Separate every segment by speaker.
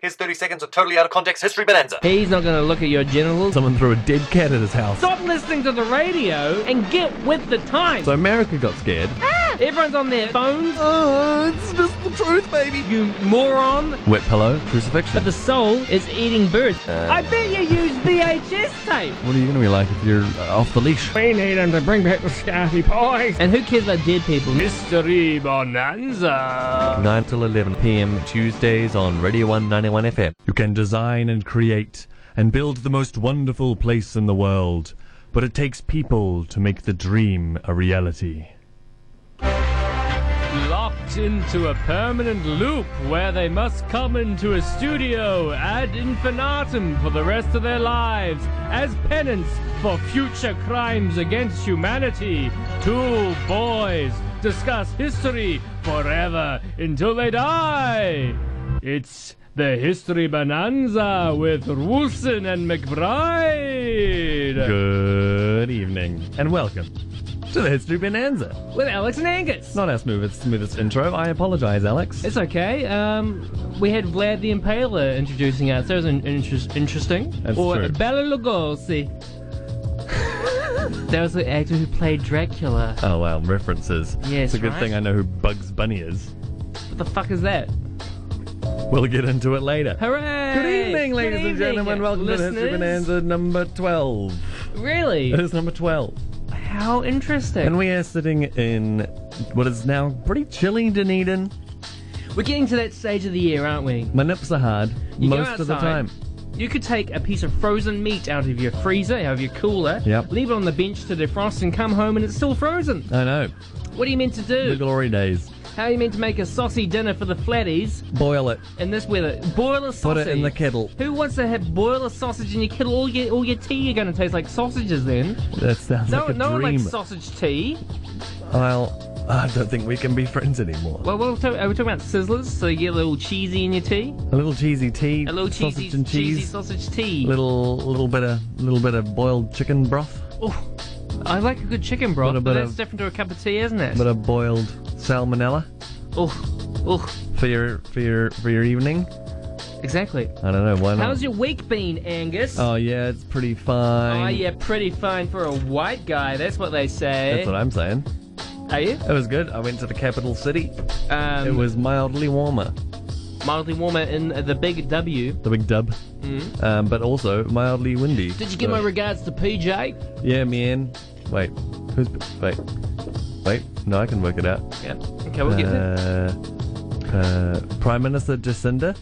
Speaker 1: His 30 seconds of totally out of context history bonanza.
Speaker 2: He's not going to look at your genitals.
Speaker 3: Someone threw a dead cat at his house.
Speaker 2: Stop listening to the radio and get with the times.
Speaker 3: So America got scared.
Speaker 2: Everyone's on their phones.
Speaker 3: Oh, it's just the truth, baby.
Speaker 2: You moron.
Speaker 3: Wet pillow,
Speaker 2: But
Speaker 3: crucifixion.
Speaker 2: the soul is eating birds. I bet you use VHS tape.
Speaker 3: What are you going to be like if you're uh, off the leash?
Speaker 2: We need him to bring back the Scotty Boys. And who cares about dead people? Mystery Bonanza.
Speaker 3: 9 till 11 p.m. Tuesdays on Radio 191 FM. You can design and create and build the most wonderful place in the world, but it takes people to make the dream a reality.
Speaker 2: Locked into a permanent loop where they must come into a studio ad infinitum for the rest of their lives as penance for future crimes against humanity. Two boys discuss history forever until they die. It's the History Bonanza with Wilson and McBride.
Speaker 3: Good evening and welcome to the History Bonanza.
Speaker 2: With Alex and Angus.
Speaker 3: It's not our smoothest, smoothest intro. I apologize, Alex.
Speaker 2: It's okay. Um, we had Vlad the Impaler introducing us. That was an interest, interesting.
Speaker 3: That's
Speaker 2: or
Speaker 3: true.
Speaker 2: Bela Lugosi. that was the actor who played Dracula.
Speaker 3: Oh wow, references.
Speaker 2: Yes,
Speaker 3: it's a good
Speaker 2: right?
Speaker 3: thing I know who Bugs Bunny is.
Speaker 2: What the fuck is that?
Speaker 3: We'll get into it later.
Speaker 2: Hooray!
Speaker 3: Good evening,
Speaker 2: Good
Speaker 3: ladies
Speaker 2: evening,
Speaker 3: and gentlemen. Welcome to the History
Speaker 2: listeners.
Speaker 3: Bonanza number 12. It
Speaker 2: Really?
Speaker 3: is number 12.
Speaker 2: How interesting.
Speaker 3: And we are sitting in what is now pretty chilly Dunedin.
Speaker 2: We're getting to that stage of the year, aren't we?
Speaker 3: My nips are hard
Speaker 2: You go
Speaker 3: most of the
Speaker 2: outside,
Speaker 3: time.
Speaker 2: You could take a piece of frozen meat out of your freezer, out of your cooler,
Speaker 3: Yep.
Speaker 2: leave it on the bench to defrost, and come home and it's still frozen.
Speaker 3: I know.
Speaker 2: What are you meant to
Speaker 3: The
Speaker 2: do?
Speaker 3: glory days.
Speaker 2: How are you meant to make a saucy dinner for the flatties
Speaker 3: Boil it.
Speaker 2: in this weather? Boil a
Speaker 3: Put
Speaker 2: sausage.
Speaker 3: it in the kettle.
Speaker 2: Who wants to have boil a sausage in your kettle? All your all your tea you're going to taste like sausages then.
Speaker 3: That sounds
Speaker 2: No,
Speaker 3: like a
Speaker 2: no one
Speaker 3: dream.
Speaker 2: likes sausage tea.
Speaker 3: I'll, I don't think we can be friends anymore.
Speaker 2: Well, we're talk- are we talking about sizzlers? So you get a little cheesy in your tea.
Speaker 3: a little cheesy tea,
Speaker 2: A little cheesy,
Speaker 3: sausage and cheese,
Speaker 2: cheesy sausage tea.
Speaker 3: little little bit of little bit of boiled chicken broth,
Speaker 2: Oh, I like a good chicken broth,
Speaker 3: Bit of-
Speaker 2: but
Speaker 3: bit
Speaker 2: that's
Speaker 3: of-
Speaker 2: different to a cup of tea, isn't it?
Speaker 3: bit of boiled salmonella
Speaker 2: oh, oh,
Speaker 3: for your for your for your evening.
Speaker 2: exactly.
Speaker 3: I don't know why not.
Speaker 2: How's your week been, Angus?
Speaker 3: Oh yeah, it's pretty fine.
Speaker 2: Oh, yeah, pretty fine for a white guy. That's what they say.
Speaker 3: That's what I'm saying.
Speaker 2: Are you?
Speaker 3: It was good. I went to the capital city.
Speaker 2: Um,
Speaker 3: It was mildly warmer,
Speaker 2: mildly warmer in the big W.
Speaker 3: the big dub, um, but also mildly windy.
Speaker 2: Mm-hmm. Did you give
Speaker 3: So-
Speaker 2: my regards to PJ?
Speaker 3: Yeah, man. Wait, who's wait, wait? No, I can work it out.
Speaker 2: Yeah. Okay, we'll get there.
Speaker 3: Uh, uh, Prime Minister Jacinda,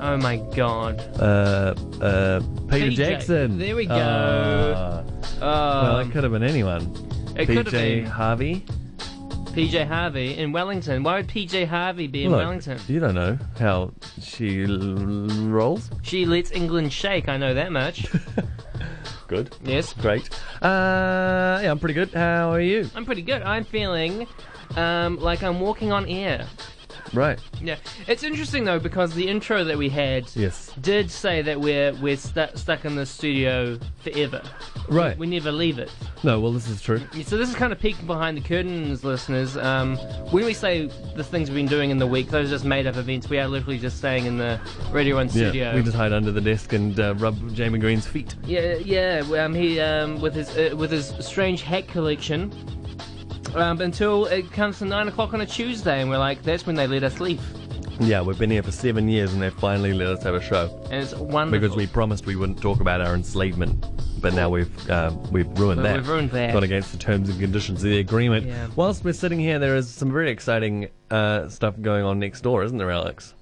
Speaker 2: Oh my god.
Speaker 3: uh, uh, Peter
Speaker 2: PJ.
Speaker 3: Jackson.
Speaker 2: There we go.
Speaker 3: Ah.
Speaker 2: Um,
Speaker 3: well, it could have been anyone.
Speaker 2: it
Speaker 3: PJ
Speaker 2: could have been
Speaker 3: Harvey.
Speaker 2: PJ Harvey in Wellington. Why would PJ Harvey be in
Speaker 3: Look,
Speaker 2: Wellington?
Speaker 3: You don't know how she l- rolls.
Speaker 2: She lets England shake. I know that much.
Speaker 3: Good.
Speaker 2: yes.
Speaker 3: Great. Uh, yeah, I'm pretty good. How are you?
Speaker 2: I'm pretty good. I'm feeling um, like I'm walking on air.
Speaker 3: Right.
Speaker 2: Yeah, it's interesting though because the intro that we had
Speaker 3: Yes.
Speaker 2: did say that we're we're stu stuck in the studio forever.
Speaker 3: Right.
Speaker 2: We never leave it.
Speaker 3: No, well, this is true.
Speaker 2: So this is kind of peeking behind the curtains, listeners. Um, when we say the things we've been doing in the week, those are just made up events. We are literally just staying in the Radio One
Speaker 3: Yeah.
Speaker 2: studio.
Speaker 3: We just hide under the desk and uh, rub Jamie Green's feet.
Speaker 2: Yeah, yeah. Um, he um, with his uh, with his strange hat collection. Um, until it comes to nine o'clock on a Tuesday, and we're like, that's when they let us leave,
Speaker 3: Yeah, we've been here for seven years and they finally let us have a show
Speaker 2: and it's wonderful.
Speaker 3: because we promised we wouldn't talk about our enslavement, but now we've uh, we've ruined
Speaker 2: Well,
Speaker 3: that.
Speaker 2: we've ruined that.
Speaker 3: Gone against the terms and conditions of the agreement.
Speaker 2: Yeah.
Speaker 3: Whilst we're sitting here, there is some very exciting uh, stuff going on next door, isn't there, Alex?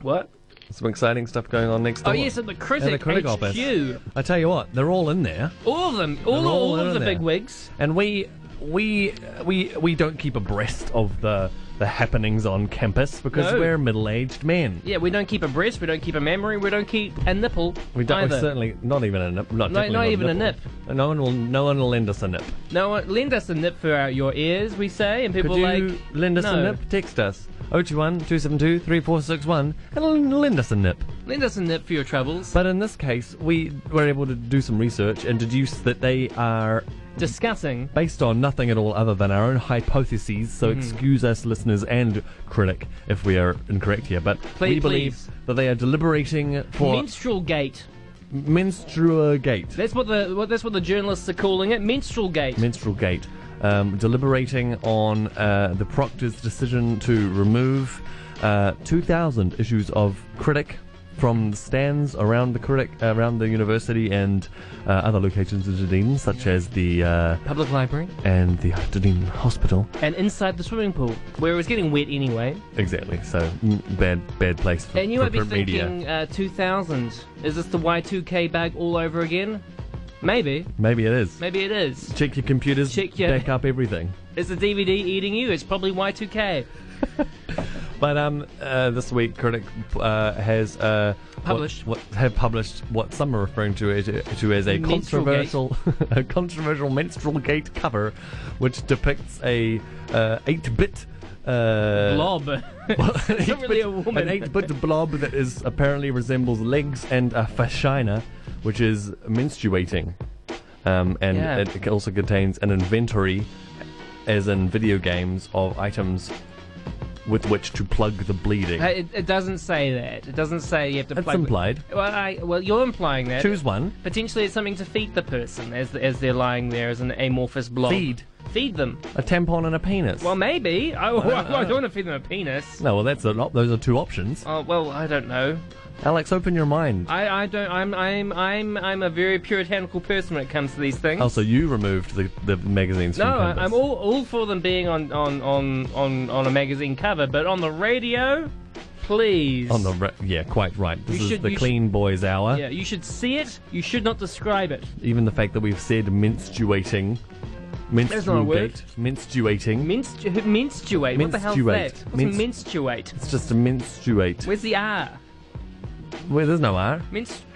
Speaker 2: what?
Speaker 3: Some exciting stuff going on next
Speaker 2: Oh
Speaker 3: door.
Speaker 2: yes, at the critic,
Speaker 3: And the critic
Speaker 2: HQ.
Speaker 3: office. I tell you what, they're all in there.
Speaker 2: All of them, all,
Speaker 3: They're all
Speaker 2: all of
Speaker 3: in
Speaker 2: the
Speaker 3: there.
Speaker 2: big wigs.
Speaker 3: and we we we we don't keep abreast of the the happenings on campus because
Speaker 2: No.
Speaker 3: we're middle-aged men.
Speaker 2: Yeah, we don't keep a breast, we don't keep a memory, we don't keep a nipple
Speaker 3: We don't we
Speaker 2: either.
Speaker 3: certainly not even a nip. Not,
Speaker 2: No-
Speaker 3: definitely
Speaker 2: not even a
Speaker 3: nipple. No one will. No one will lend us a nip.
Speaker 2: No, uh, lend us a nip for our, your ears, we say, and
Speaker 3: Could
Speaker 2: people
Speaker 3: you
Speaker 2: like
Speaker 3: lend us
Speaker 2: no.
Speaker 3: a nip? Text us 021 272 3461 and l- lend us a nip.
Speaker 2: Lend us a nip for your troubles.
Speaker 3: But in this case, we were able to do some research and deduce that they are
Speaker 2: discussing.
Speaker 3: based on nothing at all other than our own hypotheses, so
Speaker 2: Mm-hmm.
Speaker 3: excuse us, listeners and critic, if we are incorrect here. But we
Speaker 2: Please,
Speaker 3: believe
Speaker 2: please.
Speaker 3: that they are deliberating for
Speaker 2: Menstrual gate.
Speaker 3: menstrual gate.
Speaker 2: That's what the what, that's what the journalists are calling it. Menstrual gate.
Speaker 3: Menstrual gate. Um, deliberating on uh, the Proctor's decision to remove uh, 2,000 issues of Critic from the stands around the Critic, around the university, and uh, other locations in Dunedin, such as the uh,
Speaker 2: Public library
Speaker 3: and the Dunedin Hospital.
Speaker 2: and inside the swimming pool, where it was getting wet anyway.
Speaker 3: Exactly. So mm, bad, bad place for,
Speaker 2: And you
Speaker 3: for
Speaker 2: might be
Speaker 3: print media.
Speaker 2: thinking, uh, 2000. Is this the Y2K bag all over again? Maybe.
Speaker 3: Maybe it is.
Speaker 2: Maybe it is.
Speaker 3: Check your computers.
Speaker 2: Check your-
Speaker 3: Back up everything.
Speaker 2: Is the DVD eating you? It's probably Y2K.
Speaker 3: But um, uh, this week, critic uh, has uh, what-
Speaker 2: Published.
Speaker 3: what, have published what some are referring to as, to as a
Speaker 2: Menstrual gate.
Speaker 3: controversial, a controversial menstrual gate cover, which depicts a uh, eight-bit. Uh,
Speaker 2: Blob. it's not really a woman.
Speaker 3: An eight-bit blob that is apparently resembles legs and a vagina, which is menstruating, um, and
Speaker 2: Yeah.
Speaker 3: it also contains an inventory, as in video games, of items with which to plug the bleeding.
Speaker 2: Uh, It, it doesn't say that. It doesn't say you have to.
Speaker 3: That's
Speaker 2: plug-
Speaker 3: implied.
Speaker 2: Well, I, well, you're implying that.
Speaker 3: Choose one.
Speaker 2: Potentially, it's something to feed the person as as they're lying there as an amorphous blob.
Speaker 3: Feed
Speaker 2: Feed them.
Speaker 3: a tampon and a penis.
Speaker 2: Well, maybe. I,
Speaker 3: Uh.
Speaker 2: I don't want to feed them a penis.
Speaker 3: no, well that's a lot. Those are two options.
Speaker 2: Oh well, I don't know.
Speaker 3: Alex, open your mind.
Speaker 2: I, I don't. I'm I'm I'm I'm a very puritanical person when it comes to these things.
Speaker 3: Also, you removed the, the magazines.
Speaker 2: no,
Speaker 3: from
Speaker 2: I,
Speaker 3: Canvas.
Speaker 2: I'm all, all for them being on, on, on, on, on a magazine cover, but on the radio, please.
Speaker 3: on the re- yeah, quite right. This
Speaker 2: You
Speaker 3: is
Speaker 2: should-
Speaker 3: the
Speaker 2: you
Speaker 3: Clean Boys Hour.
Speaker 2: yeah, you should see it. You should not describe it.
Speaker 3: Even the fact that we've said menstruating, menstruate,
Speaker 2: not a word.
Speaker 3: menstruating.
Speaker 2: Minstu- menstruate. What the hell's
Speaker 3: Menstruate.
Speaker 2: that? What's
Speaker 3: Minst-
Speaker 2: menstruate?
Speaker 3: it's just a menstruate.
Speaker 2: Where's the R?
Speaker 3: Well, there's no R.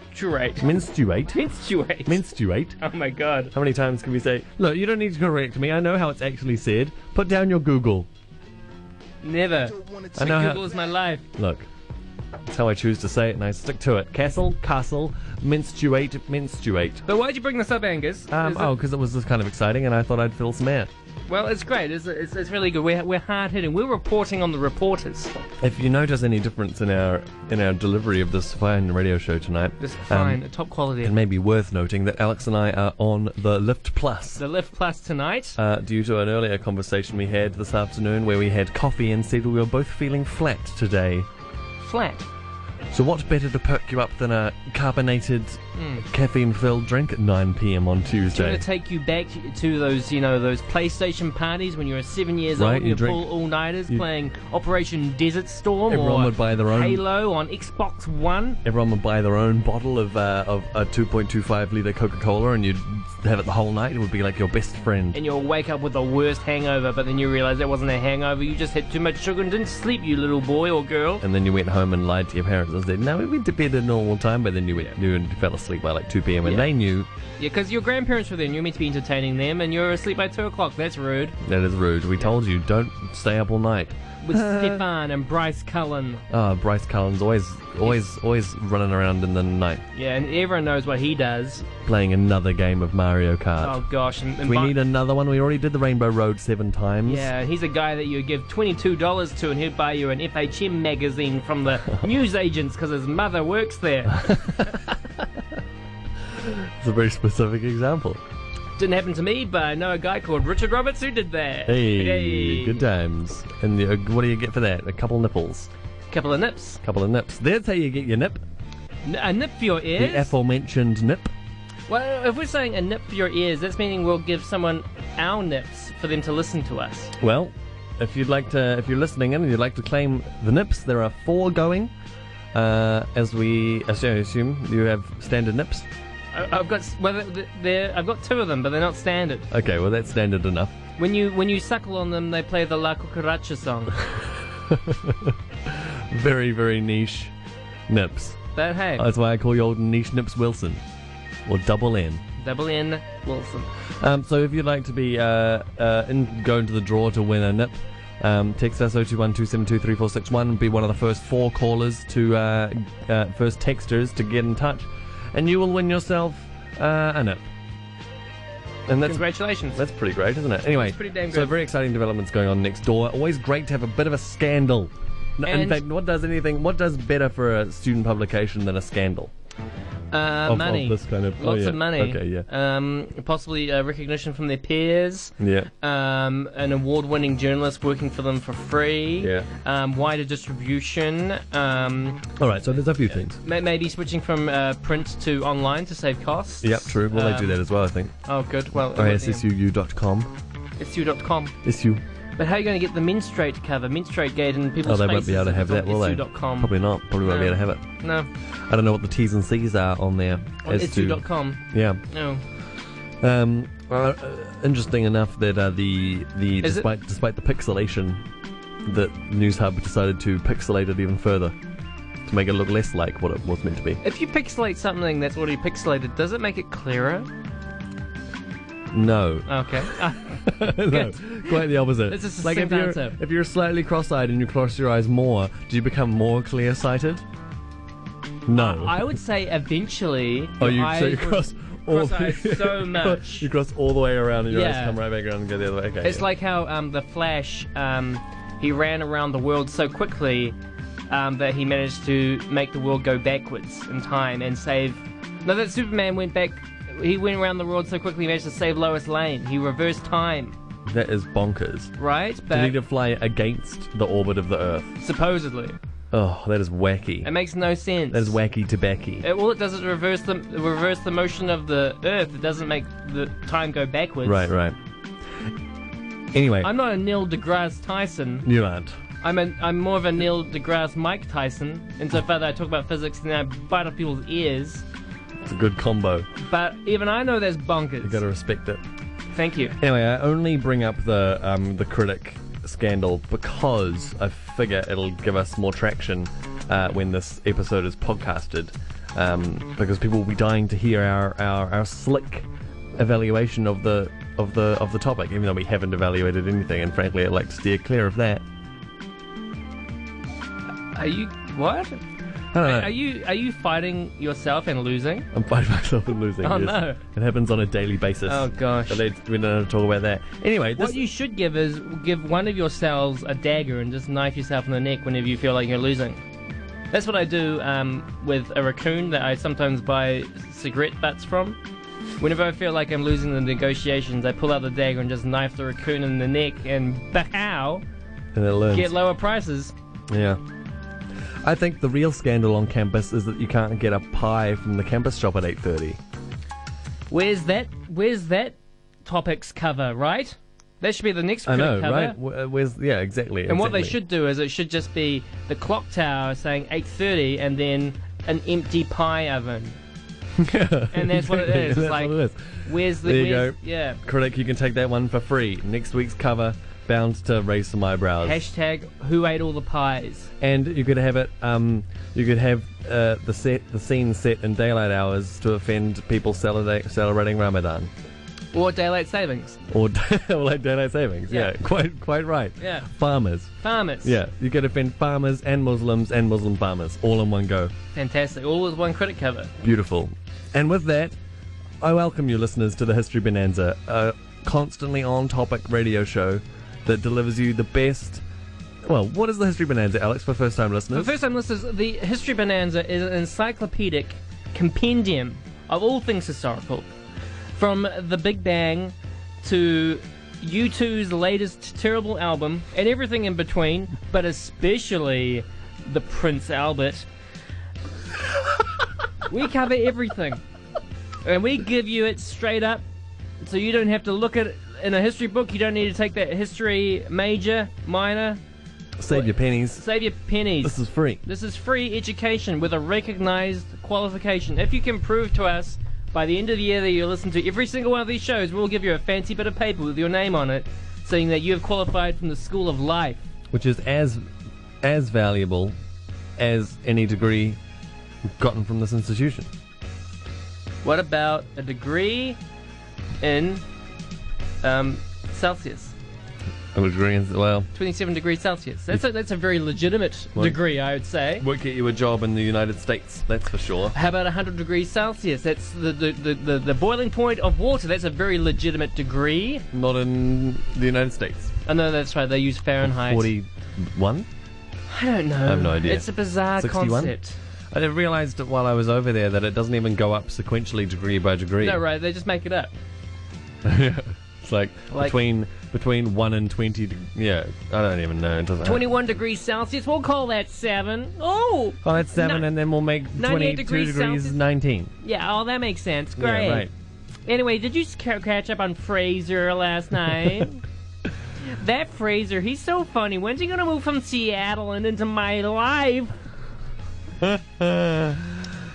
Speaker 2: Menstruate.
Speaker 3: Menstruate.
Speaker 2: Menstruate.
Speaker 3: Menstruate.
Speaker 2: oh my god.
Speaker 3: How many times can we say? Look, you don't need to correct me. I know how it's actually said. Put down your Google.
Speaker 2: Never.
Speaker 3: I know how.
Speaker 2: Google is my life.
Speaker 3: Look, that's how I choose to say it, and I stick to it. Castle, castle, menstruate, menstruate.
Speaker 2: But why'd you bring this up, Angus?
Speaker 3: Um,
Speaker 2: Is it-
Speaker 3: oh, because it was just kind of exciting, and I thought I'd fill some air.
Speaker 2: Well, it's great. It's, it's, it's really good. We're, we're hard hitting. We're reporting on the reporters.
Speaker 3: If you notice any difference in our in our delivery of this fine radio show tonight,
Speaker 2: Just
Speaker 3: um,
Speaker 2: fine. top quality.
Speaker 3: it may be worth noting that Alex and I are on the Lift Plus.
Speaker 2: the Lift Plus tonight.
Speaker 3: Uh, due to an earlier conversation we had this afternoon where we had coffee and said we were both feeling flat today.
Speaker 2: Flat.
Speaker 3: So, what better to perk you up than a carbonated, caffeine filled drink at 9 pm on
Speaker 2: It's going
Speaker 3: Tuesday?
Speaker 2: to take Hmm. you back to those, you know, those PlayStation parties when you were seven years
Speaker 3: Right,
Speaker 2: old and
Speaker 3: you
Speaker 2: you
Speaker 3: drink-
Speaker 2: pull all nighters
Speaker 3: you-
Speaker 2: playing Operation Desert Storm
Speaker 3: Everyone
Speaker 2: or
Speaker 3: would buy their own-
Speaker 2: Halo on Xbox One.
Speaker 3: Everyone would buy their own bottle of, uh, of a 2.25 litre Coca Cola and you'd have it the whole night. It would be like your best friend.
Speaker 2: And you'll wake up with the worst hangover, but then you realize that wasn't a hangover. You just had too much sugar and didn't sleep, you little boy or girl.
Speaker 3: And then you went home and lied to your parents and said, No, we went to bed at normal time, but then you, went, you fell asleep by like 2 pm and
Speaker 2: Yeah.
Speaker 3: they knew
Speaker 2: Yeah, because your grandparents were there and you're meant to be entertaining them, and you're asleep by two o'clock. That's rude.
Speaker 3: that is rude. We told you, don't stay up all night.
Speaker 2: With Stefan and Bryce Cullen.
Speaker 3: Ah, Bryce Cullen's always, always, always running around in the night
Speaker 2: Yeah, and everyone knows what he does.
Speaker 3: playing another game of Mario Kart.
Speaker 2: Oh gosh, and, and
Speaker 3: We
Speaker 2: Bi-
Speaker 3: need another one. We already did the Rainbow Road seven times.
Speaker 2: Yeah, he's a guy that you give twenty-two dollars to, and he'll buy you an FHM magazine from the newsagents because his mother works there.
Speaker 3: It's a very specific example.
Speaker 2: Didn't happen to me, but I know a guy called Richard Roberts who did that.
Speaker 3: Hey, good times. And the, uh, what do you get for that? A couple nipples,
Speaker 2: Couple of nips,
Speaker 3: couple of nips. That's how you get your nip.
Speaker 2: N- a nip for your
Speaker 3: The
Speaker 2: ears.
Speaker 3: aforementioned nip.
Speaker 2: well, if we're saying a nip for your ears, that's meaning we'll give someone our nips for them to listen to us.
Speaker 3: Well, if you'd like to, if you're listening in and you'd like to claim the nips, there are four going. Uh, as we as I assume you have standard nips.
Speaker 2: I, I've got s- well, th- th- they're, I've got two of them, but they're not standard.
Speaker 3: Okay, well that's standard enough.
Speaker 2: When you when you suckle on them, they play the La Cucaracha song.
Speaker 3: Very very niche nips.
Speaker 2: But hey,
Speaker 3: That's why I call you old niche nips Wilson, or double N.
Speaker 2: Double N Wilson.
Speaker 3: Um, so if you'd like to be uh, uh, in, go into the draw to win a nip, um, text us 021 Be one of the first four callers to uh, uh, first texters to get in touch, and you will win yourself uh, a nip. And that's
Speaker 2: Congratulations.
Speaker 3: that's pretty great, isn't it? Anyway,
Speaker 2: It's pretty damn
Speaker 3: so
Speaker 2: good.
Speaker 3: very exciting developments going on next door. Always great to have a bit of a scandal. N- In
Speaker 2: And-
Speaker 3: fact, what does anything? What does better for a student publication than a scandal?
Speaker 2: Uh,
Speaker 3: of
Speaker 2: money.
Speaker 3: this kind of- oh,
Speaker 2: Lots
Speaker 3: yeah.
Speaker 2: of money.
Speaker 3: Okay,
Speaker 2: yeah. Um, possibly uh, recognition from their peers.
Speaker 3: Yeah.
Speaker 2: Um, an award-winning journalist working for them for free.
Speaker 3: Yeah.
Speaker 2: Um, wider distribution. Um,
Speaker 3: All right, so there's a few things.
Speaker 2: may- maybe switching from uh, print to online to save costs.
Speaker 3: Yep, true. Well, they do that as well, I think.
Speaker 2: Um, Oh, good. Well, uh,
Speaker 3: ISSUU.com.
Speaker 2: Issue.com.
Speaker 3: Issue.
Speaker 2: But how are you going to get the menstruate cover, menstruate gate, and people's
Speaker 3: Oh, they
Speaker 2: faces?
Speaker 3: won't be able to
Speaker 2: if
Speaker 3: have
Speaker 2: it's
Speaker 3: that,
Speaker 2: on
Speaker 3: will they?
Speaker 2: Issue.com.
Speaker 3: Probably not. Probably won't be able to have it.
Speaker 2: No.
Speaker 3: I don't know what the T's and C's are on there.
Speaker 2: On
Speaker 3: as to-
Speaker 2: Issue.com.
Speaker 3: Yeah.
Speaker 2: No.
Speaker 3: Um, uh, uh, interesting enough that uh, the the
Speaker 2: Is it-
Speaker 3: despite despite the pixelation, that News Hub decided to pixelate it even further to make it look less like what it was meant to be.
Speaker 2: If you pixelate something that's already pixelated, does it make it clearer?
Speaker 3: No,
Speaker 2: Okay. Oh,
Speaker 3: no quite the opposite.
Speaker 2: It's a
Speaker 3: like if
Speaker 2: succinct
Speaker 3: you're
Speaker 2: answer.
Speaker 3: if you're slightly cross-eyed and you cross your eyes more, do you become more clear-sighted? No.
Speaker 2: I would say eventually.
Speaker 3: oh, you
Speaker 2: I
Speaker 3: so you
Speaker 2: would-
Speaker 3: cross all the-
Speaker 2: cross-eyed so much.
Speaker 3: you cross all the way around and your eyes
Speaker 2: Yeah.
Speaker 3: come right back around and go the other way. Okay.
Speaker 2: It's
Speaker 3: yeah.
Speaker 2: like how um, the Flash, um, he ran around the world so quickly um, that he managed to make the world go backwards in time and save. No, that Superman went back. He went around the world so quickly, he managed to save Lois Lane. He reversed time,
Speaker 3: that is bonkers.
Speaker 2: right?
Speaker 3: You
Speaker 2: But
Speaker 3: need to fly against the orbit of the Earth.
Speaker 2: supposedly,
Speaker 3: Oh, that is wacky.
Speaker 2: it makes no sense.
Speaker 3: That is wacky tobacco.
Speaker 2: It, all it does is reverse the reverse the motion of the Earth. It doesn't make the time go backwards.
Speaker 3: Right, right. Anyway,
Speaker 2: I'm not a Neil deGrasse Tyson.
Speaker 3: you aren't.
Speaker 2: I'm a, I'm more of a Neil deGrasse Mike Tyson, insofar that I talk about physics and then I bite off people's ears.
Speaker 3: It's a good combo.
Speaker 2: But even I know there's bonkers.
Speaker 3: You got to respect it.
Speaker 2: Thank you.
Speaker 3: Anyway, I only bring up the um, the critic scandal because I figure it'll give us more traction uh, when this episode is podcasted, um, because people will be dying to hear our, our, our slick evaluation of the of the of the topic, even though we haven't evaluated anything, and frankly, I would like to steer clear of that.
Speaker 2: Are you what?
Speaker 3: I don't know.
Speaker 2: Are you are you fighting yourself and losing?
Speaker 3: I'm fighting myself and losing.
Speaker 2: Oh,
Speaker 3: yes.
Speaker 2: no.
Speaker 3: It happens on a daily basis.
Speaker 2: Oh, gosh.
Speaker 3: But let's- we don't have to talk about that. Anyway, this,
Speaker 2: What you should give is give one of yourselves a dagger and just knife yourself in the neck whenever you feel like you're losing. That's what I do um, with a raccoon that I sometimes buy cigarette butts from. Whenever I feel like I'm losing the negotiations, I pull out the dagger and just knife the raccoon in the neck and bow,
Speaker 3: and it learns.
Speaker 2: get lower prices.
Speaker 3: yeah. I think the real scandal on campus is that you can't get a pie from the campus shop at 8:30.
Speaker 2: Where's that? Where's that topics cover? Right? That should be the next.
Speaker 3: I
Speaker 2: critic
Speaker 3: know,
Speaker 2: cover.
Speaker 3: right? Wh- uh, Where's yeah, exactly.
Speaker 2: And what they should do is it should just be the clock tower saying 8:30 and then an empty pie oven. and that's what it
Speaker 3: Exactly,
Speaker 2: is. It's
Speaker 3: that's
Speaker 2: like
Speaker 3: what it is.
Speaker 2: where's the
Speaker 3: There you
Speaker 2: where's,
Speaker 3: go.
Speaker 2: yeah.
Speaker 3: Critic, you can take that one for free. Next week's cover bound to raise some eyebrows.
Speaker 2: Hashtag who ate all the pies.
Speaker 3: and you could have it. Um, you could have uh, the set, the scene set in daylight hours to offend people celebra- celebrating Ramadan.
Speaker 2: Or daylight savings.
Speaker 3: or or like daylight savings. Yeah.
Speaker 2: Yeah.
Speaker 3: quite quite right.
Speaker 2: Yeah.
Speaker 3: farmers.
Speaker 2: Farmers.
Speaker 3: Yeah, you could offend farmers and Muslims and Muslim farmers all in one go.
Speaker 2: Fantastic. All with one credit cover.
Speaker 3: Beautiful. And with that, I welcome you listeners to the History Bonanza, a constantly on topic radio show that delivers you the best. Well, what is the History Bonanza, Alex, for first time
Speaker 2: For
Speaker 3: listeners?
Speaker 2: first time listeners, the History Bonanza is an encyclopedic compendium of all things historical. From the Big Bang to U2's latest terrible album and everything in between, but especially the Prince Albert. we cover everything. And we give you it straight up so you don't have to look at it in a history book. You don't need to take that history major, minor.
Speaker 3: Save your pennies.
Speaker 2: Save your pennies.
Speaker 3: This is free.
Speaker 2: This is free education with a recognized qualification. If you can prove to us by the end of the year that you listen to every single one of these shows, we'll give you a fancy bit of paper with your name on it saying that you have qualified from the School of Life.
Speaker 3: which is as as valuable as any degree gotten from this institution.
Speaker 2: What about a degree in um, Celsius?
Speaker 3: Oh, degrees, well,
Speaker 2: 27 degrees Celsius. That's a, that's a very legitimate
Speaker 3: Well-
Speaker 2: degree, I would say.
Speaker 3: won't get you a job in the United States, that's for sure.
Speaker 2: How about 100 degrees Celsius? That's the, the, the, the, the boiling point of water. That's a very legitimate degree.
Speaker 3: Not in the United States.
Speaker 2: Oh, no, that's right. They use Fahrenheit.
Speaker 3: 41?
Speaker 2: I don't know. I
Speaker 3: have no idea.
Speaker 2: It's a bizarre
Speaker 3: 61?
Speaker 2: concept.
Speaker 3: I didn't realised that while I was over there that it doesn't even go up sequentially degree by degree.
Speaker 2: No, right. They just make it up.
Speaker 3: It's like,
Speaker 2: Like-
Speaker 3: between between 1 and 20. De- yeah, I don't even know. It doesn't
Speaker 2: 21 degrees Celsius. We'll call that 7. Oh!
Speaker 3: Well, that's 7,
Speaker 2: Ni-
Speaker 3: and then we'll make 22
Speaker 2: 98
Speaker 3: degrees,
Speaker 2: degrees Celsius.
Speaker 3: 19.
Speaker 2: Yeah, oh, that makes sense.
Speaker 3: Yeah,
Speaker 2: Great.
Speaker 3: right.
Speaker 2: Anyway, did you ca- catch up on Fraser last night? that Fraser, he's so funny. When's he gonna move from Seattle and into my life?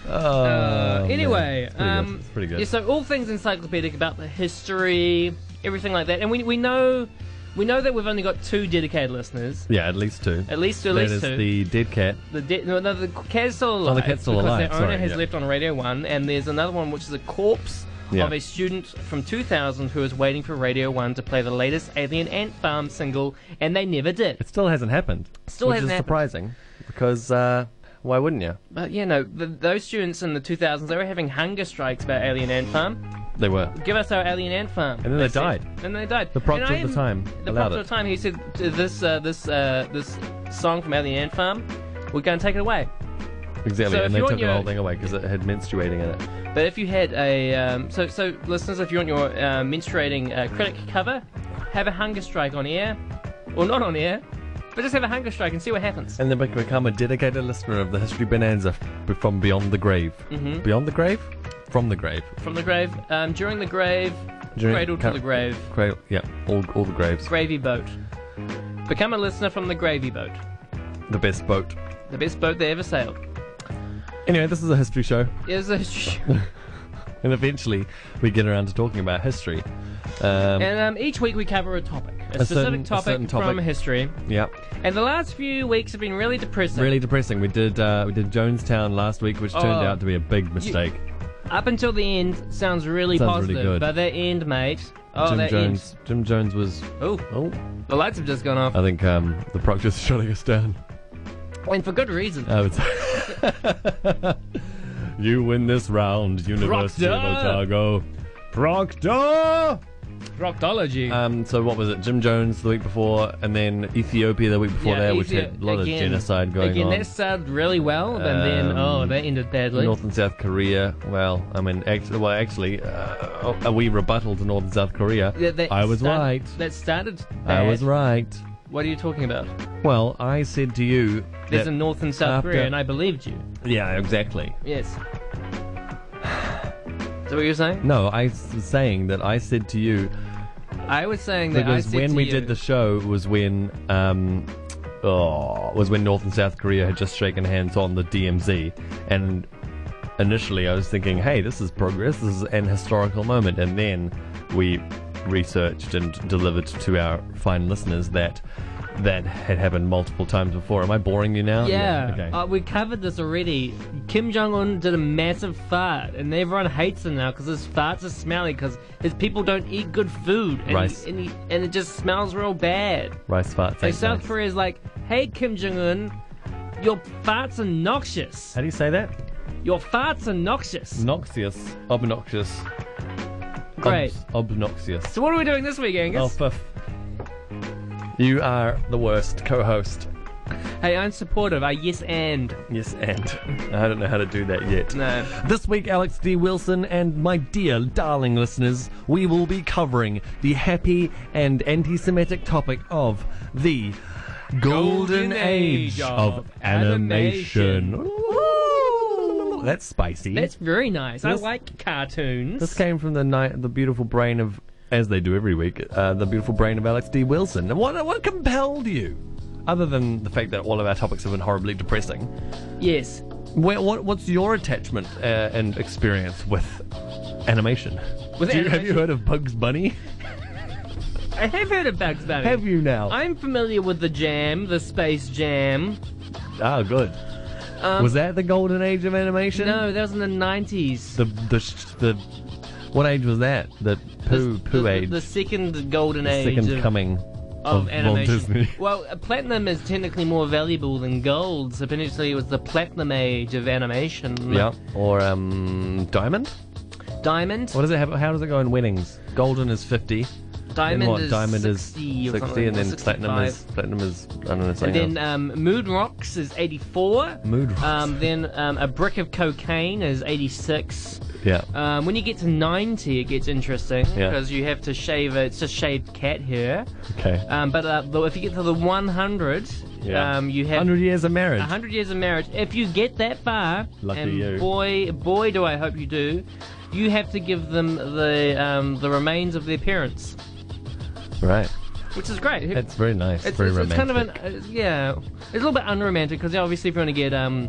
Speaker 3: Oh, man.
Speaker 2: anyway,
Speaker 3: It's pretty good.
Speaker 2: um,
Speaker 3: It's pretty good.
Speaker 2: Yeah, so all things encyclopedic about the history, everything like that, and we we know we know that we've only got two dedicated listeners.
Speaker 3: yeah, at least two.
Speaker 2: At least two, at
Speaker 3: That
Speaker 2: least
Speaker 3: is
Speaker 2: two.
Speaker 3: the dead cat.
Speaker 2: The de- no, no, the cat's still alive.
Speaker 3: cat's still
Speaker 2: because
Speaker 3: alive,
Speaker 2: Their owner
Speaker 3: sorry,
Speaker 2: has
Speaker 3: yeah.
Speaker 2: left on Radio One, and there's another one which is a corpse
Speaker 3: Yeah.
Speaker 2: of a student from 2000 who is waiting for Radio One to play the latest Alien Ant Farm single, and they never did.
Speaker 3: It still hasn't happened.
Speaker 2: Still
Speaker 3: which
Speaker 2: hasn't
Speaker 3: is
Speaker 2: happened.
Speaker 3: surprising because uh, why wouldn't you?
Speaker 2: But you know, th those students in the 2000s they were having hunger strikes about Alien Ant Farm.
Speaker 3: They were.
Speaker 2: Give us our Alien Ant Farm.
Speaker 3: And then they
Speaker 2: said.
Speaker 3: died.
Speaker 2: And they died.
Speaker 3: The proctor
Speaker 2: And I
Speaker 3: at the
Speaker 2: am-
Speaker 3: time
Speaker 2: The
Speaker 3: allowed
Speaker 2: proctor
Speaker 3: it.
Speaker 2: at the time, he said, "This, uh, this, uh, this song from Alien Ant Farm, we're going to take it away."
Speaker 3: Exactly,
Speaker 2: So
Speaker 3: and
Speaker 2: if
Speaker 3: they
Speaker 2: you
Speaker 3: took
Speaker 2: want
Speaker 3: the
Speaker 2: your-
Speaker 3: whole thing away because it had menstruating in it.
Speaker 2: But if you had a um, so so listeners, if you want your uh, menstruating uh, critic cover, have a hunger strike on air, or not on air, but just have a hunger strike and see what happens.
Speaker 3: And then bec- become a dedicated listener of the History Bonanza b- from Beyond the Grave. Mm-hmm. Beyond the Grave? From the Grave.
Speaker 2: From the grave, um, during the grave,
Speaker 3: During-
Speaker 2: cradle to
Speaker 3: cur-
Speaker 2: the grave,
Speaker 3: Cradle, yeah, all, all the graves.
Speaker 2: gravy boat. Become a listener from the gravy boat,
Speaker 3: The best boat.
Speaker 2: the best boat they ever sailed.
Speaker 3: Anyway, this is a history show,
Speaker 2: Is a
Speaker 3: and eventually we get around to talking about history. Um,
Speaker 2: and um, each week we cover a topic, a,
Speaker 3: A
Speaker 2: specific
Speaker 3: certain- a
Speaker 2: topic,
Speaker 3: certain topic.
Speaker 2: from history.
Speaker 3: yeah,
Speaker 2: And the last few weeks have been really depressing.
Speaker 3: really depressing. We did uh, we did Jonestown last week, which turned
Speaker 2: Oh.
Speaker 3: out to be a big mistake.
Speaker 2: Up until the end sounds really
Speaker 3: Sounds really
Speaker 2: positive,
Speaker 3: good.
Speaker 2: but that end, mate. Oh,
Speaker 3: Jim
Speaker 2: that
Speaker 3: Jones. Jim Jones was.
Speaker 2: end. Oh,
Speaker 3: Oh,
Speaker 2: the lights have just gone off,
Speaker 3: I think um, the proctor's shutting us down.
Speaker 2: and for good reason.
Speaker 3: Oh, it's. you win this round, University of
Speaker 2: Proctor!
Speaker 3: Otago. Proctor!
Speaker 2: Proctology.
Speaker 3: Um, so what was it? Jim Jones the week before, and then Ethiopia the week before
Speaker 2: Yeah,
Speaker 3: that, which
Speaker 2: Ethiopia-
Speaker 3: had a lot
Speaker 2: again-
Speaker 3: of genocide going
Speaker 2: again,
Speaker 3: on.
Speaker 2: that started really well, and then oh,
Speaker 3: Um,
Speaker 2: that ended badly.
Speaker 3: North and South Korea. Well, I mean, actually, well, actually, uh, a wee rebuttal to North and South Korea.
Speaker 2: That- that
Speaker 3: I was
Speaker 2: start-
Speaker 3: right.
Speaker 2: That started.
Speaker 3: I was
Speaker 2: bad.
Speaker 3: right.
Speaker 2: What are you talking about?
Speaker 3: Well, I said to you.
Speaker 2: There's
Speaker 3: that-
Speaker 2: a North and South
Speaker 3: after-
Speaker 2: Korea, and I believed you.
Speaker 3: yeah, exactly.
Speaker 2: Yes. Is that what you were saying?
Speaker 3: No, I was saying that I said to you
Speaker 2: I was saying that I
Speaker 3: because
Speaker 2: said
Speaker 3: when
Speaker 2: to
Speaker 3: we
Speaker 2: you-
Speaker 3: did the show was when um oh was when North and South Korea had just shaken hands on the DMZ and initially I was thinking hey this is progress this is an historical moment and then we researched and delivered to our fine listeners that that had happened multiple times before am I boring you now
Speaker 2: Yeah,
Speaker 3: Oh, okay
Speaker 2: uh, we covered this already. Kim Jong Un did a massive fart, and everyone hates him now because his farts are smelly because his people don't eat good food, and,
Speaker 3: Rice.
Speaker 2: and, he, and it just smells real bad.
Speaker 3: rice farts
Speaker 2: So
Speaker 3: ain't
Speaker 2: South
Speaker 3: nice.
Speaker 2: Korea is like, hey Kim Jong Un, your farts are noxious.
Speaker 3: how do you say that
Speaker 2: Your farts are noxious.
Speaker 3: noxious obnoxious Obs-
Speaker 2: Great.
Speaker 3: obnoxious
Speaker 2: So what are we doing this week,
Speaker 3: Mm, Oh,
Speaker 2: Angus?
Speaker 3: Puff. You are the worst co host.
Speaker 2: Hey, I'm supportive. I yes and
Speaker 3: Yes, and I don't know how to do that yet.
Speaker 2: no.
Speaker 3: This week, Alex D. Wilson and my dear, darling listeners, we will be covering the happy and anti Semitic topic of the Golden,
Speaker 2: Golden
Speaker 3: Age
Speaker 2: Age
Speaker 3: of,
Speaker 2: of
Speaker 3: Animation. Ooh, That's spicy.
Speaker 2: That's very nice.
Speaker 3: This-
Speaker 2: I like cartoons.
Speaker 3: This came from the night, the beautiful brain of, as they do every week, uh, the beautiful brain of Alex D. Wilson. And what, what compelled you, other than the fact that all of our topics have been horribly depressing?
Speaker 2: yes.
Speaker 3: Where, what, what's your attachment uh, and experience with animation?
Speaker 2: With
Speaker 3: Do you- Have you
Speaker 2: animation?
Speaker 3: heard of Bugs Bunny?
Speaker 2: I have heard of Bugs Bunny.
Speaker 3: have you now?
Speaker 2: I'm familiar with the jam, the space jam.
Speaker 3: Ah, good. Was that the golden age of animation?
Speaker 2: Um, No, that was in the 90s.
Speaker 3: The the sh- the what age was that? The poo poo
Speaker 2: the,
Speaker 3: age.
Speaker 2: The second golden
Speaker 3: The
Speaker 2: age
Speaker 3: second
Speaker 2: of,
Speaker 3: coming.
Speaker 2: of of,
Speaker 3: Of Walt
Speaker 2: animation.
Speaker 3: Disney.
Speaker 2: Well, uh, platinum is technically more valuable than gold, so potentially it was the platinum age of animation.
Speaker 3: Yeah. Or um, diamond.
Speaker 2: Diamond.
Speaker 3: What does it have? How does it go in winnings? Golden is fifty.
Speaker 2: Diamond
Speaker 3: then what?
Speaker 2: is
Speaker 3: diamond
Speaker 2: 60
Speaker 3: is
Speaker 2: or
Speaker 3: sixty,
Speaker 2: something,
Speaker 3: and then
Speaker 2: or
Speaker 3: platinum is
Speaker 2: 65.
Speaker 3: platinum is I don't know.
Speaker 2: And
Speaker 3: something
Speaker 2: then
Speaker 3: else.
Speaker 2: um, Mood Rocks is 84.
Speaker 3: Mood Rocks.
Speaker 2: Um, then um, a brick of cocaine is 86.
Speaker 3: yeah.
Speaker 2: Um, when you get to 90, it gets interesting
Speaker 3: Yeah.
Speaker 2: because you have to shave it. It's just shaved cat hair.
Speaker 3: okay.
Speaker 2: Um, but uh, the, if you get to the 100,
Speaker 3: Yeah.
Speaker 2: um, you have
Speaker 3: Hundred years of marriage.
Speaker 2: 100 years of marriage. If you get that far,
Speaker 3: Lucky
Speaker 2: and
Speaker 3: you.
Speaker 2: boy, boy, do I hope you do. You have to give them the um, the remains of their parents,
Speaker 3: Right.
Speaker 2: which is great.
Speaker 3: It's very nice.
Speaker 2: It's,
Speaker 3: very
Speaker 2: it's, it's
Speaker 3: romantic.
Speaker 2: kind of an uh, yeah. It's a little bit unromantic because obviously if you want to get um,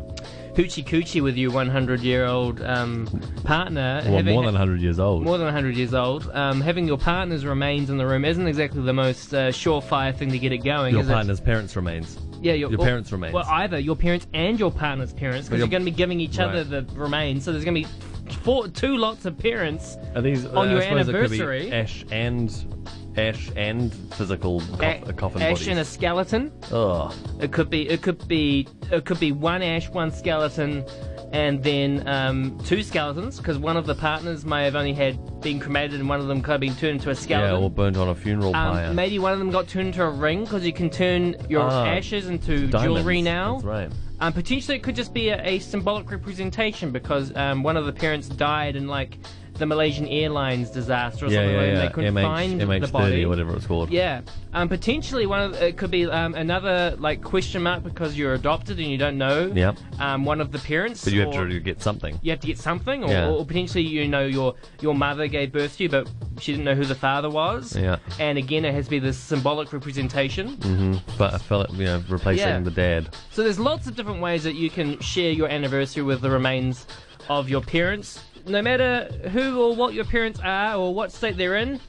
Speaker 2: hoochie coochie with your 100 year old um, partner,
Speaker 3: well,
Speaker 2: having-
Speaker 3: more than hundred years old.
Speaker 2: more than 100 years old, um, having your partner's remains in the room isn't exactly the most uh, surefire thing to get it going.
Speaker 3: Your
Speaker 2: is it?
Speaker 3: partner's parents remains.
Speaker 2: yeah, your,
Speaker 3: your
Speaker 2: or-
Speaker 3: parents' remains.
Speaker 2: Well, either your parents and your partner's parents,
Speaker 3: Well,
Speaker 2: because you're
Speaker 3: your-
Speaker 2: going to be giving each other
Speaker 3: Right.
Speaker 2: the remains. So there's going to be four, two lots of parents.
Speaker 3: Are these uh,
Speaker 2: On your
Speaker 3: I suppose it could be
Speaker 2: anniversary-
Speaker 3: Ash and ash and physical cof-
Speaker 2: A-
Speaker 3: coffin
Speaker 2: ash
Speaker 3: bodies.
Speaker 2: and a skeleton.
Speaker 3: Ugh.
Speaker 2: It could be. It could be. It could be one ash, one skeleton, and then um, two skeletons, because one of the partners may have only had been cremated, and one of them could have been turned into a
Speaker 3: Yeah,
Speaker 2: skeleton.
Speaker 3: or burnt on a funeral pyre.
Speaker 2: um, maybe one of them got turned into a ring because you can turn your
Speaker 3: Ah,
Speaker 2: ashes into
Speaker 3: Diamonds.
Speaker 2: jewelry now.
Speaker 3: That's right.
Speaker 2: Um, potentially, it could just be a, a symbolic representation because um, one of the parents died in like the Malaysian Airlines disaster or
Speaker 3: Yeah,
Speaker 2: something
Speaker 3: yeah,
Speaker 2: like that.
Speaker 3: yeah.
Speaker 2: They couldn't
Speaker 3: MH,
Speaker 2: find
Speaker 3: MH30
Speaker 2: the body.
Speaker 3: or whatever it's called.
Speaker 2: Yeah. Um, potentially, one of it could be um, another like question mark because you're adopted and you don't know.
Speaker 3: Yep.
Speaker 2: Um, one of the parents.
Speaker 3: But you have
Speaker 2: or-
Speaker 3: to get something.
Speaker 2: You have to get something, or,
Speaker 3: Yeah.
Speaker 2: or potentially, you know, your your mother gave birth to you, but she didn't know who the father was.
Speaker 3: Yeah. Mm.
Speaker 2: And again, it has to be this symbolic representation.
Speaker 3: But I felt you know replacing
Speaker 2: Yeah.
Speaker 3: the dad.
Speaker 2: So there's lots of different ways that you can share your anniversary with the remains of your parents. No matter who or what your parents are or what state they're in,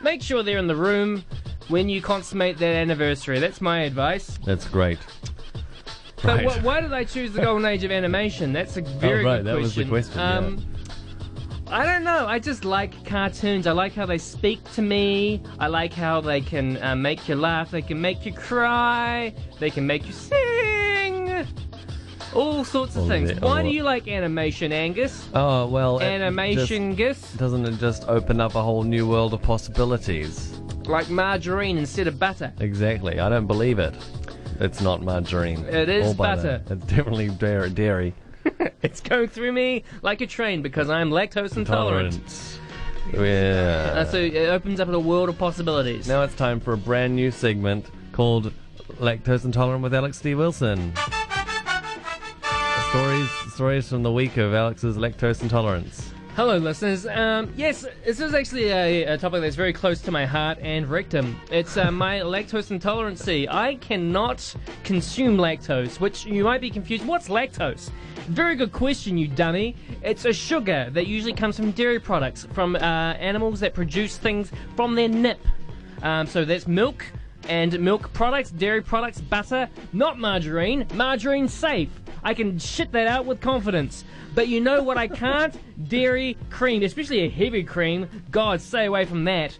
Speaker 2: make sure they're in the room when you consummate that anniversary. That's my advice.
Speaker 3: That's great.
Speaker 2: But
Speaker 3: Right.
Speaker 2: wh- why did I choose the golden age of animation? That's a very
Speaker 3: Oh, right,
Speaker 2: good
Speaker 3: that was the
Speaker 2: question. Um,
Speaker 3: question, yeah.
Speaker 2: I don't know. I just like cartoons. I like how they speak to me. I like how they can uh, make you laugh. They can make you cry. They can make you sing. All sorts of
Speaker 3: All
Speaker 2: things.
Speaker 3: the-
Speaker 2: Why
Speaker 3: all-
Speaker 2: do you like animation, Angus?
Speaker 3: Oh well. it
Speaker 2: Animation, Gus?
Speaker 3: just- doesn't it just open up a whole new world of possibilities?
Speaker 2: Like margarine instead of butter.
Speaker 3: Exactly. I don't believe it. It's not margarine.
Speaker 2: It is
Speaker 3: or
Speaker 2: butter.
Speaker 3: It's definitely dairy. dairy.
Speaker 2: It's going through me like a train because I'm lactose intolerant.
Speaker 3: Tolerance. Yeah.
Speaker 2: Uh, so it opens up a world of possibilities.
Speaker 3: Now it's time for a brand new segment called Lactose Intolerant with Alex D. Wilson. Stories stories from the week of Alex's lactose intolerance.
Speaker 2: Hello, listeners. Um, yes, this is actually a, a topic that's very close to my heart and rectum. It's uh, my lactose intolerance. I cannot consume lactose, which you might be confused. What's lactose? Very good question, you dummy. It's a sugar that usually comes from dairy products, from uh, animals that produce things from their nip. Um, so that's milk and milk products, dairy products, butter, not margarine. Margarine safe. I can shit that out with confidence. But you know what I can't? dairy cream, especially a heavy cream. God, stay away from that.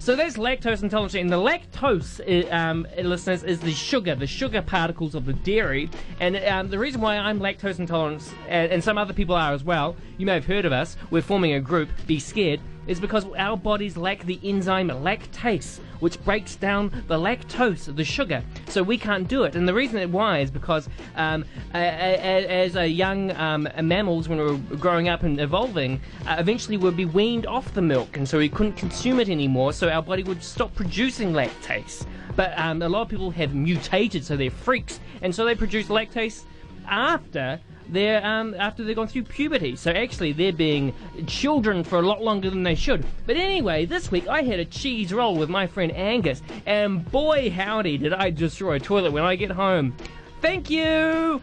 Speaker 2: So that's lactose intolerance, and the lactose, i- um, listeners, is the sugar, the sugar particles of the dairy. And um, the reason why I'm lactose intolerant, uh, and, and some other people are as well, you may have heard of us, we're forming a group, Be Scared, is because our bodies lack the enzyme lactase, which breaks down the lactose, the sugar. So we can't do it. And the reason it why is because um, a- a- a- as a young um, mammals, when we were growing up and evolving, uh, eventually we'd be weaned off the milk, and so we couldn't consume it anymore. So our body would stop producing lactase. But um, a lot of people have mutated, so they're freaks, and so they produce lactase after they're um, after they've gone through puberty. So actually, they're being children for a lot longer than they should. But anyway, this week I had a cheese roll with my friend Angus, and boy howdy did I destroy a toilet when I get home. Thank you.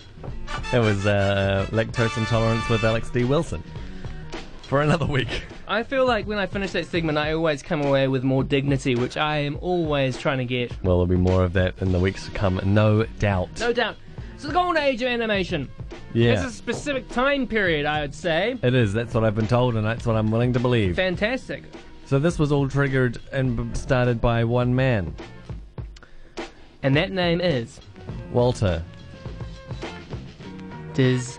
Speaker 3: It was uh, lactose intolerance with Alex D. Wilson. For another week.
Speaker 2: I feel like when I finish that segment, I always come away with more dignity, which I am always trying to get.
Speaker 3: Well, there'll be more of that in the weeks to come, no doubt.
Speaker 2: No doubt. So the golden age of animation. It's
Speaker 3: yeah,
Speaker 2: a specific time period, I would say.
Speaker 3: it is. That's what I've been told, and that's what I'm willing to believe.
Speaker 2: Fantastic.
Speaker 3: So this was all triggered and b- started by one man.
Speaker 2: and that name is
Speaker 3: Walter.
Speaker 2: Diz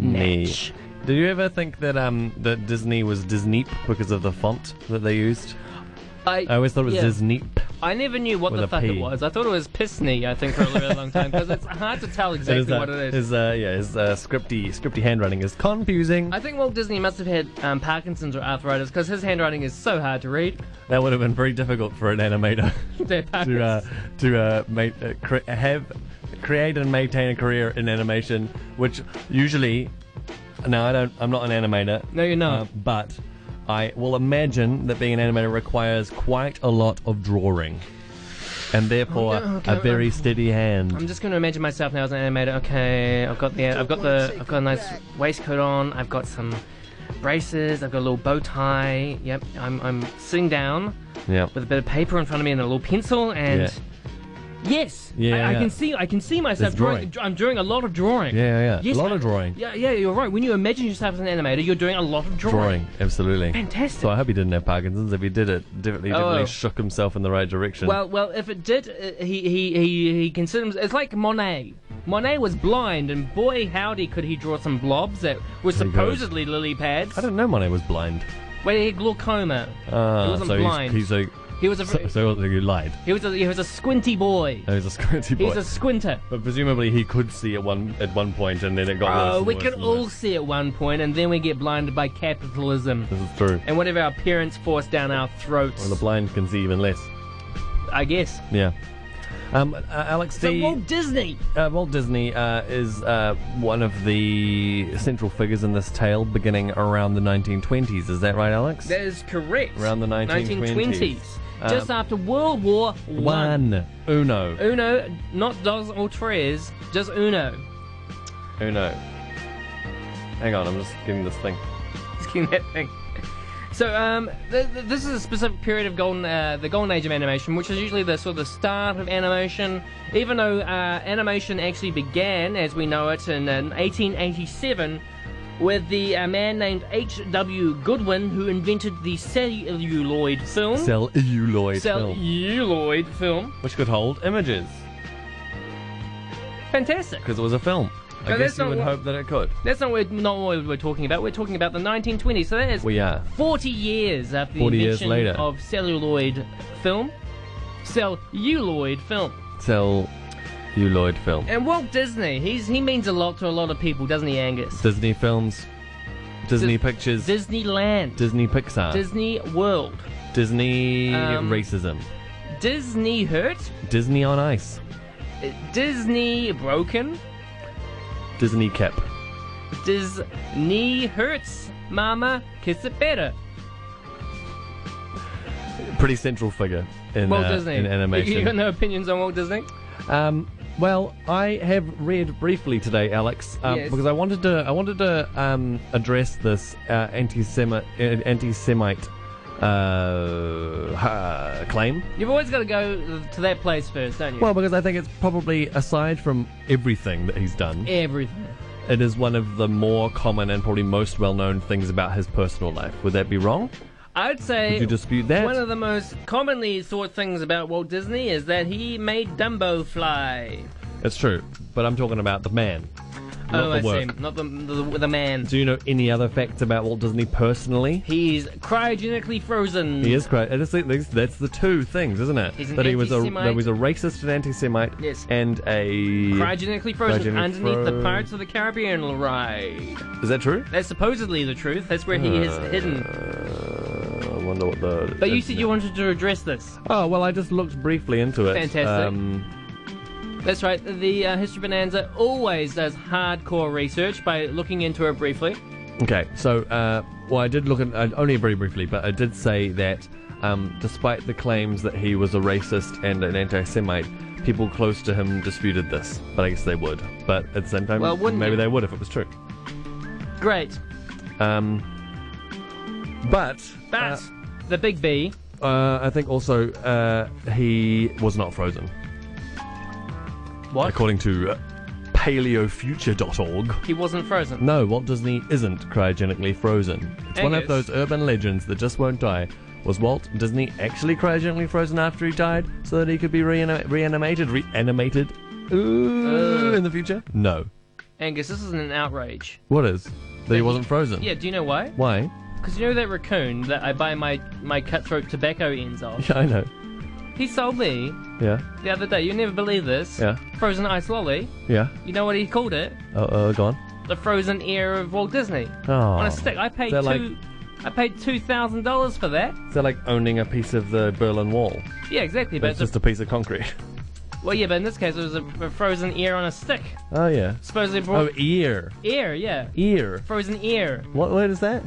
Speaker 2: Natch.
Speaker 3: Do you ever think that um that Disney was Disney because of the font that they used? I always thought it was
Speaker 2: yeah.
Speaker 3: Disney.
Speaker 2: I never knew what
Speaker 3: With
Speaker 2: the
Speaker 3: a
Speaker 2: fuck
Speaker 3: P.
Speaker 2: it was. I thought it was Pissney, I think, for a really long time, because it's hard to tell exactly
Speaker 3: His, uh,
Speaker 2: what it is.
Speaker 3: His uh, yeah, his uh, scripty scripty handwriting is confusing.
Speaker 2: I think Walt Disney must have had um, Parkinson's or arthritis because his handwriting is so hard to read.
Speaker 3: That would have been very difficult for an animator
Speaker 2: That
Speaker 3: to uh,
Speaker 2: happens.
Speaker 3: to uh, ma- uh, cre- have create and maintain a career in animation, which usually no, I don't. I'm not an animator.
Speaker 2: No, you're not.
Speaker 3: Uh, but I will imagine that being an animator requires quite a lot of drawing, and therefore
Speaker 2: Okay, Oh, okay,
Speaker 3: a very
Speaker 2: I'm-
Speaker 3: steady hand.
Speaker 2: I'm just going to imagine myself now as an animator. Okay, I've got the I've got the I've got a nice waistcoat on. I've got some braces. I've got a little bow tie. Yep, I'm I'm sitting down
Speaker 3: yeah.
Speaker 2: with a bit of paper in front of me and a little pencil and.
Speaker 3: Yeah.
Speaker 2: Yes, I-
Speaker 3: Yeah,
Speaker 2: I,
Speaker 3: yeah.
Speaker 2: can see. I can see myself
Speaker 3: There's
Speaker 2: drawing.
Speaker 3: drawing.
Speaker 2: dr- I'm doing a lot of drawing.
Speaker 3: Yeah, yeah, yeah.
Speaker 2: Yes,
Speaker 3: a lot
Speaker 2: I-
Speaker 3: of drawing.
Speaker 2: Yeah, yeah, you're right. When you imagine yourself as an animator, you're doing a lot of drawing.
Speaker 3: Drawing, absolutely.
Speaker 2: Fantastic.
Speaker 3: So I hope he didn't have Parkinson's. If he did, it definitely,
Speaker 2: Oh.
Speaker 3: definitely shook himself in the right direction.
Speaker 2: Well, well, if it did, uh, he he he he considers it's like Monet. Monet was blind, and boy, howdy, could he draw some blobs that were
Speaker 3: There you go.
Speaker 2: supposedly lily pads.
Speaker 3: I don't know. Monet was blind.
Speaker 2: Well, he had glaucoma.
Speaker 3: Ah,
Speaker 2: he wasn't
Speaker 3: so
Speaker 2: blind.
Speaker 3: He's, he's
Speaker 2: he was a
Speaker 3: a, so, so you lied.
Speaker 2: he was a he was a squinty boy.
Speaker 3: No, he's a squinty boy.
Speaker 2: He's a squinter.
Speaker 3: But presumably he could see at one at one point, and then it got worse.
Speaker 2: Oh,
Speaker 3: and
Speaker 2: we
Speaker 3: worse
Speaker 2: can
Speaker 3: and
Speaker 2: all
Speaker 3: worse.
Speaker 2: see at one point, and then we get blinded by capitalism
Speaker 3: This is true.
Speaker 2: and whatever our parents force down our throats.
Speaker 3: Well, the blind can see even less.
Speaker 2: I guess.
Speaker 3: Yeah. Um, uh, Alex,
Speaker 2: So
Speaker 3: the,
Speaker 2: Walt Disney.
Speaker 3: uh, Walt Disney uh, is uh, one of the central figures in this tale, beginning around the 1920s. Is that right, Alex?
Speaker 2: That is correct.
Speaker 3: Around the 1920s.
Speaker 2: 1920s. Just after World War One.
Speaker 3: One. Uno.
Speaker 2: Uno, not dos or tres, just uno.
Speaker 3: Uno. Hang on, I'm just getting this thing.
Speaker 2: Just kidding, that thing. So, um, th- th- this is a specific period of golden, uh, the golden age of animation, which is usually the sort of the start of animation. Even though uh, animation actually began, as we know it, in, uh 1887, with the uh, man named H.W. Goodwin, who invented the celluloid film.
Speaker 3: Celluloid film.
Speaker 2: celluloid film.
Speaker 3: Which could hold images,
Speaker 2: Fantastic.
Speaker 3: because it was a film. I
Speaker 2: No,
Speaker 3: guess
Speaker 2: that's
Speaker 3: you
Speaker 2: not
Speaker 3: would
Speaker 2: what-
Speaker 3: hope that it could.
Speaker 2: That's not what, not what we're talking about. We're talking about the 1920s. So that is
Speaker 3: We are.
Speaker 2: 40 years after the
Speaker 3: 40 years
Speaker 2: invention
Speaker 3: later.
Speaker 2: of celluloid film. Celluloid film.
Speaker 3: Celluloid film.
Speaker 2: And Walt Disney, he's he means a lot to a lot of people, doesn't he, Angus?
Speaker 3: Disney films. Disney
Speaker 2: Dis-
Speaker 3: Pictures.
Speaker 2: Disneyland.
Speaker 3: Disney Pixar.
Speaker 2: Disney World.
Speaker 3: Disney
Speaker 2: Um,
Speaker 3: racism.
Speaker 2: Disney Hurt.
Speaker 3: Disney on ice.
Speaker 2: Uh, Disney Broken.
Speaker 3: Disney Cap.
Speaker 2: Disney Hurts. Mama, kiss it better.
Speaker 3: Pretty central figure in,
Speaker 2: Walt
Speaker 3: uh,
Speaker 2: Disney.
Speaker 3: in
Speaker 2: You got
Speaker 3: animation.
Speaker 2: no opinions on Walt Disney?
Speaker 3: Um, well, I have read briefly today, Alex, um,
Speaker 2: Yes.
Speaker 3: because I wanted to. I wanted to um, address this uh, anti-Semite, uh, anti-Semite uh, ha- claim.
Speaker 2: You've always got to go to that place first, don't you?
Speaker 3: Well, because I think it's probably aside from everything that he's done,
Speaker 2: everything.
Speaker 3: it is one of the more common and probably most well-known things about his personal life. Would that be wrong?
Speaker 2: I would say
Speaker 3: Would you dispute that?
Speaker 2: one of the most commonly thought things about Walt Disney is that he made Dumbo fly.
Speaker 3: It's true, but I'm talking about the man, not
Speaker 2: oh,
Speaker 3: the
Speaker 2: I
Speaker 3: work.
Speaker 2: see. Not the, the the man.
Speaker 3: Do you know any other facts about Walt Disney personally?
Speaker 2: He's cryogenically frozen.
Speaker 3: He is crazy. That's, that's, that's the two things, isn't it?
Speaker 2: He's an
Speaker 3: that he was a
Speaker 2: anti-Semite.
Speaker 3: that he was a racist and anti-Semite.
Speaker 2: Yes.
Speaker 3: And a
Speaker 2: Cryogenically frozen
Speaker 3: Cryogenically
Speaker 2: underneath
Speaker 3: fro-
Speaker 2: the Pirates of the Caribbean ride.
Speaker 3: is that true?
Speaker 2: That's supposedly the truth. That's where he is hidden.
Speaker 3: Uh, I wonder what the.
Speaker 2: But you said you wanted to address this.
Speaker 3: Oh well, I just looked briefly into it.
Speaker 2: Fantastic.
Speaker 3: Um,
Speaker 2: That's right. The uh, History Bonanza always does hardcore research by looking into it briefly.
Speaker 3: okay, so uh, well, I did look at uh, only very briefly, but I did say that um, despite the claims that he was a racist and an anti-Semite, people close to him disputed this. But I guess they would. But at the same time,
Speaker 2: Well, wouldn't
Speaker 3: maybe
Speaker 2: you?
Speaker 3: they would if it was true.
Speaker 2: Great.
Speaker 3: Um, but
Speaker 2: But
Speaker 3: uh,
Speaker 2: the Big B.
Speaker 3: Uh, I think also uh, he was not frozen,
Speaker 2: What?
Speaker 3: according to uh, paleofuture.org.
Speaker 2: He wasn't frozen.
Speaker 3: No, Walt Disney isn't cryogenically frozen. It's one of
Speaker 2: Angus.
Speaker 3: those urban legends that just won't die. Was Walt Disney actually cryogenically frozen after he died so that he could be reanima- reanimated? Reanimated?
Speaker 2: Uh.
Speaker 3: Ooh, in the future? No.
Speaker 2: Angus, this isn't an outrage.
Speaker 3: What is? That he wasn't frozen?
Speaker 2: Yeah, do you know why?
Speaker 3: Why?
Speaker 2: Because you know that raccoon that I buy my, my cutthroat tobacco ends of?
Speaker 3: Yeah, I know.
Speaker 2: He sold me
Speaker 3: Yeah,
Speaker 2: the other day, you never believe this,
Speaker 3: Yeah.
Speaker 2: frozen ice lolly.
Speaker 3: yeah.
Speaker 2: You know what he called it?
Speaker 3: Oh, uh, go on.
Speaker 2: The frozen ear of Walt Disney.
Speaker 3: Oh.
Speaker 2: On a stick. I paid
Speaker 3: They're
Speaker 2: two
Speaker 3: like-
Speaker 2: I paid two thousand dollars for that.
Speaker 3: They're like owning a piece of the Berlin Wall.
Speaker 2: Yeah, exactly. But
Speaker 3: It's
Speaker 2: it's a,
Speaker 3: just a piece of concrete.
Speaker 2: well, yeah, but in this case, it was a, a frozen ear on a stick.
Speaker 3: Oh yeah.
Speaker 2: Supposedly brought
Speaker 3: Oh ear,
Speaker 2: ear, yeah,
Speaker 3: ear.
Speaker 2: frozen ear,
Speaker 3: What word is that?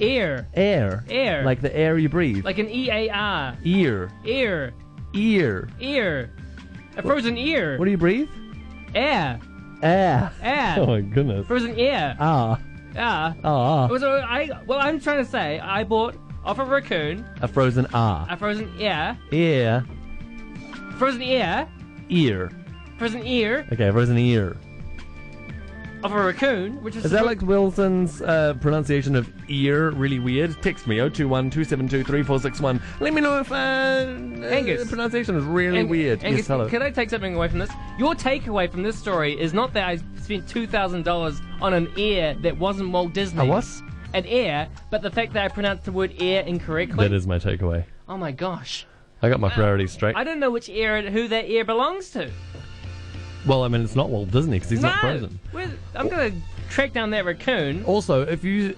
Speaker 2: ear,
Speaker 3: Air.
Speaker 2: Air.
Speaker 3: Like the air you breathe.
Speaker 2: like an E A R,
Speaker 3: ear,
Speaker 2: ear,
Speaker 3: ear.
Speaker 2: ear, a frozen ear,
Speaker 3: What do you breathe?
Speaker 2: air,
Speaker 3: Air.
Speaker 2: air,
Speaker 3: Oh my goodness.
Speaker 2: frozen ear,
Speaker 3: Ah,
Speaker 2: ah.
Speaker 3: ah.
Speaker 2: It was a, I, well, I'm trying to say I bought off a raccoon
Speaker 3: A frozen ah.
Speaker 2: a frozen ear,
Speaker 3: Ear,
Speaker 2: frozen ear,
Speaker 3: ear.
Speaker 2: frozen ear
Speaker 3: Okay, frozen ear.
Speaker 2: of a raccoon, which is,
Speaker 3: Is that
Speaker 2: suppo-
Speaker 3: like Wilson's uh, pronunciation of ear really weird? Text me 021 272 3461. Let me know if uh,
Speaker 2: Angus.
Speaker 3: uh, pronunciation is really
Speaker 2: Ang-
Speaker 3: weird.
Speaker 2: Angus,
Speaker 3: yes, hello.
Speaker 2: Can I take something away from this? Your takeaway from this story is not that I spent two thousand dollars on an ear that wasn't Walt Disney.
Speaker 3: A what?
Speaker 2: An ear, but the fact that I pronounced the word ear incorrectly.
Speaker 3: That is my takeaway.
Speaker 2: Oh my gosh!
Speaker 3: I got my priorities straight.
Speaker 2: Uh, I don't know which ear and who that ear belongs to.
Speaker 3: Well, I mean, it's not Walt Disney because he's
Speaker 2: no,
Speaker 3: not frozen.
Speaker 2: Where- I'm gonna track down that raccoon.
Speaker 3: Also, if you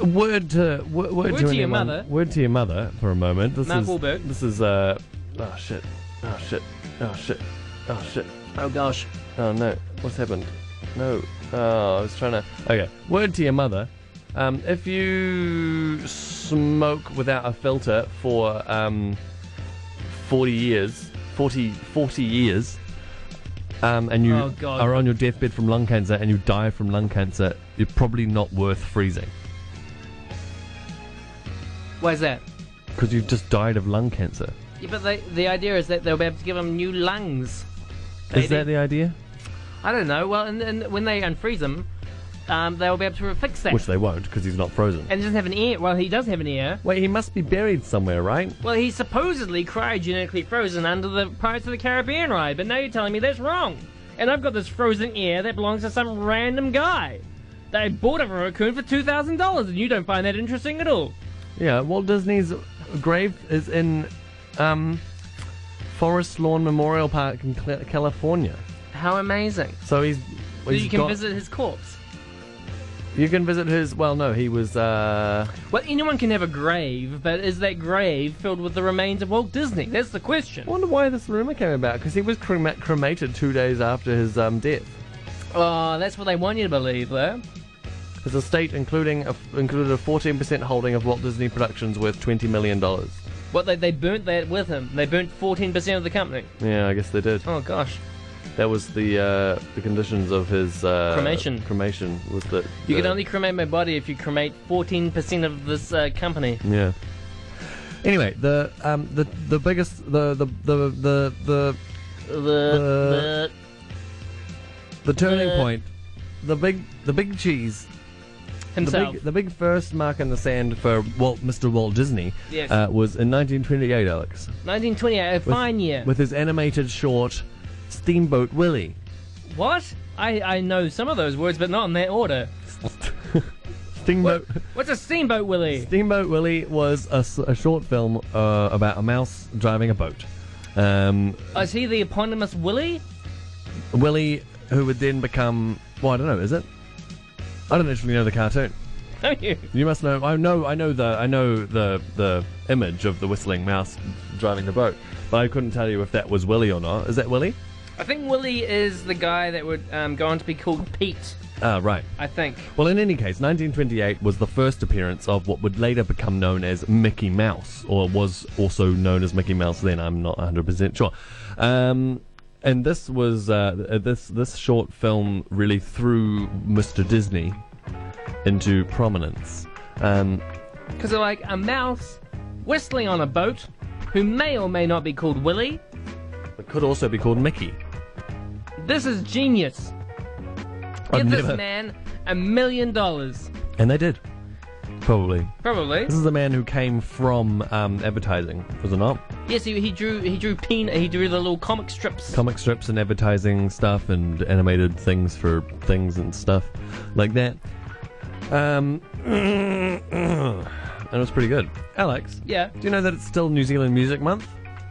Speaker 3: uh, word to w-
Speaker 2: Word
Speaker 3: word, to,
Speaker 2: to your
Speaker 3: anyone-
Speaker 2: mother.
Speaker 3: word to your mother for a moment. This
Speaker 2: Mark
Speaker 3: is
Speaker 2: Wahlberg.
Speaker 3: this is uh oh shit, oh shit, oh shit, oh shit,
Speaker 2: Oh gosh!
Speaker 3: oh no, what's happened? No, oh I was trying to. Okay, word to your mother. Um, if you smoke without a filter for um, 40 years, 40, 40 years, um, and you
Speaker 2: Oh, God.
Speaker 3: are on your deathbed from lung cancer and you die from lung cancer, you're probably not worth freezing.
Speaker 2: Why's that?
Speaker 3: Because you've just died of lung cancer.
Speaker 2: Yeah, but they, the idea is that they'll be able to give them new lungs.
Speaker 3: Is
Speaker 2: Maybe.
Speaker 3: that the idea?
Speaker 2: I don't know. Well, and, and when they unfreeze him, um, they'll be able to fix that.
Speaker 3: Which they won't, because he's not frozen.
Speaker 2: and he doesn't have an ear. Well, he does have an ear.
Speaker 3: Wait, he must be buried somewhere, right?
Speaker 2: Well, he's supposedly cryogenically frozen under the Pirates of the Caribbean ride, but now you're telling me that's wrong. And I've got this frozen ear that belongs to some random guy that I bought of a raccoon for two thousand dollars, and you don't find that interesting at all.
Speaker 3: Yeah, Walt Disney's grave is in um, Forest Lawn Memorial Park in Cla- California.
Speaker 2: How amazing!
Speaker 3: So he's.
Speaker 2: So
Speaker 3: he's
Speaker 2: you can
Speaker 3: got-
Speaker 2: visit his corpse.
Speaker 3: You can visit his. Well, no, he was. Uh,
Speaker 2: Well, anyone can have a grave, but is that grave filled with the remains of Walt Disney? That's the question.
Speaker 3: I wonder why this rumor came about because he was crema- cremated two days after his um, death.
Speaker 2: Oh, that's what they want you to believe, though.
Speaker 3: His estate, including a, included a 14% holding of Walt Disney Productions worth 20 million dollars.
Speaker 2: What they they burnt that with him. They burnt fourteen percent of the company.
Speaker 3: Yeah, I guess they did.
Speaker 2: Oh gosh.
Speaker 3: That was the uh, the conditions of his uh,
Speaker 2: Cremation.
Speaker 3: Cremation was that
Speaker 2: You can
Speaker 3: the-
Speaker 2: only cremate my body if you cremate 14% of this uh, company.
Speaker 3: yeah. Anyway, the um the the biggest the the the the the,
Speaker 2: The,
Speaker 3: Uh,
Speaker 2: the,
Speaker 3: the turning
Speaker 2: Uh,
Speaker 3: point, the big the big cheese, the
Speaker 2: himself.
Speaker 3: big the big first mark in the sand for Walt Mr. Walt Disney
Speaker 2: Yes.
Speaker 3: uh, was in 1928, Alex,
Speaker 2: 1928, a fine year.
Speaker 3: with his animated short Steamboat Willie.
Speaker 2: what? I, I know some of those words, but not in that order.
Speaker 3: Steamboat.
Speaker 2: What's a steamboat, Willie?
Speaker 3: Steamboat Willie was a, s- a short film uh, about a mouse driving a boat. Um,
Speaker 2: Oh, Is he the eponymous Willie?
Speaker 3: Willie, who would then become well, I don't know, is it? I don't actually know the cartoon.
Speaker 2: Don't you?
Speaker 3: You must know. I know. I know the. I know the the image of the whistling mouse driving the boat, but I couldn't tell you if that was Willie or not. Is that Willie?
Speaker 2: I think Willie is the guy that would um, go on to be called Pete,
Speaker 3: Ah, right.
Speaker 2: I think.
Speaker 3: Well, in any case, 1928 was the first appearance of what would later become known as Mickey Mouse, or was also known as Mickey Mouse. Then I'm not 100% sure. Um, and this was uh, uh, this this short film really threw Mr. Disney into prominence. Um,
Speaker 2: Because they're like a mouse whistling on a boat who may or may not be called Willie.
Speaker 3: it could also be called Mickey.
Speaker 2: This is genius.
Speaker 3: I've
Speaker 2: Give this
Speaker 3: never-
Speaker 2: man a million dollars.
Speaker 3: And they did. Probably.
Speaker 2: Probably.
Speaker 3: This is the man who came from um, advertising, was it not?
Speaker 2: Yes, he, he drew he drew peen he drew the little comic strips.
Speaker 3: Comic strips and advertising stuff and animated things for things and stuff like that. Um, and it was pretty good. Alex,
Speaker 2: yeah.
Speaker 3: do you know that it's still New Zealand Music Month?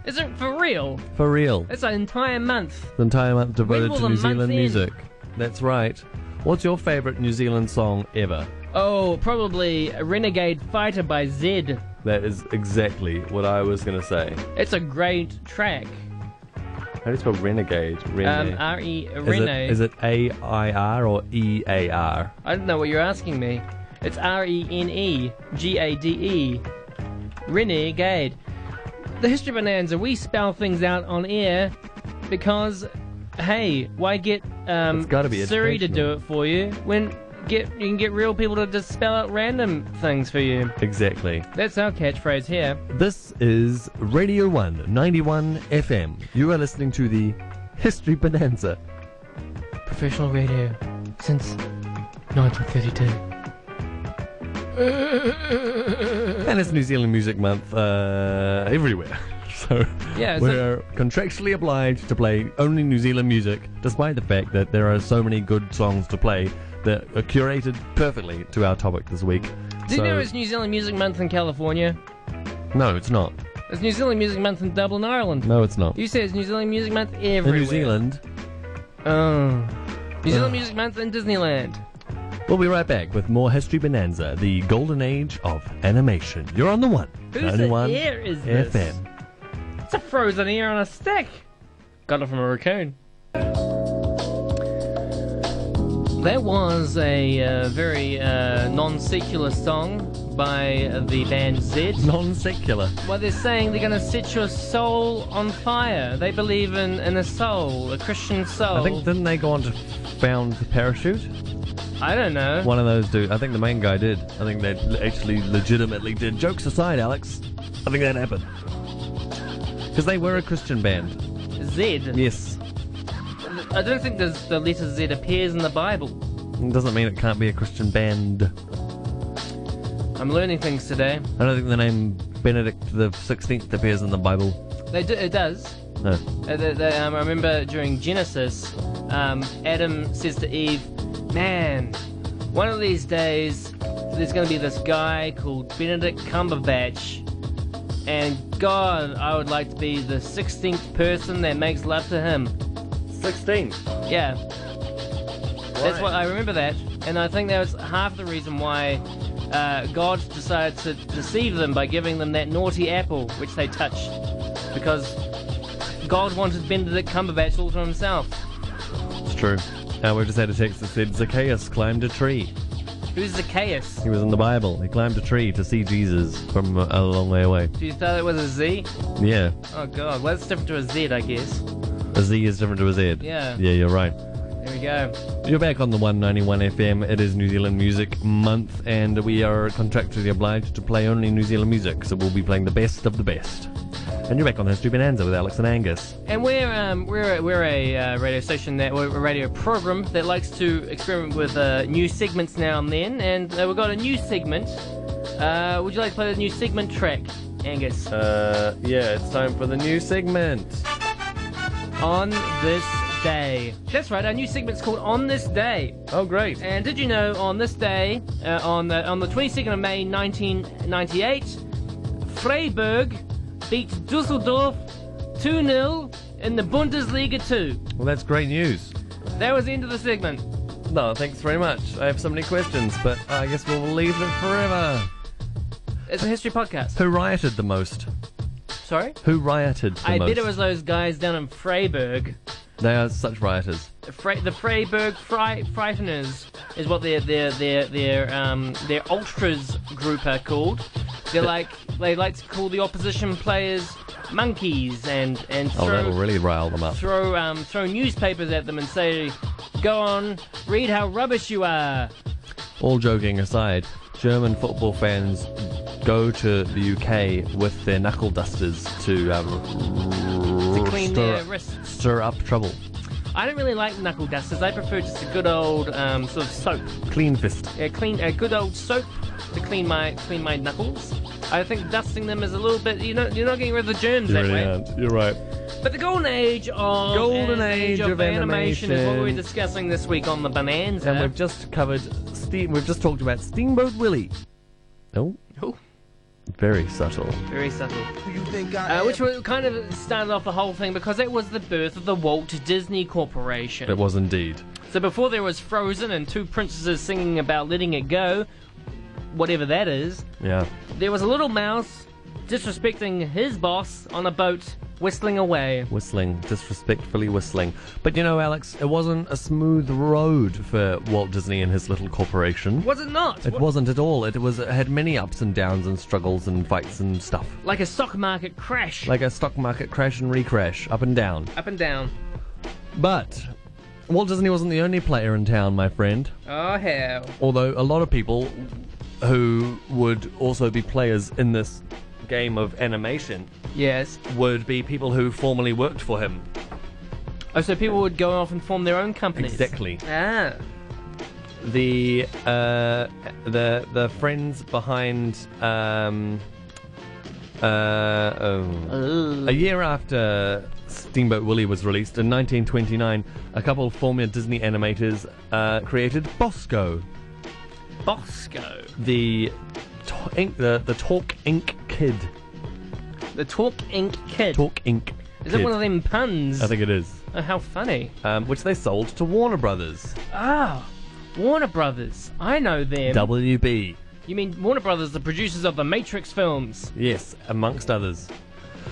Speaker 2: Is it for real?
Speaker 3: For real.
Speaker 2: It's an entire month.
Speaker 3: The entire month devoted
Speaker 2: will
Speaker 3: to
Speaker 2: the
Speaker 3: New
Speaker 2: month
Speaker 3: Zealand
Speaker 2: end?
Speaker 3: music. That's right. What's your favourite New Zealand song ever?
Speaker 2: Oh, probably Renegade Fighter by Zed.
Speaker 3: That is exactly what I was going to say.
Speaker 2: It's a great track.
Speaker 3: How do you spell renegade?
Speaker 2: Um,
Speaker 3: Renegade.
Speaker 2: R E
Speaker 3: is, it,
Speaker 2: Rene.
Speaker 3: is it A-I-R or E E-A-R?
Speaker 2: I don't know what you're asking me. It's R E N E G A D E. Renegade. The History Bonanza, we spell things out on air because, hey, why get um,
Speaker 3: It's gotta be
Speaker 2: Siri to do
Speaker 3: educational.
Speaker 2: it for you when get you can get real people to just spell out random things for you?
Speaker 3: Exactly.
Speaker 2: That's our catchphrase here.
Speaker 3: This is Radio 1, 91 FM. You are listening to the History Bonanza.
Speaker 2: Professional radio since 1932.
Speaker 3: And it's New Zealand Music Month uh, everywhere. So
Speaker 2: Yeah, it's
Speaker 3: we're contractually obliged to play only New Zealand music, despite the fact that there are so many good songs to play that are curated perfectly to our topic this week.
Speaker 2: Did
Speaker 3: So-
Speaker 2: you know it's New Zealand Music Month in California?
Speaker 3: No, it's not.
Speaker 2: It's New Zealand Music Month in Dublin, Ireland.
Speaker 3: No, it's not.
Speaker 2: You say it's New Zealand Music Month
Speaker 3: In
Speaker 2: everywhere.
Speaker 3: New Zealand.
Speaker 2: Oh. New Zealand
Speaker 3: Ugh.
Speaker 2: Music Month in Disneyland.
Speaker 3: We'll be right back with more History Bonanza, the golden age of animation. You're on the one.
Speaker 2: Whose
Speaker 3: 91
Speaker 2: ear is this?
Speaker 3: FM.
Speaker 2: It's a frozen ear on a stick. Got it from a raccoon. That was a uh, very uh, non secular song by uh, the band Zed.
Speaker 3: Non secular.
Speaker 2: Well, they're saying they're going to set your soul on fire. They believe in, in a soul, a Christian soul.
Speaker 3: I think, didn't they go on to found the parachute?
Speaker 2: I don't know.
Speaker 3: One of those do. I think the main guy did. I think they l- actually legitimately did. Jokes aside, Alex, I think that happened. Because they were a Christian band.
Speaker 2: Zed.
Speaker 3: Yes.
Speaker 2: I don't think the, the letter Z appears in the Bible.
Speaker 3: It doesn't mean it can't be a Christian band.
Speaker 2: I'm learning things today.
Speaker 3: I don't think the name Benedict the 16th appears in the Bible.
Speaker 2: They do, it does.
Speaker 3: No.
Speaker 2: Uh, they, they, um, I remember during Genesis, um, Adam says to Eve, "Man, one of these days, there's going to be this guy called Benedict Cumberbatch, and God, I would like to be the 16th person that makes love to him."
Speaker 3: 16.
Speaker 2: Yeah. That's what I remember that, and I think that was half the reason why uh, God decided to deceive them by giving them that naughty apple which they touched, because God wanted Benedict Cumberbatch all to himself.
Speaker 3: It's true. Now we've just had a text that said Zacchaeus climbed a tree.
Speaker 2: Who's Zacchaeus?
Speaker 3: He was in the Bible. He climbed a tree to see Jesus from uh, a a long way away.
Speaker 2: Do you thought it was a Z?
Speaker 3: Yeah.
Speaker 2: Oh God, well that's different to a Z, I guess.
Speaker 3: A Z is different to a Z.
Speaker 2: Yeah.
Speaker 3: Yeah, you're right.
Speaker 2: There we go.
Speaker 3: You're back on the 191 FM. It is New Zealand Music Month, and we are contractually obliged to play only New Zealand music, so we'll be playing the best of the best. And you're back on History Bonanza with Alex and Angus.
Speaker 2: And we're um, we're we're a uh, radio station that we're a radio program that likes to experiment with uh, new segments now and then. And uh, we've got a new segment. Uh, would you like to play the new segment track, Angus?
Speaker 3: Uh, yeah, it's time for the new segment.
Speaker 2: On this day. That's right. Our new segment's called On This Day.
Speaker 3: Oh, great.
Speaker 2: And did you know on this day, uh, on the on the 22nd of May 1998, Freiburg beat Dusseldorf 2-0 in the Bundesliga 2.
Speaker 3: Well, that's great news.
Speaker 2: That was the end of the segment.
Speaker 3: No, thanks very much. I have so many questions, but I guess we'll leave them forever.
Speaker 2: It's a history podcast.
Speaker 3: Who rioted the most?
Speaker 2: Sorry?
Speaker 3: Who rioted the
Speaker 2: I
Speaker 3: most?
Speaker 2: bet it was those guys down in Freiburg.
Speaker 3: They are such rioters.
Speaker 2: The, Fre- the Freiburg Fri- Frighteners is what their their their their um their ultras group are called. They're like they like to call the opposition players monkeys and and
Speaker 3: Oh,
Speaker 2: throw
Speaker 3: that'll really rile them up.
Speaker 2: throw um throw newspapers at them and say, "Go on, read how rubbish you are."
Speaker 3: All joking aside, German football fans go to the UK with their knuckle dusters to, um,
Speaker 2: clean
Speaker 3: stir,
Speaker 2: their wrists.
Speaker 3: stir up trouble.
Speaker 2: I don't really like knuckle dusters. I prefer just a good old um, sort of soap,
Speaker 3: Clean fist.
Speaker 2: a clean, a good old soap to clean my clean my knuckles. I think dusting them is a little bit. You know, you're not getting rid of the germs
Speaker 3: You're,
Speaker 2: that way.
Speaker 3: right. You're right.
Speaker 2: But the golden age of
Speaker 4: Golden age of
Speaker 2: is what
Speaker 4: animation.
Speaker 2: we're discussing this week on the Bonanza.
Speaker 4: And we've just covered steam. We've just talked about Steamboat Willie.
Speaker 3: Oh,
Speaker 2: Oh,
Speaker 3: very subtle.
Speaker 2: very subtle.
Speaker 5: You think I
Speaker 2: Uh,
Speaker 5: am?
Speaker 2: which was kind of started off the whole thing because it was the birth of the Walt Disney Corporation.
Speaker 3: It was indeed.
Speaker 2: So before there was Frozen and two princesses singing about letting it go, whatever that is,
Speaker 3: Yeah.
Speaker 2: there was a little mouse disrespecting his boss on a boat, whistling away.
Speaker 3: Whistling, disrespectfully whistling. But you know, Alex, it wasn't a smooth road for Walt Disney and his little corporation.
Speaker 2: Was it not?
Speaker 3: It wasn't at all. It was it had many ups and downs and struggles and fights and stuff.
Speaker 2: Like a stock market crash.
Speaker 3: Like a stock market crash and recrash, up and down.
Speaker 2: Up and down.
Speaker 3: But Walt Disney wasn't the only player in town, my friend.
Speaker 2: Oh, hell.
Speaker 3: Although a lot of people who would also be players in this game of animation
Speaker 2: Yes.
Speaker 3: would be people who formerly worked for him.
Speaker 2: Oh, so people would go off and form their own companies.
Speaker 3: Exactly.
Speaker 2: Ah.
Speaker 3: The uh, the the friends behind um, uh, oh.
Speaker 2: Ooh.
Speaker 3: a year after Steamboat Willie was released in 1929, a couple of former Disney animators uh, created Bosco,
Speaker 2: Bosco.
Speaker 3: the ta- ink, the the Talk Ink Kid.
Speaker 2: The Talk Ink Kid.
Speaker 3: Talk Ink.
Speaker 2: Is it
Speaker 3: Kid.
Speaker 2: one of them puns?
Speaker 3: I think it is.
Speaker 2: Oh, how funny.
Speaker 3: Um, which they sold to Warner Brothers.
Speaker 2: Ah, Warner Brothers. I know them.
Speaker 3: WB.
Speaker 2: You mean Warner Brothers, the producers of the Matrix films?
Speaker 3: Yes, amongst others.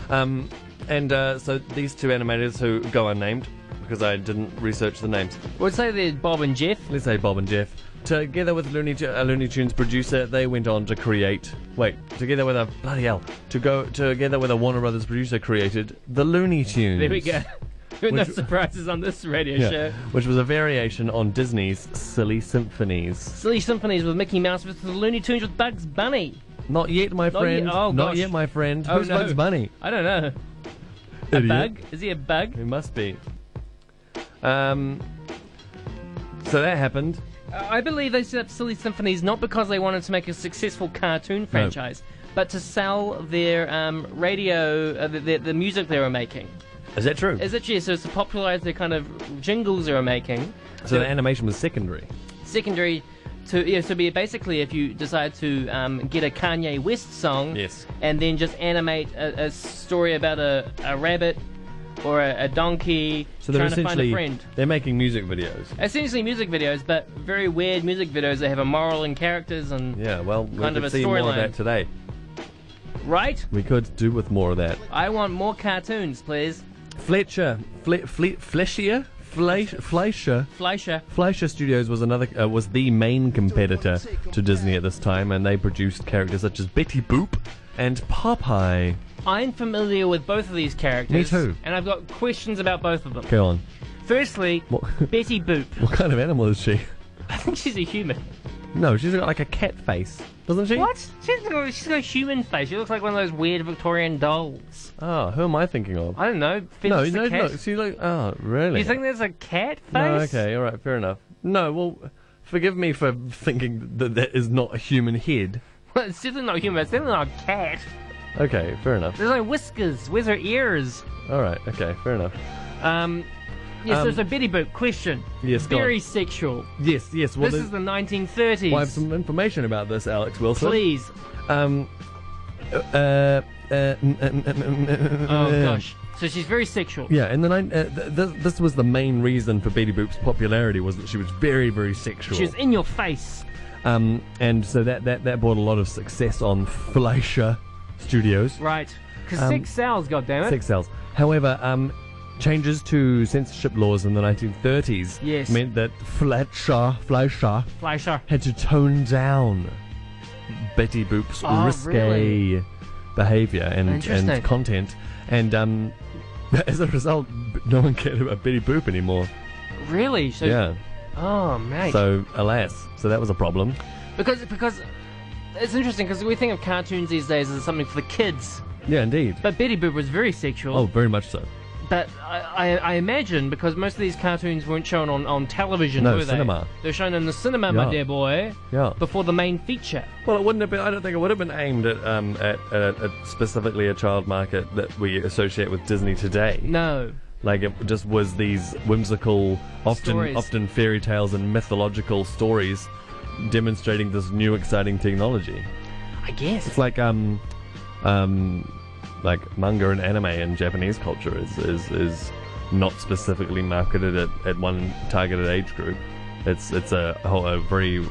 Speaker 3: Um, and uh, so these two animators who go unnamed because I didn't research the names.
Speaker 2: We'll say they're Bob and Jeff.
Speaker 3: Let's say Bob and Jeff. Together with Looney, Tu- a Looney Tunes producer, they went on to create. Wait, together with a bloody hell. To go together with a Warner Brothers producer created the Looney Tunes.
Speaker 2: There we go. no
Speaker 3: Which-
Speaker 2: surprises on this radio
Speaker 3: Yeah,
Speaker 2: show.
Speaker 3: Which was a variation on Disney's Silly Symphonies.
Speaker 2: Silly Symphonies with Mickey Mouse with the Looney Tunes with Bugs Bunny.
Speaker 3: Not yet, my
Speaker 2: Not yet.
Speaker 3: friend.
Speaker 2: Oh,
Speaker 3: Not
Speaker 2: gosh.
Speaker 3: yet, my friend.
Speaker 2: Oh,
Speaker 3: Who's
Speaker 2: no.
Speaker 3: Bugs Bunny?
Speaker 2: I don't know.
Speaker 3: Idiot.
Speaker 2: Bug? Is he a bug?
Speaker 3: It must be. Um, so that happened.
Speaker 2: Uh, I believe they set up Silly Symphonies not because they wanted to make a successful cartoon franchise, but to sell their um, radio, uh, the, the, the music they were making.
Speaker 3: Is that true?
Speaker 2: Is it yeah, so it's to popularize the kind of jingles they were making.
Speaker 3: so the animation was secondary.
Speaker 2: secondary to yeah, so be basically if you decide to um, get a Kanye West song,
Speaker 3: Yes.
Speaker 2: and then just animate a, a story about a, a rabbit or a, a donkey
Speaker 3: So they're
Speaker 2: trying to find
Speaker 3: essentially
Speaker 2: a friend.
Speaker 3: they're making music videos.
Speaker 2: Essentially, music videos, but very weird music videos that have a moral and characters and
Speaker 3: Yeah, well, we
Speaker 2: Kind of
Speaker 3: could
Speaker 2: a
Speaker 3: see more
Speaker 2: storyline.
Speaker 3: of that today.
Speaker 2: right.
Speaker 3: We could do with more of that.
Speaker 2: I want more cartoons, please.
Speaker 3: Fletcher, Fle- Fle- Fleshier, Fle- Fleischer.
Speaker 2: Fleischer.
Speaker 3: Fleischer Studios was another uh, was the main competitor to Disney at this time, and they produced characters such as Betty Boop and Popeye.
Speaker 2: I'm familiar with both of these characters.
Speaker 3: Me too.
Speaker 2: And I've got questions about both of them.
Speaker 3: Go on.
Speaker 2: Firstly,
Speaker 3: What-
Speaker 2: Betty Boop.
Speaker 3: What kind of animal is she?
Speaker 2: I think she's a human.
Speaker 3: No, she's got like a cat face, doesn't she?
Speaker 2: What? She's got, she's got a human face. She looks like one of those weird Victorian dolls.
Speaker 3: Oh, who am I thinking of?
Speaker 2: I don't know.
Speaker 3: No,
Speaker 2: No,
Speaker 3: no,
Speaker 2: a cat.
Speaker 3: no. She's like, oh, really?
Speaker 2: You think there's a cat face?
Speaker 3: No, okay, all right, fair enough. No, well, forgive me for thinking that that is not a human head.
Speaker 2: Well, it's definitely not human. It's definitely not a cat.
Speaker 3: Okay, fair enough.
Speaker 2: There's no whiskers. Where's her ears?
Speaker 3: All right, okay, fair enough.
Speaker 2: Um, yes,
Speaker 3: Um,
Speaker 2: there's a Betty Boop question.
Speaker 3: Yes, go on.
Speaker 2: Very sexual.
Speaker 3: Yes, yes. Well,
Speaker 2: This is the 1930s.
Speaker 3: I have some information about this, Alex Wilson.
Speaker 2: Please.
Speaker 3: Um. Uh. uh oh
Speaker 2: Oh, gosh. So she's very sexual.
Speaker 3: Yeah, in the nine, uh, th- th- this was the main reason for Betty Boop's popularity was that she was very, very sexual.
Speaker 2: She's in your face.
Speaker 3: um, and so that, that that brought a lot of success on Fleischer Studios.
Speaker 2: Right. Because
Speaker 3: Um,
Speaker 2: sex sells, goddammit.
Speaker 3: Six cells. However, um, changes to censorship laws in the 1930s
Speaker 2: Yes.
Speaker 3: meant that Fletcher, Fleischer
Speaker 2: Fleischer.
Speaker 3: had to tone down Betty Boop's
Speaker 2: Oh,
Speaker 3: risque
Speaker 2: really?
Speaker 3: behavior and,
Speaker 2: Interesting.
Speaker 3: and content. And um, as a result, b- no one cared about Betty Boop anymore.
Speaker 2: Really? So,
Speaker 3: yeah.
Speaker 2: Oh, mate.
Speaker 3: So, alas, so that was a problem.
Speaker 2: Because because it's interesting because we think of cartoons these days as something for the kids,
Speaker 3: Yeah, indeed.
Speaker 2: but Betty Boop was very sexual.
Speaker 3: Oh, very much so.
Speaker 2: But I, I, I imagine because most of these cartoons weren't shown on, on television,
Speaker 3: No,
Speaker 2: were they?
Speaker 3: cinema.
Speaker 2: They were shown in the cinema, my
Speaker 3: Yeah.
Speaker 2: dear boy.
Speaker 3: Yeah.
Speaker 2: Before the main feature.
Speaker 3: Well, it wouldn't have been. I don't think it would have been aimed at um at, at, at specifically a child market that we associate with Disney today.
Speaker 2: No.
Speaker 3: Like it just was these whimsical, often
Speaker 2: Stories.
Speaker 3: often fairy tales and mythological stories, demonstrating this new exciting technology.
Speaker 2: I guess.
Speaker 3: It's like um, um, like manga and anime in Japanese culture is is, is not specifically marketed at, at one targeted age group. It's it's a whole a very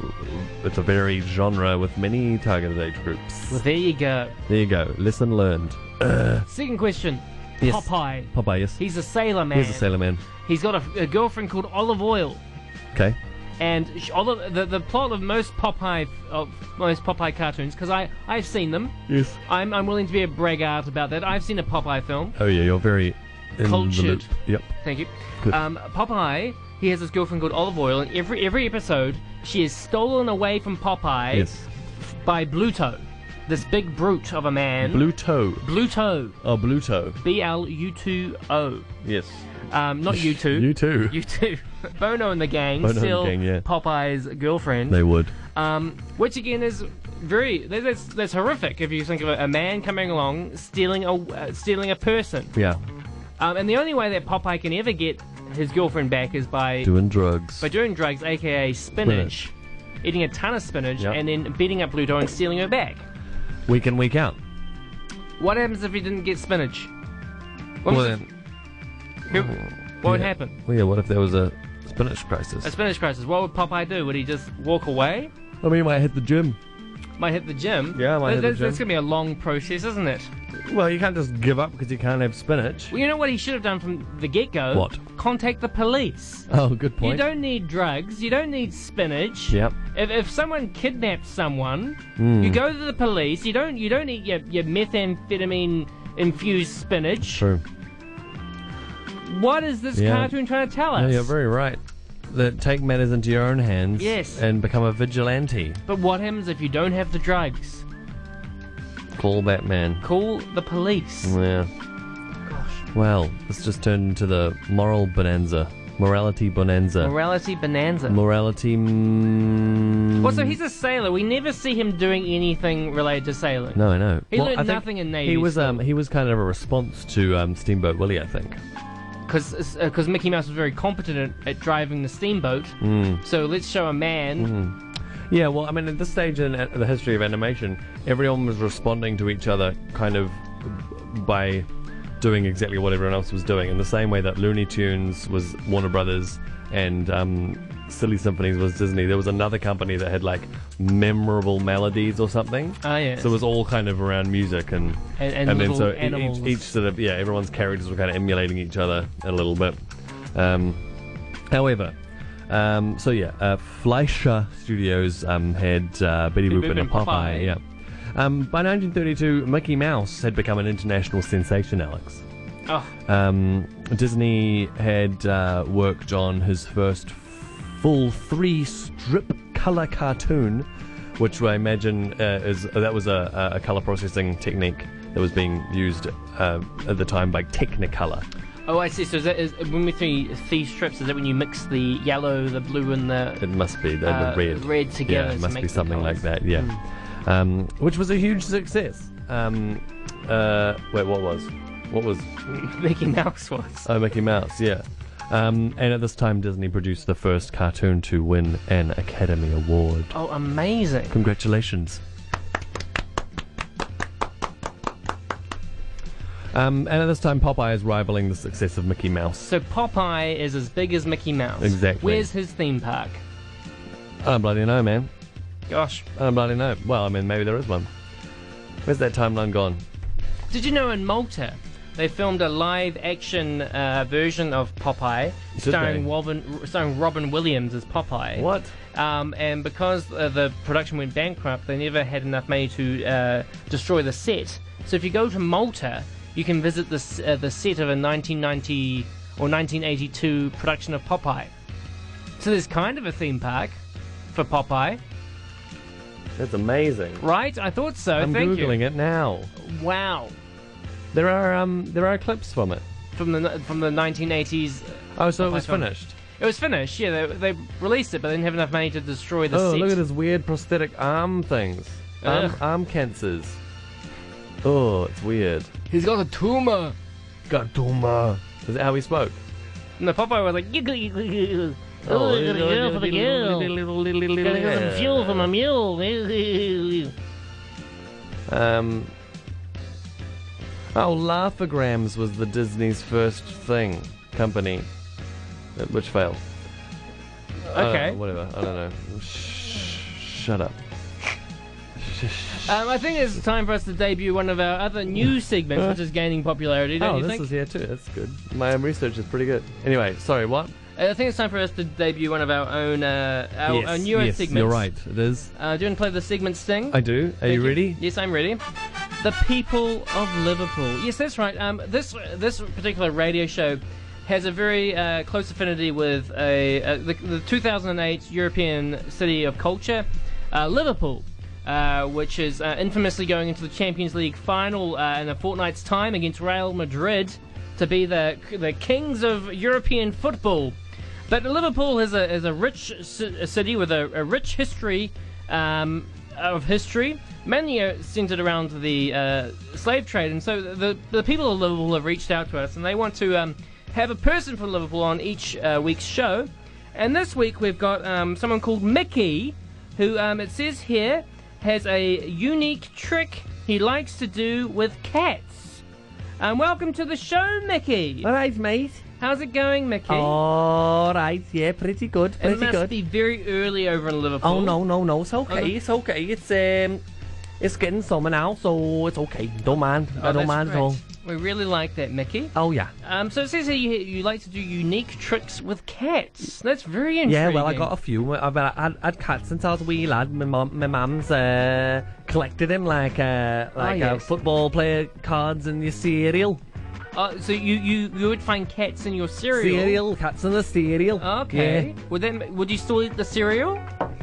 Speaker 3: it's a very genre with many targeted age groups.
Speaker 2: Well, there you go.
Speaker 3: There you go. Lesson learned.
Speaker 2: Second question.
Speaker 3: Yes.
Speaker 2: Popeye.
Speaker 3: Popeye, yes.
Speaker 2: He's a sailor man.
Speaker 3: Here's a sailor man.
Speaker 2: He's got a, a girlfriend called Olive Oil.
Speaker 3: Okay.
Speaker 2: and sh- although the, the plot of most Popeye of most Popeye cartoons because I I've seen them.
Speaker 3: Yes.
Speaker 2: I'm, I'm willing to be a braggart about that. I've seen a Popeye film.
Speaker 3: Oh yeah, you're very in the
Speaker 2: Cultured.
Speaker 3: loop. Yep.
Speaker 2: Thank you.
Speaker 3: Good.
Speaker 2: Um, Popeye. He has this girlfriend called Olive Oil, and every every episode she is stolen away from Popeye
Speaker 3: Yes.
Speaker 2: by Bluto, this big brute of a man.
Speaker 3: Bluto.
Speaker 2: Bluto.
Speaker 3: Oh, Bluto.
Speaker 2: B L U two O.
Speaker 3: Yes.
Speaker 2: Um, not U two.
Speaker 3: You too.
Speaker 2: U two. Bono and the gang
Speaker 3: Bono and the
Speaker 2: still
Speaker 3: gang, yeah.
Speaker 2: Popeye's girlfriend.
Speaker 3: They would.
Speaker 2: Um, which again is very that- that's, that's horrific if you think of a, a man coming along stealing a uh, stealing a person.
Speaker 3: Yeah.
Speaker 2: Um, and the only way that Popeye can ever get his girlfriend back is by
Speaker 3: Doing drugs.
Speaker 2: by doing drugs, aka spinach, eating a ton of spinach,
Speaker 3: Yep.
Speaker 2: and then beating up Bluto and stealing her back.
Speaker 3: Week in, week out.
Speaker 2: What happens if he didn't get spinach? What, was
Speaker 3: then-
Speaker 2: it- what would
Speaker 3: yeah.
Speaker 2: happen?
Speaker 3: Well, yeah, what if there was a spinach crisis?
Speaker 2: A spinach crisis. What would Popeye do? Would he just walk away?
Speaker 3: I mean, you might hit the gym.
Speaker 2: Might hit the gym.
Speaker 3: Yeah, might
Speaker 2: That-
Speaker 3: hit the
Speaker 2: that's- That's
Speaker 3: gym.
Speaker 2: gonna be a long process, isn't it?
Speaker 3: Well, you can't just give up because you can't have spinach.
Speaker 2: Well, you know what he should have done from the get go?
Speaker 3: What?
Speaker 2: Contact the police.
Speaker 3: Oh, good
Speaker 2: You
Speaker 3: point.
Speaker 2: don't need drugs. You don't need spinach.
Speaker 3: Yep. Hmm.
Speaker 2: If, if someone kidnaps someone, you go to the police. You don't you don't eat your, your methamphetamine infused spinach.
Speaker 3: True.
Speaker 2: What is this
Speaker 3: Yeah.
Speaker 2: cartoon trying to tell us?
Speaker 3: No, you're very right. That take matters into your own hands.
Speaker 2: Yes.
Speaker 3: And become a vigilante.
Speaker 2: but what happens if you don't have the drugs?
Speaker 3: Call Batman.
Speaker 2: Call the police.
Speaker 3: Yeah. Well, this just turned into the moral bonanza, morality bonanza,
Speaker 2: Morality bonanza.
Speaker 3: morality. Mm,
Speaker 2: also, he's a sailor. We never see him doing anything related to sailing.
Speaker 3: no, I know.
Speaker 2: He
Speaker 3: Well,
Speaker 2: learned
Speaker 3: I think
Speaker 2: nothing in Navy
Speaker 3: He was um he was kind of a response to um Steamboat Willie, I think.
Speaker 2: because because uh, Mickey Mouse was very competent at, at driving the steamboat.
Speaker 3: Hmm.
Speaker 2: So let's show a man.
Speaker 3: Yeah, well, I mean, at this stage in a- the history of animation, everyone was responding to each other kind of by doing exactly what everyone else was doing, in the same way that Looney Tunes was Warner Brothers and um, Silly Symphonies was Disney. There was another company that had like memorable melodies or something.
Speaker 2: Ah, yes.
Speaker 3: So it was all kind of around music and
Speaker 2: And- and little
Speaker 3: so e-
Speaker 2: animals.
Speaker 3: Each, each sort of yeah, everyone's characters were kind of emulating each other a little bit. Um, However, um, so yeah, uh, Fleischer Studios um, had uh, Betty
Speaker 2: Betty
Speaker 3: Boop and, Popeye.
Speaker 2: Popeye.
Speaker 3: Yeah. Um, by 1932, Mickey Mouse had become an international sensation, Alex.
Speaker 2: Oh,
Speaker 3: Um, Disney had uh, worked on his first full three strip color cartoon, which I imagine uh, is that was a, a color processing technique that was being used uh, at the time by Technicolor.
Speaker 2: oh, I see. So is that is when we three three strips? Is that when you mix the yellow, the blue, and the
Speaker 3: It must be the,
Speaker 2: Uh,
Speaker 3: the red.
Speaker 2: red together
Speaker 3: Yeah,
Speaker 2: to
Speaker 3: it must
Speaker 2: make
Speaker 3: be
Speaker 2: the
Speaker 3: something
Speaker 2: colours.
Speaker 3: like that. Yeah, um, which was a huge success. Um, uh, wait, what was? What was?
Speaker 2: Hmm. Mickey Mouse was?
Speaker 3: Oh, Mickey Mouse. Yeah. Um, and at this time, Disney produced the first cartoon to win an Academy Award.
Speaker 2: Oh, amazing!
Speaker 3: Congratulations. Um, and at this time, Popeye is rivaling the success of Mickey Mouse.
Speaker 2: So Popeye is as big as Mickey Mouse.
Speaker 3: Exactly.
Speaker 2: Where's his theme park?
Speaker 3: I don't bloody know, man.
Speaker 2: Gosh,
Speaker 3: I don't bloody know. Well, I mean, maybe there is one. Where's that timeline gone?
Speaker 2: did you know in Malta? They filmed a live-action uh, version of Popeye,
Speaker 3: Did they?
Speaker 2: starring Robin, starring Robin Williams as Popeye.
Speaker 3: What?
Speaker 2: Um, and because uh, the production went bankrupt, they never had enough money to uh, destroy the set. So if you go to Malta, you can visit the s- uh, the set of a 1990 or 1982 production of Popeye. So there's kind of a theme park for Popeye,
Speaker 3: That's amazing.
Speaker 2: right? I thought so.
Speaker 3: I'm
Speaker 2: Thank
Speaker 3: googling it now.
Speaker 2: you. Wow.
Speaker 3: There are um there are clips from it.
Speaker 2: from the from the 1980s.
Speaker 6: Oh, so it
Speaker 2: my
Speaker 6: was
Speaker 2: God.
Speaker 6: finished.
Speaker 2: It was finished. Yeah, they, they released it, but they didn't have enough money to destroy the Oh,
Speaker 6: Oh,
Speaker 2: set.
Speaker 6: look at his weird prosthetic arm things. Arm,
Speaker 2: Ugh.
Speaker 6: arm cancers. Oh, it's weird.
Speaker 2: He's got a tumor.
Speaker 6: Got tumor. Is that how he spoke?
Speaker 2: And the Popeye was like, "Oh, I got a girl for the girl. Gotta get some fuel for my mule."
Speaker 6: Um. Oh, Laughagrams was the Disney's first thing company, uh, which failed. Uh,
Speaker 2: Okay.
Speaker 6: whatever. I don't know. Sh- shut up.
Speaker 2: Um, I think it's time for us to debut one of our other new segments, which is gaining popularity. Don't
Speaker 6: Uh-huh. oh,
Speaker 2: you
Speaker 6: this
Speaker 2: think?
Speaker 6: is here too. That's good. My research is pretty good. Anyway, sorry. What?
Speaker 2: Uh, I think it's time for us to debut one of our own, uh, our, our newer segments.
Speaker 6: You're right. It is.
Speaker 2: Uh, do you want to play the segments thing?
Speaker 6: I do. Are you
Speaker 2: Thank
Speaker 6: ready?
Speaker 2: Yes, I'm ready. The people of Liverpool. Yes, that's right. Um, this this particular radio show has a very uh, close affinity with a, uh the, the 2008 European City of Culture, uh, Liverpool, uh, which is uh, infamously going into the Champions League final uh, in a fortnight's time against Real Madrid to be the the kings of European football. But Liverpool is a is a rich ci- a city with a, a rich history um, of history, mainly uh, centered around the uh, slave trade. And so the the people of Liverpool have reached out to us, and they want to um, have a person from Liverpool on each uh, week's show. And this week we've got um, someone called Mickey, who um, it says here has a unique trick he likes to do with cats. And welcome to the show, Mickey.
Speaker 3: Alright, mate.
Speaker 2: How's it going, Mickey?
Speaker 3: Alright, yeah, pretty good,
Speaker 2: It
Speaker 3: pretty
Speaker 2: must
Speaker 3: good.
Speaker 2: be very early over in Liverpool.
Speaker 3: Oh no, no, no, it's okay,
Speaker 2: no.
Speaker 3: it's okay. It's um, it's getting summer now, so it's okay. Don't mind, I
Speaker 2: Oh,
Speaker 3: don't
Speaker 2: that's
Speaker 3: mind at all.
Speaker 2: great. We really like that, Mickey.
Speaker 3: Oh yeah,
Speaker 2: Um, so it says here you, you like to do unique tricks with cats. That's very interesting.
Speaker 3: yeah. Well, I got a few. I've had, had, had cats since I was a wee lad. My mum, my mum's uh, collected them like uh, like uh,
Speaker 2: Ah, yes.
Speaker 3: football player cards in your cereal.
Speaker 2: Uh, so you, you you would find cats in your cereal.
Speaker 3: Cereal, cats in the cereal.
Speaker 2: Okay. Would that would you still eat the cereal?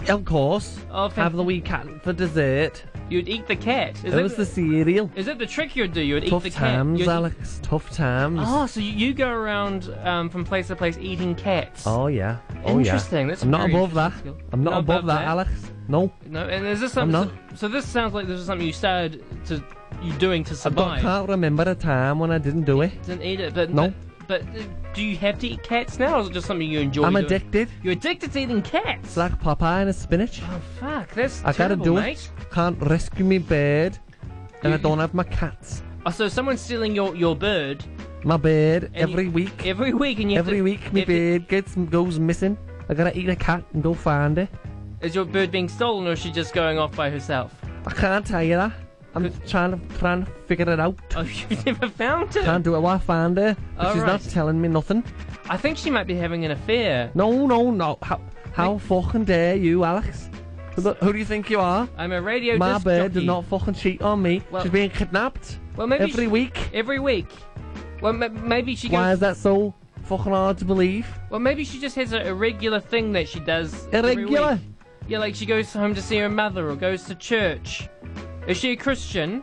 Speaker 3: Yeah, of course.
Speaker 2: Oh, fan-
Speaker 3: Have the wee cat for dessert.
Speaker 2: You'd eat the cat. Is
Speaker 3: it was the cereal.
Speaker 2: is that the trick you'd do? You'd
Speaker 3: Tough
Speaker 2: eat the cat.
Speaker 3: times,
Speaker 2: You'd-
Speaker 3: Alex. Tough times.
Speaker 2: Oh, so you, you go around um, from place to place eating cats.
Speaker 3: Oh yeah. Oh, yeah.
Speaker 2: Interesting, that's
Speaker 3: I'm not
Speaker 2: very
Speaker 3: above that.
Speaker 2: interesting skill.
Speaker 3: I'm not, above, that, Alex. No.
Speaker 2: No, and is this something?
Speaker 3: I'm
Speaker 2: So, so this sounds like this is something you started to you doing to
Speaker 3: But I
Speaker 2: survive.
Speaker 3: can't remember a time when I didn't do it.
Speaker 2: Didn't eat it, but
Speaker 3: No.
Speaker 2: But, but, uh, do you have to eat cats now, or is it just something you enjoy?
Speaker 3: I'm
Speaker 2: doing?
Speaker 3: addicted.
Speaker 2: You're addicted to eating cats.
Speaker 3: It's like Popeye and a spinach.
Speaker 2: oh fuck, that's
Speaker 3: I gotta
Speaker 2: terrible,
Speaker 3: do
Speaker 2: mate.
Speaker 3: it. Can't rescue me bird, and I
Speaker 2: You-
Speaker 3: don't have my cats.
Speaker 2: Oh, so someone's stealing your, your bird
Speaker 3: My bird
Speaker 2: And
Speaker 3: every
Speaker 2: you-
Speaker 3: week.
Speaker 2: every week, and you have
Speaker 3: every
Speaker 2: to-
Speaker 3: week, my
Speaker 2: if it-
Speaker 3: bird gets goes missing. I gotta eat a cat and go find it.
Speaker 2: Is your bird being stolen, or is she just going off by herself?
Speaker 3: I can't tell you that. I'm
Speaker 2: Good.
Speaker 3: trying to trying to figure it out.
Speaker 2: Oh, you've never found her.
Speaker 3: Can't do it while I find her.
Speaker 2: All
Speaker 3: But she's not
Speaker 2: right.
Speaker 3: telling me nothing.
Speaker 2: I think she might be having an affair.
Speaker 3: No, no, no. How, how fucking dare you, Alex? Who the- who do you think you are?
Speaker 2: I'm a radio
Speaker 3: My
Speaker 2: disc
Speaker 3: bird did
Speaker 2: jockey.
Speaker 3: not fucking cheat on me.
Speaker 2: Well-
Speaker 3: She's being kidnapped
Speaker 2: Well, maybe
Speaker 3: every
Speaker 2: she-
Speaker 3: week.
Speaker 2: Every week. Well, ma- maybe she
Speaker 3: Why
Speaker 2: goes.
Speaker 3: is that so fucking hard to believe?
Speaker 2: Well, maybe she just has a, a regular thing that she does. every
Speaker 3: Irregular.
Speaker 2: week. Yeah, like she goes home to see her mother or goes to church. Is she a Christian?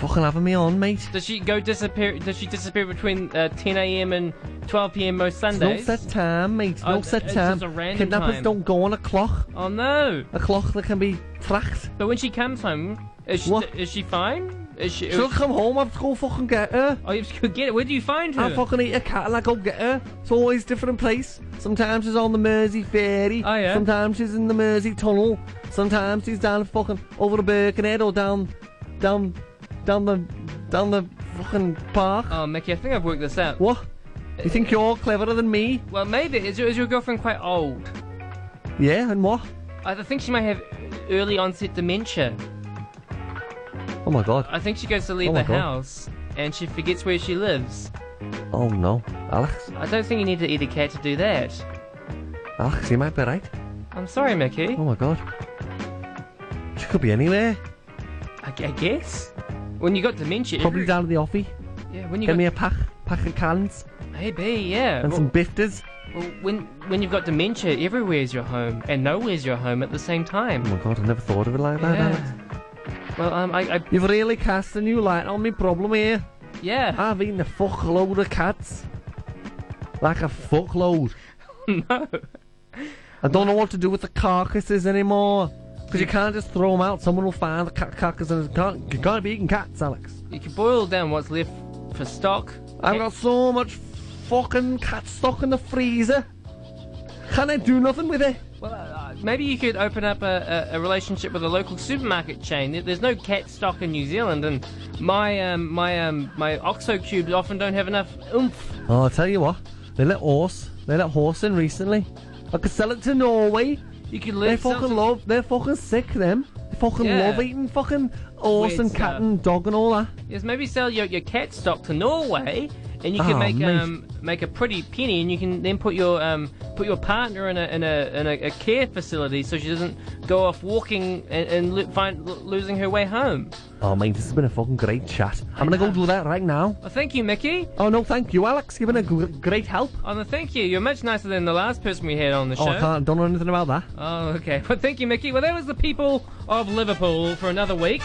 Speaker 3: Fucking having me on, mate.
Speaker 2: Does she go disappear? Does she disappear between uh, 10 a.m. and 12 p.m. most
Speaker 3: It's
Speaker 2: Sundays?
Speaker 3: no set time, mate. No
Speaker 2: Oh,
Speaker 3: set
Speaker 2: it's
Speaker 3: time.
Speaker 2: just a random
Speaker 3: Kidnappers
Speaker 2: time.
Speaker 3: don't go on a clock.
Speaker 2: Oh no!
Speaker 3: A clock that can be tracked.
Speaker 2: But when she comes home, is she,
Speaker 3: What?
Speaker 2: is she fine? Is she?
Speaker 3: She'll come home. I've to go fucking get her.
Speaker 2: oh, you could get it. Where do you find her?
Speaker 3: I fucking eat a cat and I go get her. It's always different place. Sometimes she's on the Mersey Ferry.
Speaker 2: Oh, yeah.
Speaker 3: Sometimes she's in the Mersey Tunnel. Sometimes she's down fucking over the Birkenhead or down, down, down the, down the fucking park.
Speaker 2: Oh, Mickey, I think I've worked this out.
Speaker 3: what? You think you're cleverer than me?
Speaker 2: Well, maybe is your, is your girlfriend quite old?
Speaker 3: Yeah, and what?
Speaker 2: I think she might have early onset dementia.
Speaker 3: Oh my god.
Speaker 2: I think she goes to leave
Speaker 3: Oh my
Speaker 2: the
Speaker 3: God.
Speaker 2: house and she forgets where she lives.
Speaker 3: Oh no, Alex.
Speaker 2: I don't think you need to eat a cat to do that.
Speaker 3: Alex, you might be right.
Speaker 2: I'm sorry, Mickey.
Speaker 3: Oh my god. She could be anywhere.
Speaker 2: I, I guess. When you got dementia,
Speaker 3: Probably
Speaker 2: every-
Speaker 3: down at the offie.
Speaker 2: Yeah, when you
Speaker 3: Get
Speaker 2: got Oh.
Speaker 3: me a pack, pack of cans
Speaker 2: maybe, yeah.
Speaker 3: and
Speaker 2: Well,
Speaker 3: some bifters.
Speaker 2: well, when when you've got dementia, everywhere's your home, and nowhere's your home at the same
Speaker 3: Oh
Speaker 2: time.
Speaker 3: my god, I never thought of it like that, Alex.
Speaker 2: Yeah. Well, um, I, I
Speaker 3: You've really cast a new light on my problem here.
Speaker 2: Yeah.
Speaker 5: I've eaten a fuckload of cats. Like a fuckload.
Speaker 2: no.
Speaker 5: I don't know what to do with the carcasses anymore. Because you can't just throw them out. Someone will find the cat carcass and it can't, you can't be eating cats, Alex.
Speaker 2: You can boil down what's left for stock.
Speaker 5: I've got so much fucking cat stock in the freezer. Can I do nothing with it?
Speaker 2: Well, uh, maybe you could open up a, a, a relationship with a local supermarket chain. There- There's no cat stock in New Zealand, and my um, my um, my OXO cubes often don't have enough oomph.
Speaker 5: Oh, I'll tell you what. They let horse. They let horse in recently. I could sell it to Norway.
Speaker 2: You could
Speaker 5: They
Speaker 2: live.
Speaker 5: fucking love. They're fucking sick. Them. They fucking
Speaker 2: Yeah.
Speaker 5: love eating fucking horse
Speaker 2: Weird
Speaker 5: and cat
Speaker 2: stuff.
Speaker 5: and dog and all that.
Speaker 2: Yes, maybe sell your, your cat stock to Norway, and you can
Speaker 5: Oh,
Speaker 2: make
Speaker 5: mate.
Speaker 2: um make a pretty penny, and you can then put your um put your partner in a in a in a, a care facility so she doesn't go off walking and, and lo- find lo- losing her way home.
Speaker 5: Oh, mate, this has been a fucking great chat. I'm gonna go do that right now.
Speaker 2: Well, thank you, Mickey.
Speaker 5: Oh no, thank you, Alex. You've been a gr- great help.
Speaker 2: Oh, no, thank you. You're much nicer than the last person we had on the
Speaker 5: Oh, I
Speaker 2: show.
Speaker 5: can't. Don't know anything about that.
Speaker 2: Oh, okay. Well, thank you, Mickey. Well, that was the people of Liverpool for another week.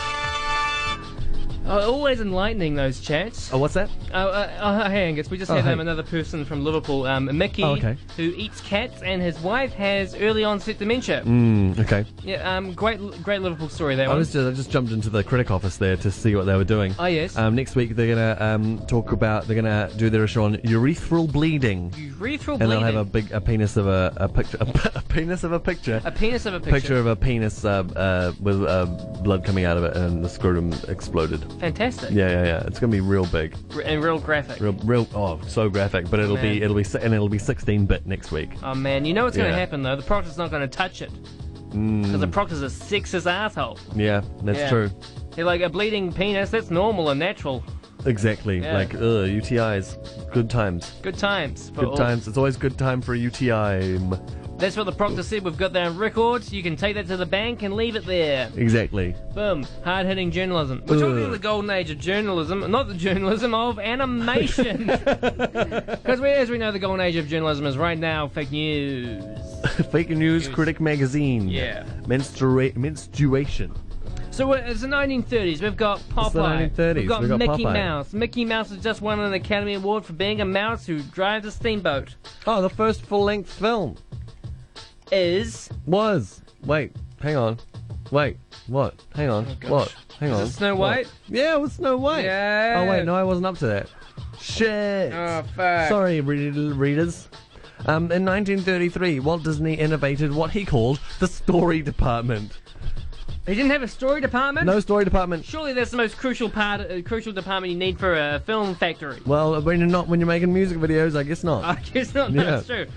Speaker 2: Oh, always enlightening those chats.
Speaker 5: Oh, what's that?
Speaker 2: Oh, uh, oh hey, Angus, we just
Speaker 5: Oh,
Speaker 2: had
Speaker 5: hey.
Speaker 2: um, another person from Liverpool, um, Mickey,
Speaker 5: Oh, okay.
Speaker 2: who eats cats, and his wife has early onset dementia.
Speaker 3: Mm, okay.
Speaker 2: Yeah, um, great, great Liverpool story that
Speaker 3: I
Speaker 2: one.
Speaker 3: was just, I just jumped into the critic office there to see what they were doing.
Speaker 2: Oh yes,
Speaker 3: Um, next week they're gonna um, talk about they're gonna do their issue on urethral bleeding,
Speaker 2: urethral
Speaker 3: and
Speaker 2: bleeding.
Speaker 3: they'll have a big a penis of a, a picture a, p- a penis of a picture.
Speaker 2: A penis of a picture.
Speaker 3: Picture of a penis uh, uh, with uh, blood coming out of it, and the scrotum exploded.
Speaker 2: Fantastic.
Speaker 3: Yeah, yeah, yeah. It's gonna be real big,
Speaker 2: R- and real graphic.
Speaker 3: real, real. Oh, so graphic, but it'll
Speaker 2: Man.
Speaker 3: be it'll be si- and it'll be 16 bit next week.
Speaker 2: Oh man, you know what's going
Speaker 3: Yeah. Mm.
Speaker 2: to happen though. The proctor's not going to touch it because the proctor's a sexist asshole.
Speaker 3: Yeah, that's
Speaker 2: Yeah.
Speaker 3: true.
Speaker 2: They're like a bleeding penis. That's normal and natural.
Speaker 3: Exactly.
Speaker 2: Yeah.
Speaker 3: Like ugh, UTIs. Good times.
Speaker 2: Good times. For
Speaker 3: Good
Speaker 2: all.
Speaker 3: times. It's always good time for a UTI.
Speaker 2: That's what the proctor said. We've got that on record. You can take that to the bank and leave it there.
Speaker 3: Exactly.
Speaker 2: Boom. Hard hitting journalism. We're talking
Speaker 3: Ugh.
Speaker 2: about the golden age of journalism, not the journalism of animation. Because as we know, the golden age of journalism is right now fake news.
Speaker 3: Fake News Critic Magazine.
Speaker 2: Yeah.
Speaker 3: Menstrua- menstruation.
Speaker 2: So we're- it's the 1930s. We've got Popeye.
Speaker 3: the 1930s.
Speaker 2: We've got,
Speaker 3: We've got
Speaker 2: Mickey
Speaker 3: Popeye.
Speaker 2: Mouse. Mickey Mouse has just won an Academy Award for being a mouse who drives a steamboat.
Speaker 3: Oh, the first full length film
Speaker 2: Is
Speaker 3: was. Wait, hang on. Wait, what? Hang on. what? Hang on.
Speaker 2: Oh, it Snow
Speaker 3: What?
Speaker 2: White?
Speaker 3: Yeah, it was Snow White.
Speaker 2: Yeah.
Speaker 3: Oh wait, no, I wasn't up to that. Shit.
Speaker 2: Oh, fuck.
Speaker 3: Sorry, re- readers. Um, in 1933, Walt Disney innovated what he called the story department.
Speaker 2: he didn't have a story department?
Speaker 3: No story department.
Speaker 2: Surely that's the most crucial part, uh, crucial department you need for a film factory.
Speaker 3: Well, when you're not when you're making music videos, I guess not.
Speaker 2: I guess not.
Speaker 3: Yeah.
Speaker 2: That's true.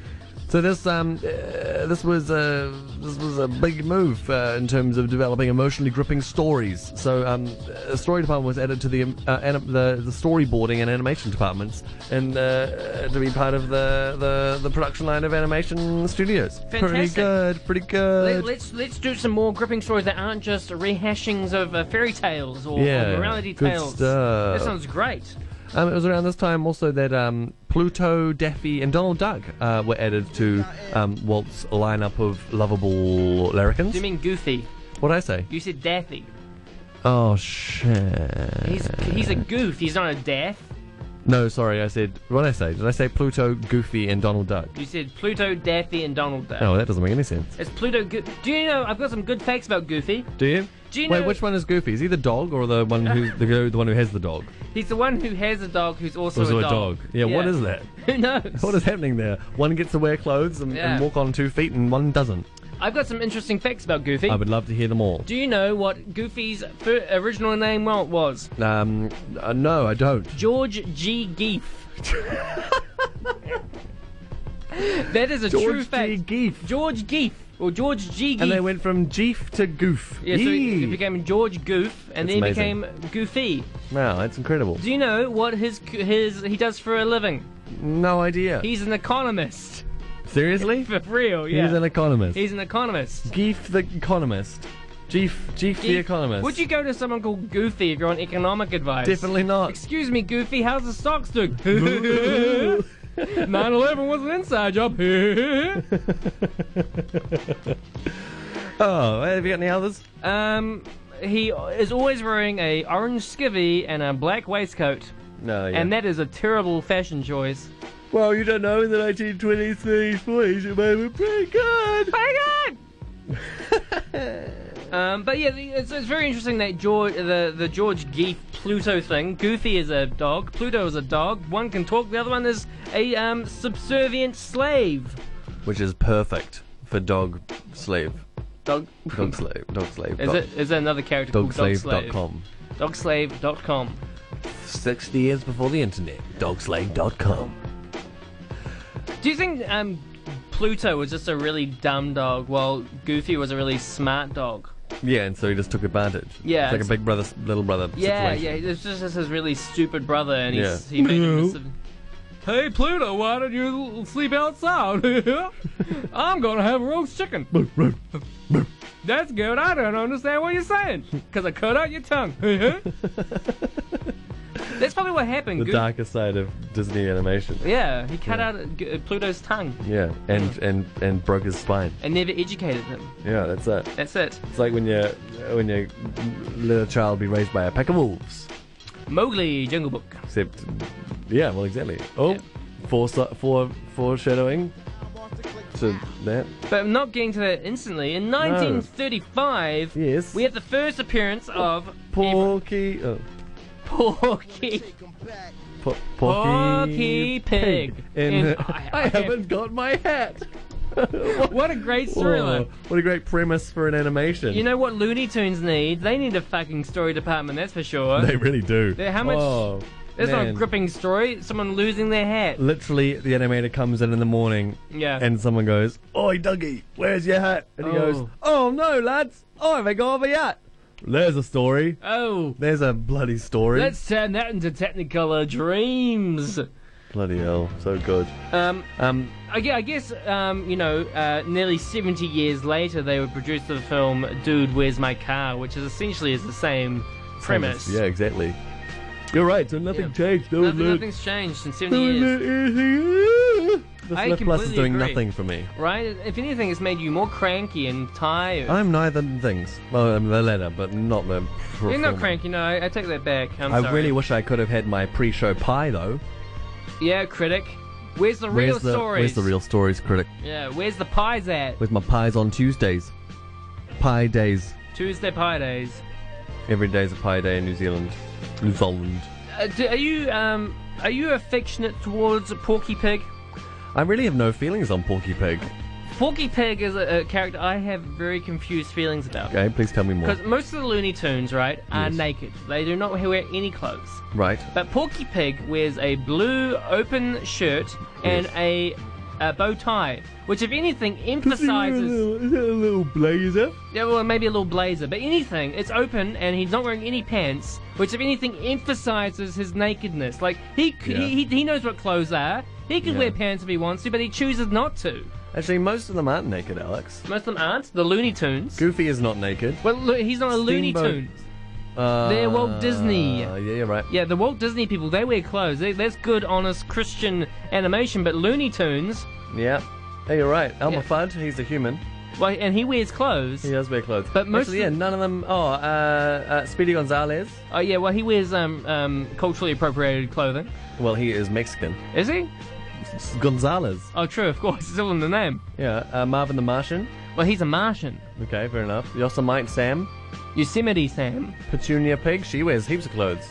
Speaker 3: So this um uh, this was uh, this was a big move uh, in terms of developing emotionally gripping stories. So um, a story department was added to the um, uh, anim- the, the storyboarding and animation departments, and uh, uh, to be part of the, the the production line of animation studios. Pretty
Speaker 2: Fantastic.
Speaker 3: good, pretty
Speaker 2: Let,
Speaker 3: good.
Speaker 2: let's let's do some more gripping stories that aren't just rehashings of uh, fairy tales or, or
Speaker 3: Yeah,
Speaker 2: morality
Speaker 3: good
Speaker 2: tales.
Speaker 3: stuff.
Speaker 2: That sounds great.
Speaker 3: Um, it was around this time also that um, Pluto, Daffy, and Donald Duck uh, were added to um, Walt's lineup of lovable larrikins.
Speaker 2: Do you mean Goofy?
Speaker 3: what would I say?
Speaker 2: You said Daffy.
Speaker 3: Oh shit.
Speaker 2: He's he's a goof. He's not a daff.
Speaker 3: No, sorry, I said. What did I say? Did I say Pluto, Goofy, and Donald Duck?
Speaker 2: You said Pluto, Daffy, and Donald Duck.
Speaker 3: No, that doesn't make any sense.
Speaker 2: It's Pluto. Go- do you know? I've got some good facts about Goofy.
Speaker 3: Do you?
Speaker 2: Do you
Speaker 3: Wait,
Speaker 2: know-
Speaker 3: which one is Goofy? Is he the dog or the one who the, the one who has the dog?
Speaker 2: He's the one who has a dog who's also,
Speaker 3: Also a dog. Yeah, What is that?
Speaker 2: Who knows?
Speaker 3: What is happening there? One gets to wear clothes and,
Speaker 2: Yeah.
Speaker 3: and walk on two feet, and one doesn't.
Speaker 2: I've got some interesting facts about Goofy.
Speaker 3: I would love to hear them all.
Speaker 2: Do you know what Goofy's fir- original name wa- was?
Speaker 3: Um, uh, no, I don't.
Speaker 2: George G. Geef. that is a true
Speaker 3: George G.
Speaker 2: fact.
Speaker 3: Geef.
Speaker 2: George Geef. Or George G. Geef.
Speaker 3: And they went from Jeef to Goof.
Speaker 2: yeah, so he he
Speaker 3: Yee.
Speaker 2: became George Goof, and then
Speaker 3: That's
Speaker 2: he
Speaker 3: amazing.
Speaker 2: became Goofy.
Speaker 3: wow, that's incredible.
Speaker 2: Do you know what his his he does for a living?
Speaker 3: No idea.
Speaker 2: He's an economist.
Speaker 3: Seriously?
Speaker 2: For real, yeah.
Speaker 3: He's an e-, economist.
Speaker 2: He's an economist.
Speaker 3: Geef the economist. Jeef, Jeef the economist.
Speaker 2: Would you go to someone called Goofy if you're on economic advice?
Speaker 3: Definitely not.
Speaker 2: Excuse me, Goofy, how's the stocks doing? 9 11 was an inside job.
Speaker 3: Oh, have you got any others?
Speaker 2: um, he is always wearing a orange skivvy and a black waistcoat.
Speaker 3: No, yeah.
Speaker 2: And that is a terrible fashion choice.
Speaker 3: well, you don't know in the 1920s, 30s, 40s, it may have been pretty good.
Speaker 2: my god! um, but yeah, the, it's, it's very interesting that George, the the George Geef Pluto thing. Goofy is a dog. Pluto is a dog. One can talk. The other one is a um, subservient slave.
Speaker 3: Which is perfect for dog slave.
Speaker 2: Dog.
Speaker 3: Dog slave. Dog slave.
Speaker 2: Is
Speaker 3: dog,
Speaker 2: it? Is there another character called Dog Slave?
Speaker 3: Dogslave.com.
Speaker 2: Dogslave.com.
Speaker 3: 60 years before the internet. Dogslave.com.
Speaker 2: Do you think um, Pluto was just a really dumb dog, while Goofy was a really smart dog?
Speaker 3: Yeah, and so he just took advantage.
Speaker 2: Yeah,
Speaker 3: It's like
Speaker 2: it's-
Speaker 3: a big brother, little brother
Speaker 2: Yeah,
Speaker 3: situation.
Speaker 2: yeah. It's just his really stupid brother, and he's, he made him. a sub-
Speaker 7: Hey Pluto, why don't you sleep outside? I'm gonna have roast chicken. That's good. I don't understand what you're saying because I cut out your tongue.
Speaker 2: That's probably what happened.
Speaker 3: The
Speaker 2: Goofy-
Speaker 3: darker side of Disney animation.
Speaker 2: Yeah, he cut out uh, Pluto's tongue
Speaker 3: Yeah, and, and, and broke his spine.
Speaker 2: and never educated him.
Speaker 3: Yeah, that's it.
Speaker 2: That's it.
Speaker 3: It's like when you when you let a child be raised by a pack of wolves.
Speaker 2: Mowgli, Jungle Book.
Speaker 3: Except, yeah, well, exactly. Oh,
Speaker 2: Yeah.
Speaker 3: foresi- fore- foreshadowing to that.
Speaker 2: But I'm not getting to that instantly. In 1935,
Speaker 3: Yes.
Speaker 2: we had the first appearance of
Speaker 3: Porky. Oh,
Speaker 2: Porky.
Speaker 3: po- porky,
Speaker 2: Porky Pig.
Speaker 3: And,
Speaker 2: And
Speaker 3: I,
Speaker 2: I-
Speaker 3: haven't got my hat.
Speaker 2: What a great
Speaker 3: Whoa,
Speaker 2: thriller.
Speaker 3: what a great premise for an animation.
Speaker 2: You know what Looney Tunes need? They need a fucking story department, that's for sure.
Speaker 3: they really do.
Speaker 2: They- how much-
Speaker 3: Oh,
Speaker 2: That's not a
Speaker 3: man.
Speaker 2: gripping story. Someone losing their hat.
Speaker 3: Literally, the animator comes in in the morning
Speaker 2: Yeah.
Speaker 3: and someone goes, Oi, Dougie, where's your hat? And he
Speaker 2: Oh.
Speaker 3: goes, Oh, no, lads. I haven't got my hat. There's a story.
Speaker 2: oh,
Speaker 3: There's a bloody story.
Speaker 2: let's turn that into Technicolor dreams.
Speaker 3: Bloody hell. So good.
Speaker 2: Um,
Speaker 3: Um,
Speaker 2: I gue- I guess, um, you know, uh, nearly 70 years later, they would produce the film Dude, Where's My Car, which is essentially is the same premise.
Speaker 3: Yeah, exactly. You're right. So nothing
Speaker 2: Yeah.
Speaker 3: changed. No
Speaker 2: Nothing,
Speaker 3: alert.
Speaker 2: nothing's changed in 70
Speaker 3: No
Speaker 2: years,
Speaker 3: alert, anything. This
Speaker 2: I
Speaker 3: left plus is
Speaker 2: completely
Speaker 3: doing
Speaker 2: agree.
Speaker 3: nothing for me.
Speaker 2: right? If anything, it's made you more cranky and tired.
Speaker 3: I'm neither things. Well, I'm the latter, but not the.
Speaker 2: You're
Speaker 3: performer.
Speaker 2: not cranky, no. I, I take that back. I'm
Speaker 3: I
Speaker 2: sorry.
Speaker 3: really wish I could have had my pre-show pie though.
Speaker 2: yeah, critic. Where's the real
Speaker 3: where's the
Speaker 2: stories?
Speaker 3: where's the real stories critic?
Speaker 2: Yeah, where's the pies at?
Speaker 3: With my pies on Tuesdays, pie days.
Speaker 2: Tuesday pie days.
Speaker 3: Every day's a pie day in New Zealand. New Zealand.
Speaker 2: Uh, do, are you um are you affectionate towards Porky Pig?
Speaker 3: I really have no feelings on Porky Pig.
Speaker 2: Porky Pig is a, a character I have very confused feelings about.
Speaker 3: Okay, please tell me more.
Speaker 2: Because most of the Looney Tunes, right, are
Speaker 3: Yes.
Speaker 2: naked. They do not wear any clothes.
Speaker 3: Right.
Speaker 2: But Porky Pig wears a blue open shirt and
Speaker 3: Yes.
Speaker 2: a, a bow tie, which, if anything, emphasizes.
Speaker 3: Is that a little blazer?
Speaker 2: Yeah, well, maybe a little blazer, but anything. It's open and he's not wearing any pants, which, if anything, emphasizes his nakedness. Like, he, c-
Speaker 3: Yeah.
Speaker 2: he, he, he knows what clothes are. He could
Speaker 3: Yeah.
Speaker 2: wear pants if he wants to, but he chooses not to.
Speaker 3: Actually, most of them aren't naked, Alex.
Speaker 2: Most of them aren't. The Looney Tunes.
Speaker 3: Goofy is not naked.
Speaker 2: Well, lo- he's not a Looney
Speaker 3: Steamboat.
Speaker 2: Tune.
Speaker 3: Uh,
Speaker 2: They're Walt Disney.
Speaker 3: Yeah, you're right.
Speaker 2: Yeah, the Walt Disney people, they wear clothes. They, that's good, honest Christian animation, but Looney Tunes,
Speaker 3: Yeah. Hey, you're right. Elmer
Speaker 2: Yeah.
Speaker 3: Fudd, he's a human.
Speaker 2: well, and he wears clothes.
Speaker 3: He does wear clothes.
Speaker 2: But most
Speaker 3: Actually, yeah,
Speaker 2: of the-
Speaker 3: none of them. Oh, uh, uh, Speedy Gonzalez.
Speaker 2: Oh, yeah, well, he wears um, um, culturally appropriated clothing.
Speaker 3: Well, he is Mexican.
Speaker 2: Is he?
Speaker 3: S- Gonzalez.
Speaker 2: Oh, true, of course. It's all in the name.
Speaker 3: Yeah. Uh, Marvin the Martian.
Speaker 2: Well, he's a Martian.
Speaker 3: Okay, fair enough. Yosemite Sam.
Speaker 2: Yosemite Sam.
Speaker 3: Petunia Pig. She wears heaps of clothes.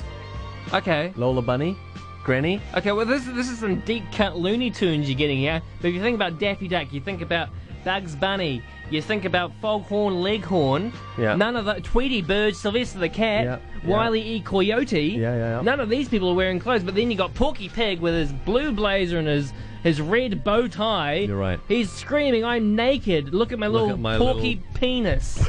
Speaker 2: Okay.
Speaker 3: Lola Bunny. Granny.
Speaker 2: Okay, well, this, this is some deep cut Looney Tunes you're getting here. But if you think about Daffy Duck, you think about Bugs Bunny, you think about Foghorn Leghorn,
Speaker 3: Yeah.
Speaker 2: none of the Tweety Bird, Sylvester the Cat,
Speaker 3: Yeah, yeah.
Speaker 2: Wiley E. Coyote.
Speaker 3: Yeah, yeah, yeah.
Speaker 2: None of these people are wearing clothes. But then you got Porky Pig with his blue blazer and his his red bow tie.
Speaker 3: You're right.
Speaker 2: He's screaming, "I'm naked! Look at my little
Speaker 3: at my
Speaker 2: porky
Speaker 3: little-
Speaker 2: penis."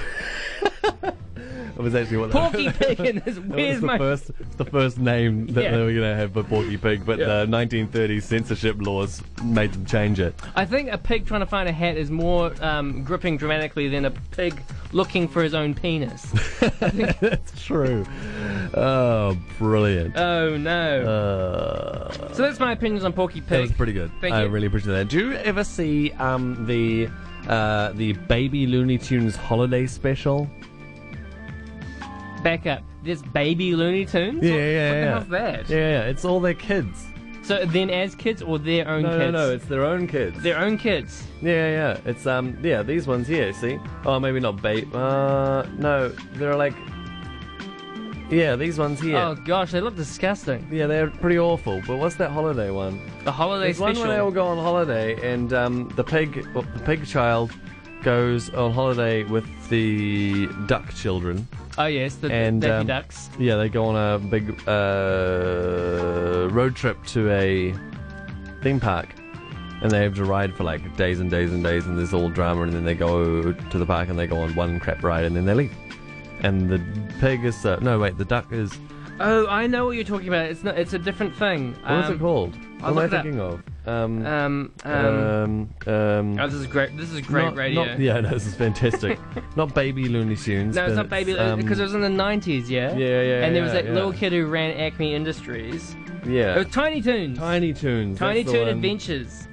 Speaker 3: That was actually what.
Speaker 2: Porky Pig and his
Speaker 3: That was
Speaker 2: where's
Speaker 3: the
Speaker 2: my
Speaker 3: first, the first name that
Speaker 2: Yeah.
Speaker 3: they were going to have for Porky Pig, but the 1930s censorship laws made them change it.
Speaker 2: I think a pig trying to find a hat is more um, gripping dramatically than a pig looking for his own penis.
Speaker 3: That's true. Oh, brilliant.
Speaker 2: oh no!
Speaker 3: Uh,
Speaker 2: so that's my opinions on Porky
Speaker 3: that was
Speaker 2: Pig.
Speaker 3: pretty good.
Speaker 2: Thank
Speaker 3: I
Speaker 2: you.
Speaker 3: really appreciate that. Do you ever see um, the uh, the Baby Looney Tunes holiday special?
Speaker 2: back up. There's baby Looney Tunes.
Speaker 3: Yeah,
Speaker 2: What-
Speaker 3: yeah, yeah.
Speaker 2: What the hell's that?
Speaker 3: Yeah, yeah, it's all their kids.
Speaker 2: So then, as kids or their own
Speaker 3: No,
Speaker 2: kids?
Speaker 3: no, no, it's their own kids.
Speaker 2: their own kids.
Speaker 3: Yeah, yeah, it's um, yeah, these ones here. See, oh, maybe not bait. Uh, no, they're like, yeah, these ones here.
Speaker 2: Oh gosh, they look disgusting.
Speaker 3: Yeah, they're pretty awful. But what's that holiday one?
Speaker 2: The holiday
Speaker 3: There's one
Speaker 2: special.
Speaker 3: where they all go on holiday, and um, the pig, well, the pig child, goes on holiday with the duck children.
Speaker 2: oh yes, the
Speaker 3: And,
Speaker 2: Daffy
Speaker 3: um,
Speaker 2: Ducks.
Speaker 3: Yeah, they go on a big uh, road trip to a theme park, and they have to ride for like days and days and days, and there's all drama, and then they go to the park and they go on one crap ride, and then they leave. And the pig is uh, no wait, the duck is
Speaker 2: Oh, I know what you're talking about. It's not. It's a different thing.
Speaker 3: what's
Speaker 2: um,
Speaker 3: it called?
Speaker 2: I'll look
Speaker 3: What am I
Speaker 2: it up.
Speaker 3: thinking of? Um,
Speaker 2: Um, um,
Speaker 3: um, um,
Speaker 2: oh, this is great. This is great
Speaker 3: not-
Speaker 2: radio.
Speaker 3: not- yeah, no, this is fantastic. not baby Looney Tunes.
Speaker 2: No, it's
Speaker 3: but
Speaker 2: not baby
Speaker 3: um,
Speaker 2: because it was in the 90s, yeah.
Speaker 3: Yeah, yeah,
Speaker 2: And there was
Speaker 3: yeah,
Speaker 2: that
Speaker 3: yeah.
Speaker 2: little kid who ran Acme Industries.
Speaker 3: yeah.
Speaker 2: It was Tiny Toons.
Speaker 3: Tiny Toons.
Speaker 2: Tiny
Speaker 3: that's the
Speaker 2: Toon
Speaker 3: one.
Speaker 2: Adventures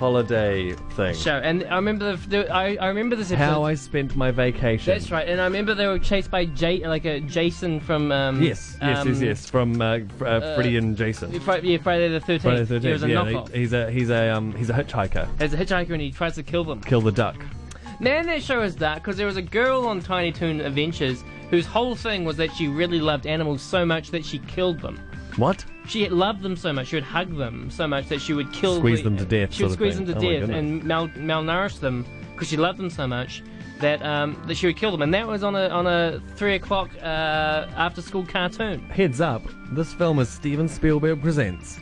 Speaker 3: holiday thing.
Speaker 2: show, and I remember the, the I, I remember this episode.
Speaker 3: How I spent my vacation.
Speaker 2: That's right, and I remember they were chased by J like a Jason from um,
Speaker 3: Yes, yes, yes,
Speaker 2: um,
Speaker 3: yes. From uh, fr- uh, Freddy and Jason.
Speaker 2: Fri- yeah, Friday the Thirteenth.
Speaker 3: Friday the
Speaker 2: He was a
Speaker 3: 13th. Yeah,
Speaker 2: knockoff.
Speaker 3: he- he's a he's a um, he's a hitchhiker.
Speaker 2: There's a hitchhiker and he tries to kill them.
Speaker 3: Kill the duck.
Speaker 2: Man, that show is dark because there was a girl on Tiny Toon Adventures whose whole thing was that she really loved animals so much that she killed them.
Speaker 3: What?
Speaker 2: She loved them so much, she would hug them so much that she would kill
Speaker 3: Squeeze them to death
Speaker 2: She would
Speaker 3: sort of
Speaker 2: squeeze
Speaker 3: thing.
Speaker 2: them to
Speaker 3: Oh my
Speaker 2: death
Speaker 3: goodness.
Speaker 2: and mal- malnourish them because she loved them so much that um, that she would kill them. And that was on a on a three o'clock uh, after school cartoon.
Speaker 3: Heads up, this film is Steven Spielberg presents.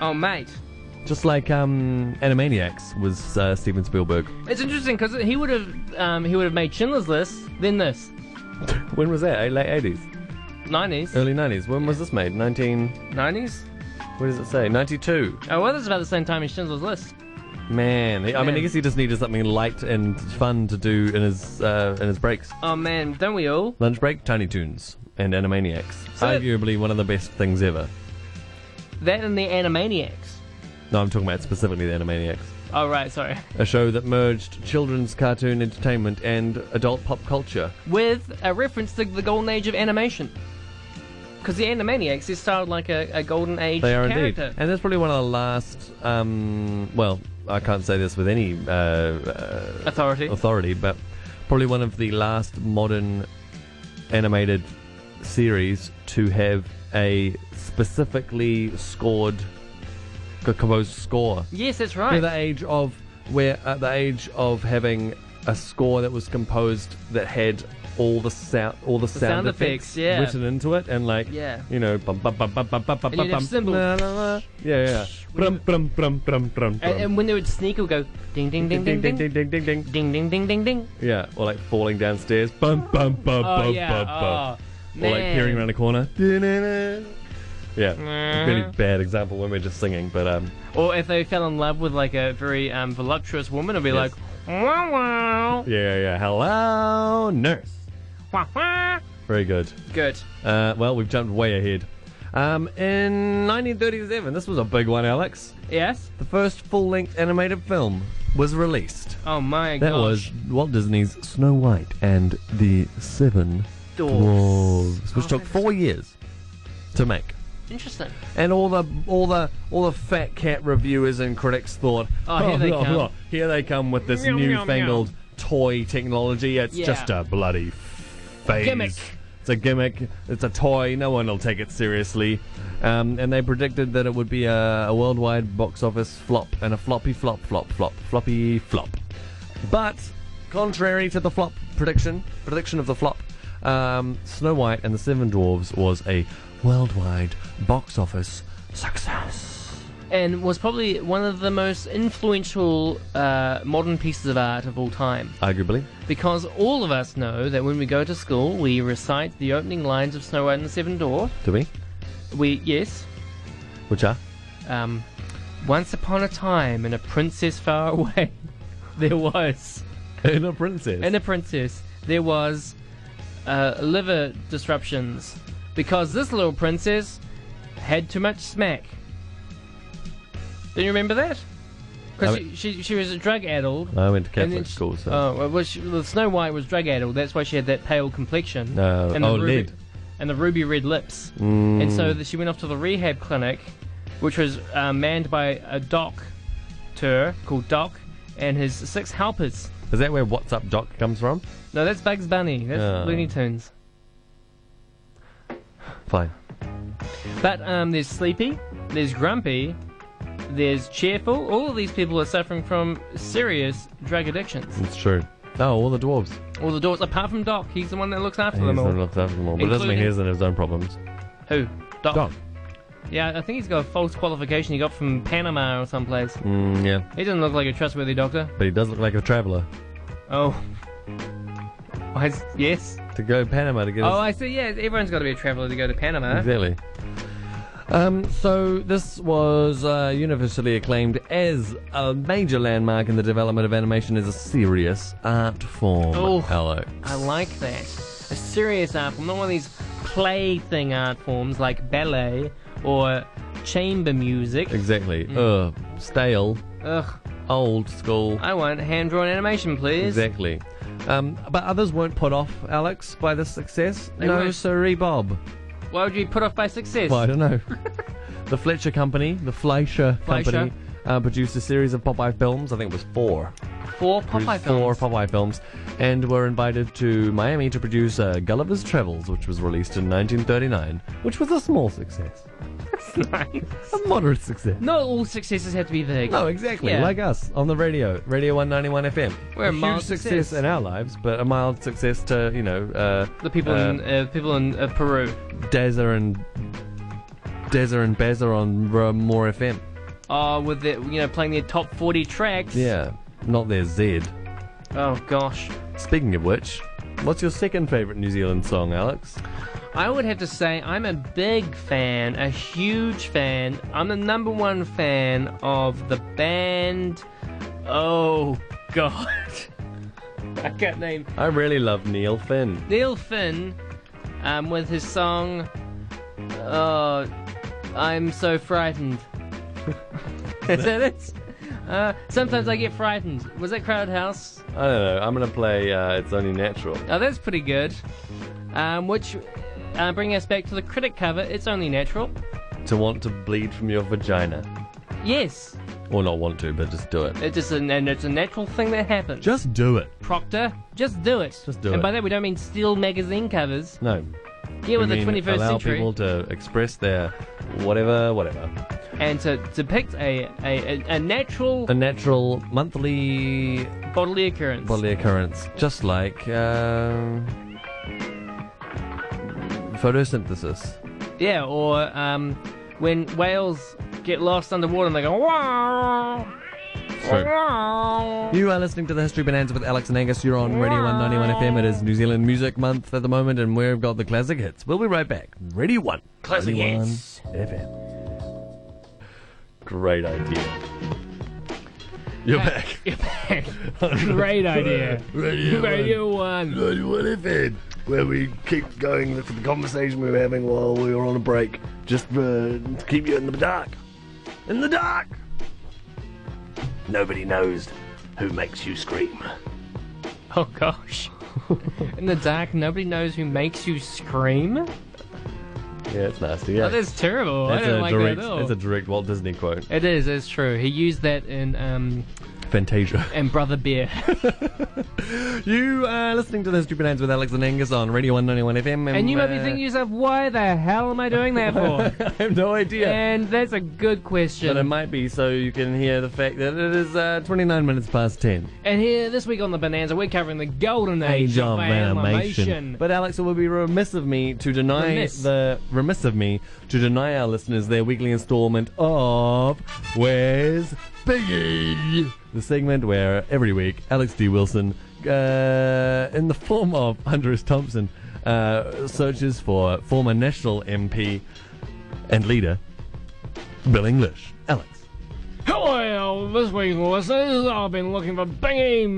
Speaker 2: Oh mate,
Speaker 3: Just like um, Animaniacs was uh, Steven Spielberg.
Speaker 2: it's interesting because he would have um, he would have made Schindler's List, then this
Speaker 3: When was that? Eh, Late eighties,
Speaker 2: nineties,
Speaker 3: early nineties. When was this made? Nineteen.
Speaker 2: nineties.
Speaker 3: What does it say? Ninety-two.
Speaker 2: Oh well, this is about the same time as Schindler's List.
Speaker 3: Man, I mean, I
Speaker 2: Man.
Speaker 3: guess he just needed something light and fun to do in his uh, in his breaks.
Speaker 2: Oh man, don't we all?
Speaker 3: Lunch break, Tiny Toons, and Animaniacs.
Speaker 2: So-
Speaker 3: Arguably one of the best things ever.
Speaker 2: That and the Animaniacs.
Speaker 3: No, I'm talking about specifically the Animaniacs.
Speaker 2: Oh right, sorry.
Speaker 3: A show that merged children's cartoon entertainment and adult pop culture.
Speaker 2: with a reference to the golden age of animation. Because the Animaniacs is styled like a, a golden age
Speaker 3: They are
Speaker 2: character.
Speaker 3: indeed. And that's probably one of the last, um, well, I can't say this with any uh, uh,
Speaker 2: Authority.
Speaker 3: authority, but probably one of the last modern animated series to have a specifically scored, co- composed score.
Speaker 2: Yes, that's
Speaker 3: We're
Speaker 2: right.
Speaker 3: the age of we're at the age of having a score that was composed that had all the sound all the, sound,
Speaker 2: sound effects, yeah.
Speaker 3: written into it and like
Speaker 2: Yeah.
Speaker 3: you know bum, bum, bum, bum, bum, bum, bum,
Speaker 2: And you'd have
Speaker 3: bum,
Speaker 2: symbols.
Speaker 3: la, la, la. yeah yeah brum, brum, brum, brum, brum,
Speaker 2: and, and when they would sneak, it would go ding, ding, ding, ding, ding, ding,
Speaker 3: ding ding ding
Speaker 2: ding, ding, ding, ding.
Speaker 3: yeah or like falling downstairs bum bum bum
Speaker 2: Oh
Speaker 3: bum
Speaker 2: yeah.
Speaker 3: bum bum
Speaker 2: Oh,
Speaker 3: or like peering
Speaker 2: man.
Speaker 3: around a corner yeah really bad example when we're just singing but um
Speaker 2: Or if they fell in love with like a very um, voluptuous woman, it'd be like
Speaker 3: Yes.
Speaker 2: wow, wow,
Speaker 3: yeah yeah yeah hello nurse
Speaker 2: wow, wow.
Speaker 3: very good
Speaker 2: Good.
Speaker 3: Uh, well, we've jumped way ahead. Um, in 1937, this was a big one, Alex.
Speaker 2: Yes.
Speaker 3: The first full-length animated film was released.
Speaker 2: Oh my
Speaker 3: That
Speaker 2: gosh.
Speaker 3: was Walt Disney's Snow White and the Seven
Speaker 2: Dwarfs.
Speaker 3: Dwarfs, which took four years to make.
Speaker 2: Interesting.
Speaker 3: And all the all the all the fat cat reviewers and critics thought,
Speaker 2: Oh, here they come."
Speaker 3: here they come with this
Speaker 2: Meow, meow, meow.
Speaker 3: newfangled toy technology. It's
Speaker 2: Yeah.
Speaker 3: just a bloody phase.
Speaker 2: Gimmick.
Speaker 3: It's a gimmick. It's a toy. No one will take it seriously. Um, and they predicted that it would be a, a worldwide box office flop and a floppy flop flop flop floppy flop. But contrary to the flop prediction, prediction of the flop, um, Snow White and the Seven Dwarves was a worldwide box office success.
Speaker 2: and was probably one of the most influential uh, modern pieces of art of all time.
Speaker 3: Arguably,
Speaker 2: Because all of us know that when we go to school, we recite the opening lines of Snow White and the Seven Dwarfs.
Speaker 3: to me,
Speaker 2: We yes,
Speaker 3: which are
Speaker 2: um, once upon a time in a princess far away, there was
Speaker 3: in a princess.
Speaker 2: in a princess there was uh, liver disruptions because this little princess had too much smack. Do you remember that? Because
Speaker 3: I mean-
Speaker 2: she, she she was a drug addled.
Speaker 3: I went to
Speaker 2: and then
Speaker 3: Catholic
Speaker 2: she-
Speaker 3: school, so.
Speaker 2: Oh, well, well, she, well, Snow White was drug addled. That's why she had that pale complexion.
Speaker 3: No,
Speaker 2: the
Speaker 3: oh,
Speaker 2: ruby,
Speaker 3: lead. Mm.
Speaker 2: And the ruby red lips. And so that she went off to the rehab clinic, which was uh, manned by a doctor called Doc and his six helpers.
Speaker 3: Is that where What's Up Doc comes from?
Speaker 2: No, that's Bugs Bunny. That's
Speaker 3: Oh.
Speaker 2: Looney Tunes.
Speaker 3: Fine.
Speaker 2: But um, there's sleepy, there's grumpy, there's cheerful. All of these people are suffering from serious drug addictions.
Speaker 3: It's true. Oh, all the dwarves.
Speaker 2: All the doors, apart from Doc, he's the one that looks after
Speaker 3: He's
Speaker 2: them all.
Speaker 3: not looked after them all, but it doesn't mean he
Speaker 2: Including-
Speaker 3: doesn't have his own problems.
Speaker 2: Who? Doc.
Speaker 3: Doc.
Speaker 2: Yeah, I think he's got a false qualification he got from Panama or someplace.
Speaker 3: Mm, yeah,
Speaker 2: He doesn't look like a trustworthy doctor.
Speaker 3: but he does look like a traveller.
Speaker 2: Oh. Why is- yes.
Speaker 3: To go to Panama to get
Speaker 2: Oh,
Speaker 3: his...
Speaker 2: I see. Yeah, everyone's got to be a traveller to go to Panama.
Speaker 3: Exactly. Um, so this was uh, universally acclaimed as a major landmark in the development of animation as a serious art form,
Speaker 2: Oh,
Speaker 3: Alex.
Speaker 2: I like that. A serious art form, not one of these play thing art forms like ballet or chamber music.
Speaker 3: Exactly. Ugh, stale,
Speaker 2: Ugh,
Speaker 3: old school.
Speaker 2: I want hand drawn animation, please.
Speaker 3: Exactly. Um, but others weren't put off, Alex, by this success.
Speaker 2: They
Speaker 3: no,
Speaker 2: weren't.
Speaker 3: siree, Bob.
Speaker 2: Why would you be put off by success?
Speaker 3: Well, I don't know. the Fletcher Company, the Fleischer,
Speaker 2: Fleischer.
Speaker 3: Company, uh, produced a series of Popeye films. I think it was four.
Speaker 2: Four
Speaker 3: Produced
Speaker 2: Popeye
Speaker 3: Four
Speaker 2: films.
Speaker 3: Popeye films, and were invited to Miami to produce uh, Gulliver's Travels, which was released in 1939, which was a small success,
Speaker 2: nice.
Speaker 3: a moderate success.
Speaker 2: Not all successes have to be big.
Speaker 3: No, exactly.
Speaker 2: Yeah.
Speaker 3: Like us on the radio, Radio 191 FM.
Speaker 2: We're a
Speaker 3: huge
Speaker 2: mild success.
Speaker 3: in our lives, but a mild success to you know uh,
Speaker 2: The people
Speaker 3: uh,
Speaker 2: in uh, people in uh, Peru.
Speaker 3: Dazza and Dazza and Bazza on R- More FM.
Speaker 2: Oh, with the you know playing their top forty tracks.
Speaker 3: Yeah, not their Z.
Speaker 2: Oh gosh,
Speaker 3: Speaking of which, what's your second favourite New Zealand song, Alex?
Speaker 2: I would have to say I'm a big fan, a huge fan. I'm the number one fan of the band. Oh god, I can't name
Speaker 3: I really love Neil Finn.
Speaker 2: Neil Finn um, with his song. Uh, I'm so frightened. Is that it? Uh, sometimes I get frightened. Was that Crowd House?
Speaker 3: I don't know. I'm gonna play. Uh, it's only natural.
Speaker 2: Oh, that's pretty good. Um, which uh, bring us back to the critic cover. It's only natural.
Speaker 3: To want to bleed from your vagina,
Speaker 2: Yes,
Speaker 3: or not want to, but just do it.
Speaker 2: it's just an, and it's a natural thing that happens.
Speaker 3: Just do it.
Speaker 2: Proctor, just do it.
Speaker 3: Just do
Speaker 2: and
Speaker 3: it.
Speaker 2: by that we don't mean steal magazine covers.
Speaker 3: No.
Speaker 2: Get with
Speaker 3: I
Speaker 2: the
Speaker 3: mean,
Speaker 2: 21st
Speaker 3: allow
Speaker 2: century.
Speaker 3: people to express their whatever, whatever.
Speaker 2: And to depict a a, a, a natural
Speaker 3: A natural monthly
Speaker 2: bodily occurrence.
Speaker 3: bodily occurrence, just like um, photosynthesis.
Speaker 2: Yeah, or um, when whales get lost underwater and they go wow. wow."
Speaker 3: You are listening to the History Bonanza with Alex and Angus. You're on Radio 191 FM. It is New Zealand Music Month at the moment, and we've got the classic hits. We'll be right back. Radio 1. Classic hits. FM. Great idea. You're back.
Speaker 4: Great idea.
Speaker 8: Radio,
Speaker 4: Radio One.
Speaker 2: um?
Speaker 8: Radio One FM, where we keep going with the conversation we were having while we were on a break, just uh, to keep you in the dark. In the dark! Nobody knows who makes you scream.
Speaker 2: Oh gosh. In the dark, nobody knows who makes you scream.
Speaker 3: Yeah, it's nasty. Yeah.
Speaker 2: Oh, that's terrible.
Speaker 3: That's
Speaker 2: I don't
Speaker 3: a
Speaker 2: like
Speaker 3: direct,
Speaker 2: that at all.
Speaker 3: That's a direct Walt Disney quote.
Speaker 2: It is. It's true. He used that in um
Speaker 3: Fantasia.
Speaker 2: in Brother Bear.
Speaker 3: You are listening to the History Bonanza with Alex and Angus on Radio 191 FM.
Speaker 2: and you might be
Speaker 3: uh,
Speaker 2: thinking to yourself, why the hell am I doing that for?
Speaker 3: I have no idea.
Speaker 2: and that's a good
Speaker 3: But it
Speaker 2: question.
Speaker 3: might be so you can hear the fact that it is uh, 29 minutes past 10.
Speaker 2: And here this week on the Bonanza, we're covering the golden age,
Speaker 3: Age of
Speaker 2: animation.
Speaker 3: But Alex, it would be remiss of me to deny
Speaker 2: Remiss.
Speaker 3: the remiss of me to deny our listeners their weekly installment of Where's Piggy, the segment where every week Alex D. Wilson, uh, in the form of Andres Thompson, uh, searches for former national MP and leader Bill English. Alex.
Speaker 4: Hello,
Speaker 9: well, this week, listeners, I've been looking for Bingy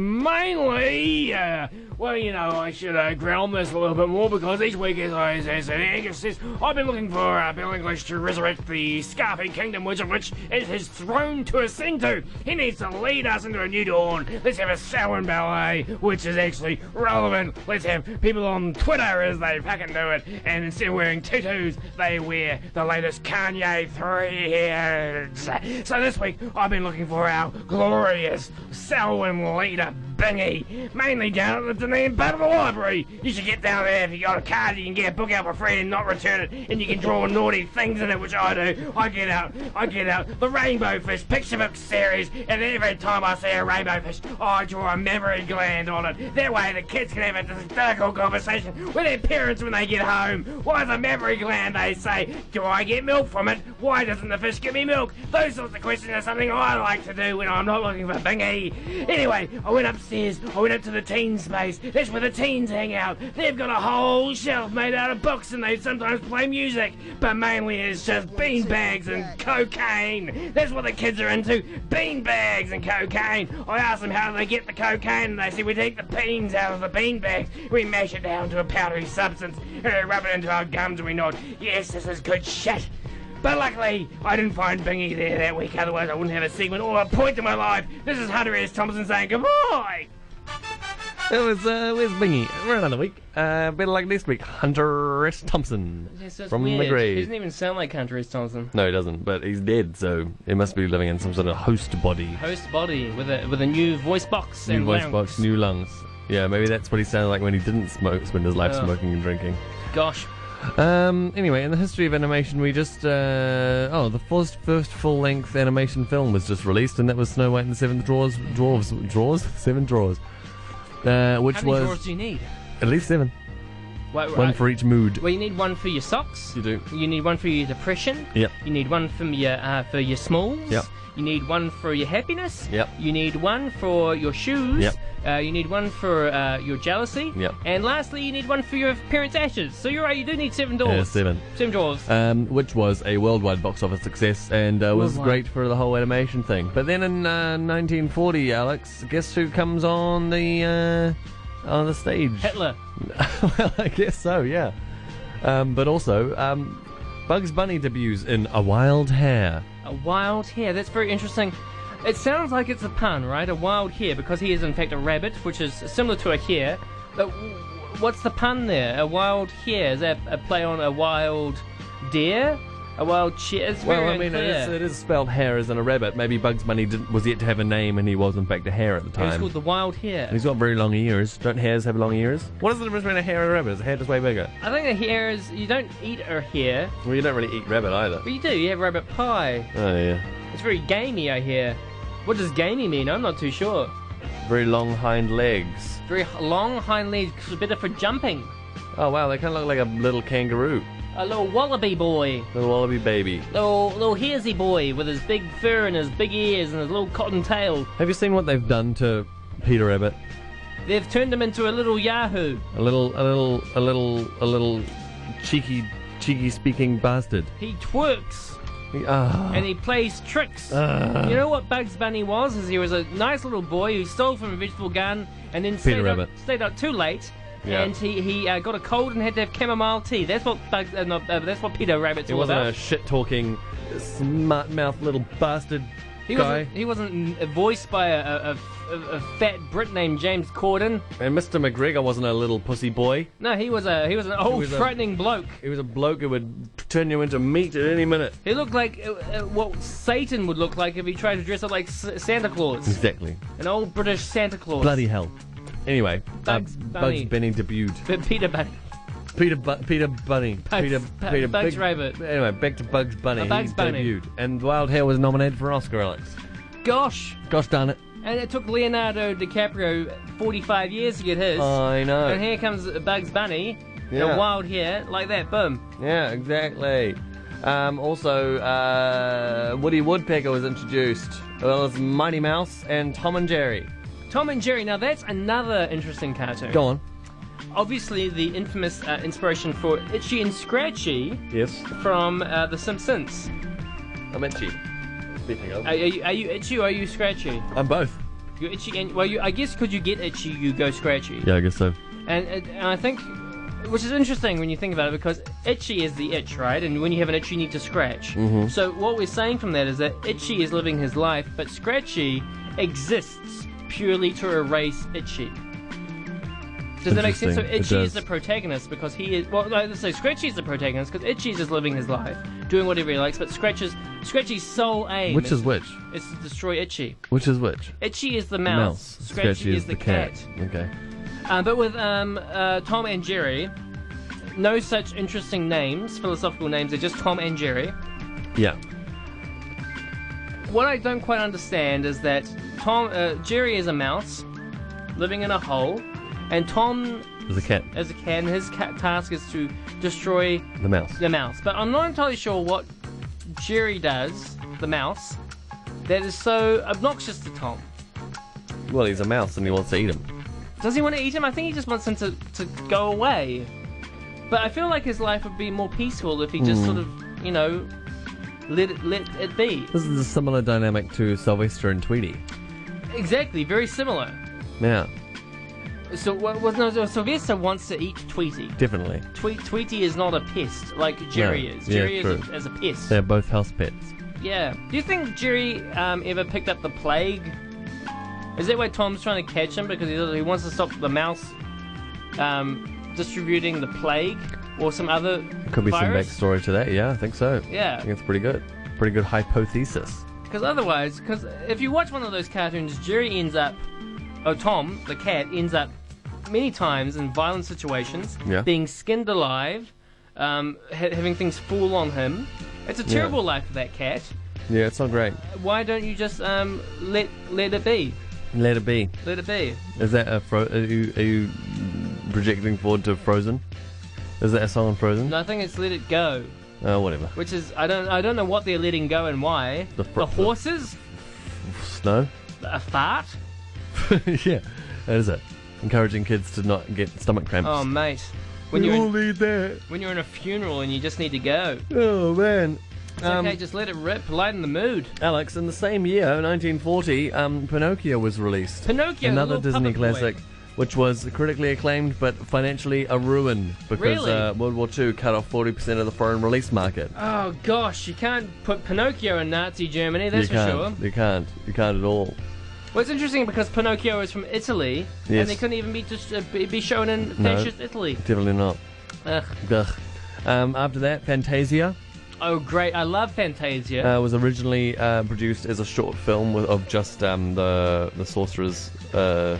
Speaker 9: mainly. Uh, well, you know, I should uh, ground this a little bit more because each week, as, I, as an anchor says, I've been looking for uh, Bill English to resurrect the Scarpy Kingdom, which of which is his throne to ascend to. He needs to lead us into a new dawn. Let's have a Samhain ballet, which is actually relevant. Let's have people on Twitter as they fucking do it, and instead of wearing tutus, they wear the latest Kanye uh, threads. So this week, I've been looking for our glorious Selwyn leader, Bingy, mainly down at the Dunedin Battle Library. You should get down there if you got a card, you can get a book out for free and not return it, and you can draw naughty things in it, which I do. I get out, I get out the Rainbow Fish picture book series, and every time I see a rainbow fish, I draw a memory gland on it. That way the kids can have a hysterical conversation with their parents when they get home. Why is a memory gland, they say? Do I get milk from it? Why doesn't the fish give me milk? Those sorts of questions are something I like to do when I'm not looking for Bingy. Anyway, I went upstairs, I went up to the teen space. That's where the teens hang out. They've got a whole shelf made out of books and they sometimes play music, but mainly it's just beanbags and cocaine. That's what the kids are into beanbags and cocaine. I asked them how they get the cocaine, and they said we take the beans out of the beanbags, we mash it down to a powdery substance, and we rub it into our gums, and we nod, yes, this is good shit. But luckily, I didn't find Bingy there that week, otherwise, I wouldn't have a segment or a point in my life. This is Hunter S. Thompson saying goodbye.
Speaker 3: It was uh, where's Bingy? We're another week. Uh, better like next week. Hunter S. Thompson from the
Speaker 2: He
Speaker 3: grave.
Speaker 2: doesn't even sound like Hunter S. Thompson.
Speaker 3: No, he doesn't. But he's dead, so he must be living in some sort of host body.
Speaker 2: Host body with a with a new voice box
Speaker 3: New
Speaker 2: and
Speaker 3: voice
Speaker 2: larynx.
Speaker 3: box, new lungs. Yeah, maybe that's what he sounded like when he didn't smoke. Spend his life
Speaker 2: Ugh.
Speaker 3: smoking and drinking.
Speaker 2: Gosh,
Speaker 3: Um, anyway, in the history of animation, we just uh, oh, the first first full length animation film was just released, and that was Snow White and the Seven Dwarfs. Dwarves, drawers, seven drawers, uh, which
Speaker 2: how many
Speaker 3: was
Speaker 2: drawers do you need?
Speaker 3: at least seven,
Speaker 2: Wait,
Speaker 3: one
Speaker 2: right.
Speaker 3: for each mood.
Speaker 2: Well, you need one for your socks.
Speaker 3: You do.
Speaker 2: You need one for your depression.
Speaker 3: Yep.
Speaker 2: You need one for your uh, for your smalls.
Speaker 3: Yep.
Speaker 2: You need one for your happiness.
Speaker 3: Yep.
Speaker 2: You need one for your shoes.
Speaker 3: Yep.
Speaker 2: Uh, you need one for uh, your jealousy.
Speaker 3: Yep.
Speaker 2: And lastly, you need one for your parents' ashes. So you're right. You do need seven
Speaker 3: Uh,
Speaker 2: doors.
Speaker 3: seven.
Speaker 2: Seven doors.
Speaker 3: um, which was a worldwide box office success and uh, was
Speaker 2: Worldwide.
Speaker 3: great for the whole animation thing. But then in uh, 1940, Alex, guess who comes on the uh, on the stage?
Speaker 2: Hitler.
Speaker 3: well, I guess so, yeah. Um, but also, um, Bugs Bunny debuts in A Wild Hare.
Speaker 2: A wild hare. That's very interesting. It sounds like it's a pun, right? A wild hare, because he is in fact a rabbit, which is similar to a hare. But w- what's the pun there? A wild hare is that a play on a wild deer? A wild cheer? It's very
Speaker 3: Well, I mean, it is,
Speaker 2: unclear.
Speaker 3: it is spelled hare as in a rabbit. Maybe Bugs Bunny didn't, was yet to have a name and he was, in fact, a hare at the
Speaker 2: It was
Speaker 3: time.
Speaker 2: called the wild hare.
Speaker 3: He's got very long ears. Don't hares have long ears? What is the difference between a hare and a rabbit? Is a hare just way bigger?
Speaker 2: I think a hare is you don't eat a hare,
Speaker 3: Well, you don't really eat rabbit either.
Speaker 2: but you do. You have rabbit pie.
Speaker 3: Oh, yeah.
Speaker 2: It's very gamey, I hear. What does gamey mean? I'm not too sure.
Speaker 3: Very long hind legs.
Speaker 2: Very h- long hind legs, better for jumping.
Speaker 3: Oh, wow, they kind of look like a little kangaroo.
Speaker 2: A little wallaby boy.
Speaker 3: Little wallaby baby.
Speaker 2: little little hairsy boy with his big fur and his big ears and his little cotton tail.
Speaker 3: Have you seen what they've done to Peter Rabbit?
Speaker 2: They've turned him into a little Yahoo.
Speaker 3: A little, a little, a little, a little cheeky, cheeky speaking bastard.
Speaker 2: He twerks
Speaker 3: He- ah.
Speaker 2: and he plays tricks. you know what Bugs Bunny was? Is he was a nice little boy who stole from a vegetable gun and then stayed
Speaker 3: Rabbit.
Speaker 2: Up, stayed up too late.
Speaker 3: Yeah.
Speaker 2: And he, he uh, got a cold and had to have chamomile tea. That's what Bugs, uh, not, uh, that's what Peter Rabbit's
Speaker 3: He
Speaker 2: all
Speaker 3: wasn't
Speaker 2: about.
Speaker 3: a shit talking, smart mouth little bastard
Speaker 2: he
Speaker 3: guy.
Speaker 2: wasn't he wasn't mm, voiced by a, a, a, a fat Brit named James Corden.
Speaker 3: And Mr. McGregor wasn't a little pussy boy.
Speaker 2: No, he was a he was an old
Speaker 3: was a-
Speaker 2: frightening bloke.
Speaker 3: He was a bloke who would turn you into meat at any minute.
Speaker 2: He looked like uh, uh, what Satan would look like if he tried to dress up like S- Santa Claus,
Speaker 3: Exactly.
Speaker 2: an old British Santa Claus.
Speaker 3: Bloody hell. Anyway,
Speaker 2: Bugs
Speaker 3: uh,
Speaker 2: Bunny.
Speaker 3: Bugs Bunny debuted.
Speaker 2: But Peter Bunny.
Speaker 3: Peter Bu- Peter Bunny.
Speaker 2: Bugs-
Speaker 3: Peter
Speaker 2: Bu-
Speaker 3: Peter
Speaker 2: Bugs
Speaker 3: Big-
Speaker 2: Rabbit.
Speaker 3: Anyway, back to Bugs Bunny.
Speaker 2: Uh,
Speaker 3: He
Speaker 2: Bugs Bunny.
Speaker 3: debuted. And Wild Hair was nominated for an Oscar, Alex.
Speaker 2: Gosh!
Speaker 3: Gosh darn it.
Speaker 2: And it took Leonardo DiCaprio 45 years to get his.
Speaker 3: I know.
Speaker 2: and here comes Bugs Bunny,
Speaker 3: Uh, Yeah.
Speaker 2: a wild hair, like that, boom.
Speaker 3: Yeah, exactly. Um, also, uh, Woody Woodpecker was introduced, as well as Mighty Mouse and Tom and Jerry.
Speaker 2: Tom and Jerry, now that's another interesting cartoon.
Speaker 3: Go on.
Speaker 2: Obviously, the infamous uh, inspiration for Itchy and Scratchy
Speaker 3: Yes.
Speaker 2: from uh, The Simpsons.
Speaker 3: I'm itchy.
Speaker 10: Speaking of,
Speaker 2: Are, are, you, are you itchy or are you scratchy?
Speaker 3: I'm both.
Speaker 2: You're itchy, and well, you, I guess because you get itchy, you go scratchy.
Speaker 3: Yeah, I guess so.
Speaker 2: And, and and I think, which is interesting when you think about it, because itchy is the itch, right? And when you have an itch, you need to scratch. So what we're saying from that is that itchy is living his life, but scratchy exists purely to erase itchy. Does that make sense? So
Speaker 3: Interesting. It
Speaker 2: Itchy is
Speaker 3: does.
Speaker 2: the protagonist because he is well. No, let's say Scratchy is the protagonist because Itchy is just living his life, doing whatever he likes. But Scratch's Scratchy's sole aim
Speaker 3: Which is which?
Speaker 2: is to destroy Itchy.
Speaker 3: Which is which?
Speaker 2: Itchy is the mouse. Scratchy, is, the cat.
Speaker 3: Okay.
Speaker 2: Uh, but with um, uh, Tom and Jerry, no such interesting names, philosophical names. They're just Tom and Jerry.
Speaker 3: Yeah.
Speaker 2: What I don't quite understand is that Tom, uh, Jerry is a mouse living in a hole, and Tom
Speaker 3: Is a cat.
Speaker 2: as a cat. And his cat task is to destroy
Speaker 3: The mouse.
Speaker 2: the mouse. But I'm not entirely sure what Jerry does, the mouse, that is so obnoxious to Tom.
Speaker 3: Well, he's a mouse and he wants to eat him.
Speaker 2: Does he want to eat him? I think he just wants him to, to go away. But I feel like his life would be more peaceful if he just sort
Speaker 3: Hmm.
Speaker 2: of, you know, let it, let it be.
Speaker 3: This is a similar dynamic to Sylvester and Tweety.
Speaker 2: Exactly, very similar.
Speaker 3: Yeah,
Speaker 2: So what was no, so Sylvester wants to eat Tweety.
Speaker 3: definitely.
Speaker 2: Tweet, Tweety is not a pest like Jerry
Speaker 3: No,
Speaker 2: is.
Speaker 3: yeah,
Speaker 2: Jerry is
Speaker 3: true.
Speaker 2: a, is a pest.
Speaker 3: They're both house pets.
Speaker 2: Yeah. Do you think Jerry um, ever picked up the plague? Is that why Tom's trying to catch him because he, he wants to stop the mouse um, distributing the plague or some other
Speaker 3: Could be
Speaker 2: virus?
Speaker 3: some backstory to that. Yeah, I think so. I
Speaker 2: Yeah,
Speaker 3: think it's pretty good. Pretty good hypothesis.
Speaker 2: because otherwise, because if you watch one of those cartoons, Jerry ends up, oh Tom, the cat, ends up many times in violent situations,
Speaker 3: Yeah.
Speaker 2: being skinned alive, um, ha- having things fall on him. It's a terrible life for that cat.
Speaker 3: Yeah, it's not great.
Speaker 2: Why don't you just um, let let it be?
Speaker 3: Let it be.
Speaker 2: Let it be.
Speaker 3: Is that a fro? Are you, are you projecting forward to Frozen? Is that a song on Frozen?
Speaker 2: No, I think it's let it go,
Speaker 3: Oh, whatever.
Speaker 2: which is I don't I don't know what they're letting go and why.
Speaker 3: The fr-
Speaker 2: horses,
Speaker 3: Snow.
Speaker 2: a fart.
Speaker 3: yeah, that is it. Encouraging kids to not get stomach cramps.
Speaker 2: Oh mate, when
Speaker 3: we
Speaker 2: you're
Speaker 3: all
Speaker 2: in,
Speaker 3: need that.
Speaker 2: when you're in a funeral and you just need to go,
Speaker 3: Oh man.
Speaker 2: it's
Speaker 3: Um,
Speaker 2: okay, just let it rip, lighten the mood.
Speaker 3: Alex, in the same year, 1940, um, Pinocchio was released.
Speaker 2: Pinocchio, the
Speaker 3: another
Speaker 2: little
Speaker 3: Disney
Speaker 2: puppet boy.
Speaker 3: classic, which was critically acclaimed but financially a ruin because
Speaker 2: Really?
Speaker 3: uh, World War II cut off 40% of the foreign release market.
Speaker 2: Oh gosh, you can't put Pinocchio in Nazi Germany, that's
Speaker 3: you
Speaker 2: for
Speaker 3: can't.
Speaker 2: sure.
Speaker 3: You can't. You can't at all.
Speaker 2: Well, it's interesting because Pinocchio is from Italy,
Speaker 3: Yes.
Speaker 2: and they couldn't even be just uh, be be shown in
Speaker 3: No.
Speaker 2: fascist Italy.
Speaker 3: Definitely not.
Speaker 2: Ugh.
Speaker 3: Ugh. Um, after that, Fantasia
Speaker 2: Oh great, I love Fantasia.
Speaker 3: uh, was originally uh, produced as a short film with, of just um, the the sorcerer's uh,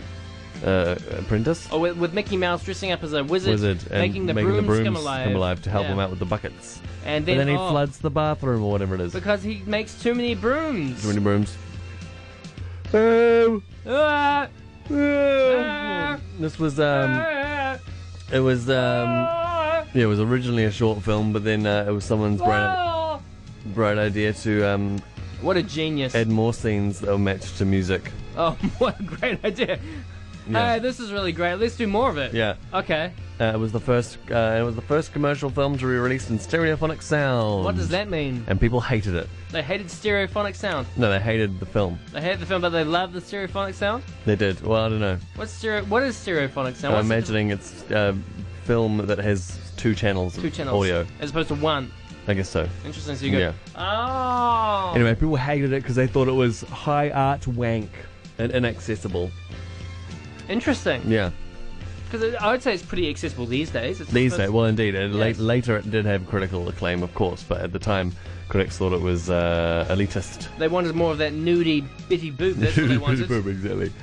Speaker 3: uh, apprentice.
Speaker 2: Oh, with, with Mickey Mouse dressing up as a wizard,
Speaker 3: Wizard and
Speaker 2: making the brooms, come alive,
Speaker 3: to help
Speaker 2: Yeah.
Speaker 3: him out with the buckets.
Speaker 2: and
Speaker 3: And
Speaker 2: then,
Speaker 3: then he
Speaker 2: oh,
Speaker 3: floods the bathroom or whatever it is.
Speaker 2: because he makes too many brooms.
Speaker 3: Too many brooms.
Speaker 2: Ah, ah,
Speaker 3: This was um,
Speaker 2: ah,
Speaker 3: it was um,
Speaker 2: ah,
Speaker 3: yeah, it was originally a short film, but then uh, it was someone's bright,
Speaker 2: ah.
Speaker 3: bright idea to um,
Speaker 2: What a genius!
Speaker 3: add more scenes that were matched to music.
Speaker 2: oh, what a great idea!
Speaker 3: Yeah,
Speaker 2: Hey, this is really great. Let's do more of it.
Speaker 3: yeah.
Speaker 2: Okay.
Speaker 3: Uh, it was the first. Uh, it was the first commercial film to be released in stereophonic sound.
Speaker 2: What does that mean?
Speaker 3: And people hated it.
Speaker 2: They hated stereophonic sound.
Speaker 3: No, they hated the film.
Speaker 2: They hated the film, but they loved the stereophonic sound.
Speaker 3: They did. Well, I don't know.
Speaker 2: What's stereo? What is stereophonic sound? What's
Speaker 3: I'm
Speaker 2: the
Speaker 3: imagining it's a film that has two channels.
Speaker 2: difference- two channels
Speaker 3: Audio.
Speaker 2: as opposed to one.
Speaker 3: I guess so.
Speaker 2: Interesting. So you go.
Speaker 3: Yeah.
Speaker 2: Oh.
Speaker 3: Anyway, people hated it because they thought it was high art wank and inaccessible.
Speaker 2: Interesting.
Speaker 3: Yeah.
Speaker 2: Because I would say it's pretty accessible these days. It's
Speaker 3: These
Speaker 2: it's-
Speaker 3: days, well, indeed. It,
Speaker 2: Yes.
Speaker 3: la- later, it did have critical acclaim, of course, but at the time, critics thought it was uh, elitist.
Speaker 2: They wanted more of that nudie bitty boob. That's what they wanted.
Speaker 3: exactly.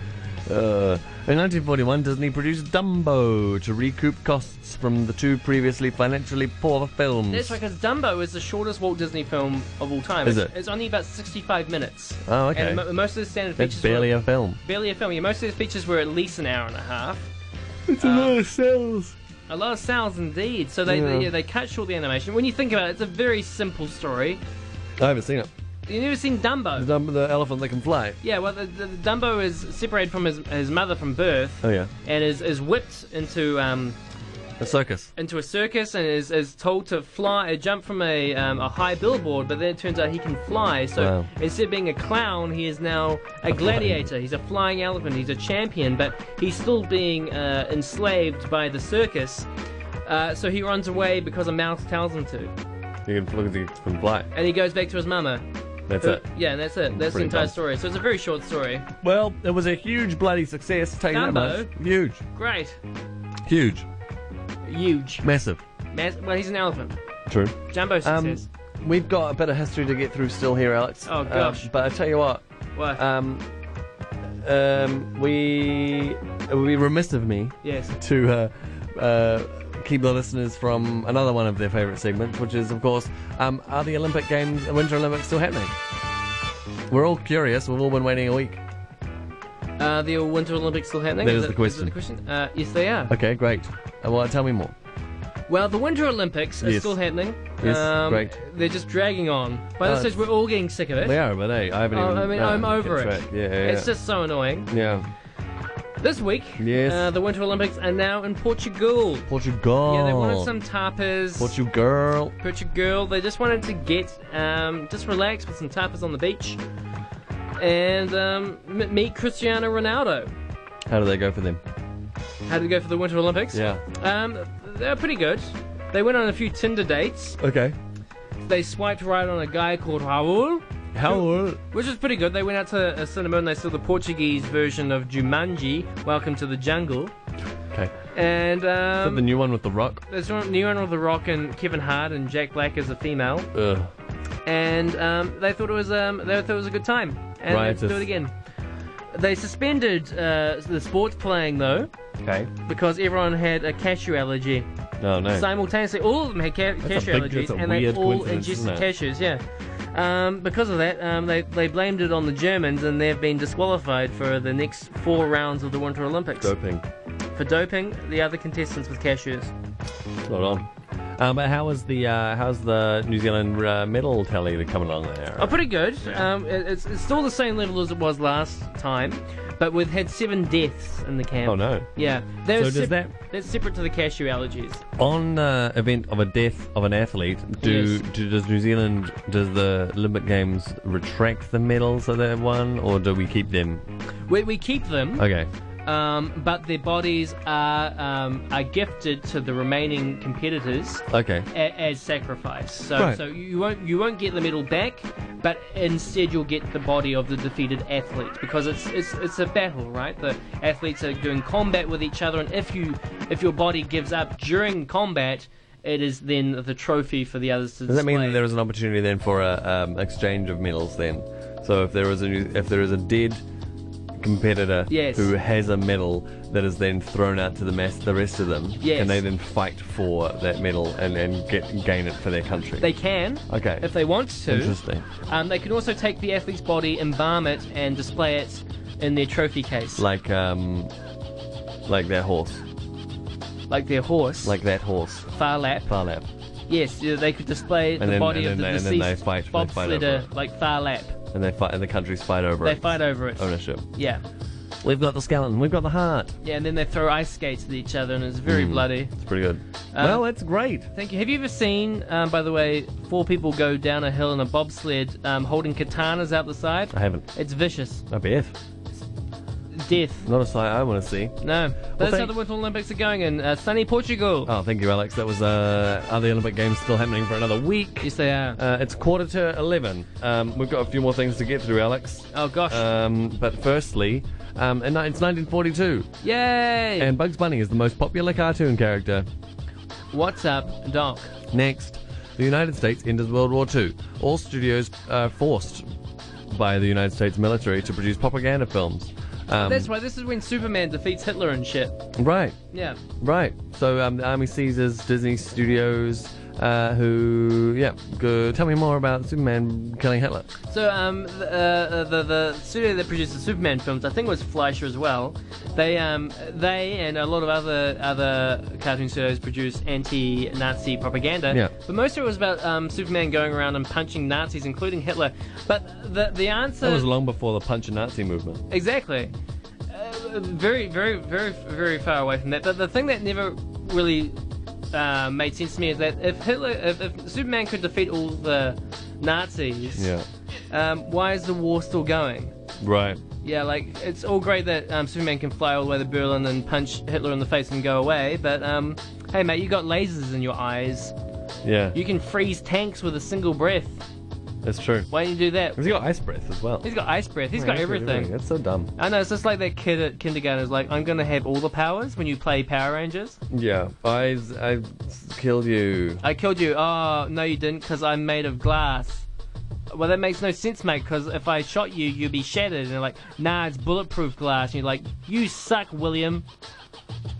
Speaker 3: Uh, in 1941, Disney produced Dumbo to recoup costs from the two previously financially poor films.
Speaker 2: That's right, because Dumbo is the shortest Walt Disney film of all time.
Speaker 3: Is
Speaker 2: it's,
Speaker 3: it?
Speaker 2: it's only about 65 minutes.
Speaker 3: Oh, okay.
Speaker 2: And mo- most of the standard
Speaker 3: That's
Speaker 2: features
Speaker 3: barely
Speaker 2: were,
Speaker 3: a film.
Speaker 2: barely a film. Yeah, most of the features were at least an hour and a half.
Speaker 3: It's a lot of sales.
Speaker 2: A lot of sounds indeed. So they
Speaker 3: Yeah.
Speaker 2: they, yeah, they cut short the animation. When you think about it, it's a very simple story.
Speaker 3: I haven't seen it.
Speaker 2: You've never seen Dumbo.
Speaker 3: The, Dumbo, the elephant that can fly.
Speaker 2: yeah, well, the, the, the Dumbo is separated from his, his mother from birth.
Speaker 3: Oh, yeah.
Speaker 2: and is, is whipped into um,
Speaker 3: A circus.
Speaker 2: into a circus and is, is told to fly, uh, jump from a, um, a high billboard, but then it turns out he can fly. So
Speaker 3: Wow.
Speaker 2: instead of being a clown, he is now a, gladiator. He's a flying elephant. He's a champion, but he's still being uh, enslaved by the circus. Uh, so he runs away because a mouse tells him to,
Speaker 3: You can look at the from black.
Speaker 2: and he goes back to his mama.
Speaker 3: That's
Speaker 2: Who-
Speaker 3: it.
Speaker 2: Yeah, and that's it. That's the
Speaker 3: Pretty
Speaker 2: entire
Speaker 3: dumb.
Speaker 2: story. So it's a very short story.
Speaker 3: Well, it was a huge bloody success. Take that
Speaker 2: Dumbo.
Speaker 3: much. Huge.
Speaker 2: Great,
Speaker 3: Huge.
Speaker 2: huge.
Speaker 3: Massive.
Speaker 2: Mass- well, he's an elephant.
Speaker 3: True.
Speaker 2: Jumbo
Speaker 3: Um,
Speaker 2: success.
Speaker 3: we've got a bit of history to get through still here, Alex.
Speaker 2: Oh, gosh.
Speaker 3: Um, but I tell you what,
Speaker 2: what?
Speaker 3: um, um, we it would be remiss of me
Speaker 2: yes.
Speaker 3: to uh, uh, keep the listeners from another one of their favourite segments, which is, of course, um, are the Olympic Games, Winter Olympics, still happening? We're all curious. We've all been waiting a week.
Speaker 2: Uh, the Winter Olympics still happening?
Speaker 3: That
Speaker 2: Is
Speaker 3: is
Speaker 2: it-
Speaker 3: the
Speaker 2: Is it the question? Uh, yes, they are.
Speaker 3: Okay, great. Uh, well, tell me more.
Speaker 2: Well, the Winter Olympics are
Speaker 3: Yes.
Speaker 2: still happening. Um,
Speaker 3: Yes, great.
Speaker 2: They're just dragging on. By
Speaker 3: Uh,
Speaker 2: this stage, we're all getting sick of it.
Speaker 3: They are, but hey, I haven't
Speaker 2: Oh,
Speaker 3: even.
Speaker 2: I mean,
Speaker 3: uh,
Speaker 2: I'm over
Speaker 3: kept
Speaker 2: it.
Speaker 3: track. Yeah, yeah, yeah.
Speaker 2: It's just so annoying.
Speaker 3: yeah.
Speaker 2: This week,
Speaker 3: Yes.
Speaker 2: uh, the Winter Olympics are now in Portugal.
Speaker 3: Portugal.
Speaker 2: Yeah, they wanted some tapas.
Speaker 3: Portugal.
Speaker 2: Portugal. They just wanted to get, um, just relax with some tapas on the beach and um, m- meet Cristiano Ronaldo.
Speaker 3: How do they go for them?
Speaker 2: How did it go for the Winter Olympics?
Speaker 3: Yeah.
Speaker 2: Um, they're pretty good. They went on a few Tinder dates.
Speaker 3: Okay.
Speaker 2: They swiped right on a guy called Raul.
Speaker 3: How?
Speaker 2: Which is pretty good. They went out to a cinema and they saw the Portuguese version of Jumanji, Welcome to the Jungle.
Speaker 3: Okay.
Speaker 2: And
Speaker 3: Is that the
Speaker 2: um,
Speaker 3: new one with the rock?
Speaker 2: there's one- new one with The Rock and Kevin Hart and Jack Black as a female.
Speaker 3: Ugh.
Speaker 2: And um, they thought it was um, they thought it was a good time. And let's do
Speaker 3: Riotous.
Speaker 2: it again. They suspended uh, the sports playing though
Speaker 3: Okay.
Speaker 2: because everyone had a cashew allergy.
Speaker 3: No, no.
Speaker 2: Simultaneously, all of them had ca- cashew
Speaker 3: big-
Speaker 2: allergies,
Speaker 3: that's a
Speaker 2: and they
Speaker 3: weird
Speaker 2: all
Speaker 3: coincidence,
Speaker 2: ingested
Speaker 3: isn't it?
Speaker 2: cashews. Yeah. Um, because of that, um, they they blamed it on the Germans, and they've been disqualified for the next four rounds of the Winter Olympics
Speaker 3: Doping.
Speaker 2: for doping the other contestants with cashews.
Speaker 3: Not on. Um, but how is the uh, how's the New Zealand uh, medal tally coming along there?
Speaker 2: Oh, pretty good. Um, it, it's it's still the same level as it was last time, but we've had seven deaths in the camp.
Speaker 3: Oh, no.
Speaker 2: Yeah. They're
Speaker 3: So does that-
Speaker 2: that's separate to the cashew allergies.
Speaker 3: On the event of a death of an athlete, do,
Speaker 2: Yes.
Speaker 3: do does New Zealand does the Olympic Games retract the medals that they won, or do we keep them?
Speaker 2: We we keep them.
Speaker 3: Okay.
Speaker 2: um, but their bodies are um, are gifted to the remaining competitors
Speaker 3: Okay.
Speaker 2: a- as sacrifice. So,
Speaker 3: Right.
Speaker 2: so you won't you won't get the medal back, but instead you'll get the body of the defeated athlete because it's it's it's a battle, right? The athletes are doing combat with each other, and if you if your body gives up during combat. It is then the trophy for the others to
Speaker 3: Does that mean
Speaker 2: display.
Speaker 3: that there is an opportunity then for a um, exchange of medals then? So if there is a new, if there is a dead competitor
Speaker 2: Yes.
Speaker 3: who has a medal that is then thrown out to the mass, the rest of them,
Speaker 2: Yes.
Speaker 3: can they then fight for that medal and, and get gain it for their country?
Speaker 2: They can,
Speaker 3: Okay.
Speaker 2: if they want to.
Speaker 3: Interesting.
Speaker 2: Um, they can also take the athlete's body, embalm it, and display it in their trophy case, like,
Speaker 3: Like um, like that horse,
Speaker 2: their horse,
Speaker 3: like that horse,
Speaker 2: far lap.
Speaker 3: Farlap.
Speaker 2: Yes, yeah, they could display the
Speaker 3: then-
Speaker 2: body
Speaker 3: and
Speaker 2: of the
Speaker 3: then they- and then
Speaker 2: deceased
Speaker 3: they fight- they fight
Speaker 2: bobsledder,
Speaker 3: over it.
Speaker 2: like far lap.
Speaker 3: and they fight and the countries fight over
Speaker 2: They
Speaker 3: it.
Speaker 2: fight over it.
Speaker 3: ownership.
Speaker 2: Yeah,
Speaker 3: We've got the skeleton. We've got the heart.
Speaker 2: yeah, and then they throw ice skates at each other, and it's very
Speaker 3: Mm.
Speaker 2: bloody.
Speaker 3: It's pretty good.
Speaker 2: Um,
Speaker 3: well, it's great.
Speaker 2: Thank you. Have you ever seen, um, by the way, four people go down a hill in a bobsled um, holding katanas out the side?
Speaker 3: I haven't.
Speaker 2: It's vicious.
Speaker 3: I bet.
Speaker 2: Death.
Speaker 3: Not a sight I want to see.
Speaker 2: No. That's how
Speaker 3: thank-
Speaker 2: the Winter Olympics are going in uh, sunny Portugal.
Speaker 3: Oh, thank you, Alex. That was uh, are the Olympic Games still happening for another week?
Speaker 2: Yes, they are.
Speaker 3: Uh, it's quarter to eleven. Um, we've got a few more things to get through, Alex.
Speaker 2: oh, gosh.
Speaker 3: Um, but firstly, um, and it's 1942,
Speaker 2: Yay!
Speaker 3: and Bugs Bunny is the most popular cartoon character.
Speaker 2: What's up, Doc?
Speaker 3: Next, the United States enters World War II. All studios are forced by the United States military to produce propaganda films. Um,
Speaker 2: That's why this is when Superman defeats Hitler and shit.
Speaker 3: right.
Speaker 2: Yeah.
Speaker 3: Right. So um, the Army Caesars, Disney Studios, uh, who, yeah, good. Tell me more about Superman killing Hitler.
Speaker 2: So um, the, uh, the the studio that produced the Superman films, I think it was Fleischer as well. They um, they and a lot of other other cartoon studios produced anti-Nazi propaganda.
Speaker 3: Yeah.
Speaker 2: But most of it was about um, Superman going around and punching Nazis, including Hitler. But the the answer
Speaker 3: That was long before the Punch a Nazi movement.
Speaker 2: Exactly. Uh, very, very, very, very far away from that. But the thing that never really uh, made sense to me is that if Hitler, if, if Superman could defeat all the Nazis,
Speaker 3: Yeah.
Speaker 2: um, why is the war still going?
Speaker 3: Right.
Speaker 2: Yeah, like it's all great that um, Superman can fly all the way to Berlin and punch Hitler in the face and go away, but um, hey, mate, you got lasers in your eyes.
Speaker 3: Yeah.
Speaker 2: You can freeze tanks with a single breath.
Speaker 3: That's true.
Speaker 2: Why don't you do that?
Speaker 3: Has he got ice breath as well?
Speaker 2: He's got ice breath. He's
Speaker 3: Yeah,
Speaker 2: got
Speaker 3: that's really-
Speaker 2: everything.
Speaker 3: That's so dumb.
Speaker 2: I know, it's just like that kid at kindergarten is like, I'm gonna have all the powers when you play Power Rangers.
Speaker 3: Yeah. I I killed you.
Speaker 2: I killed you. Oh, no, you didn't, because I'm made of glass. Well, that makes no sense, mate, because if I shot you, you'd be shattered. And they're like, nah, it's bulletproof glass. And you're like, you suck, William.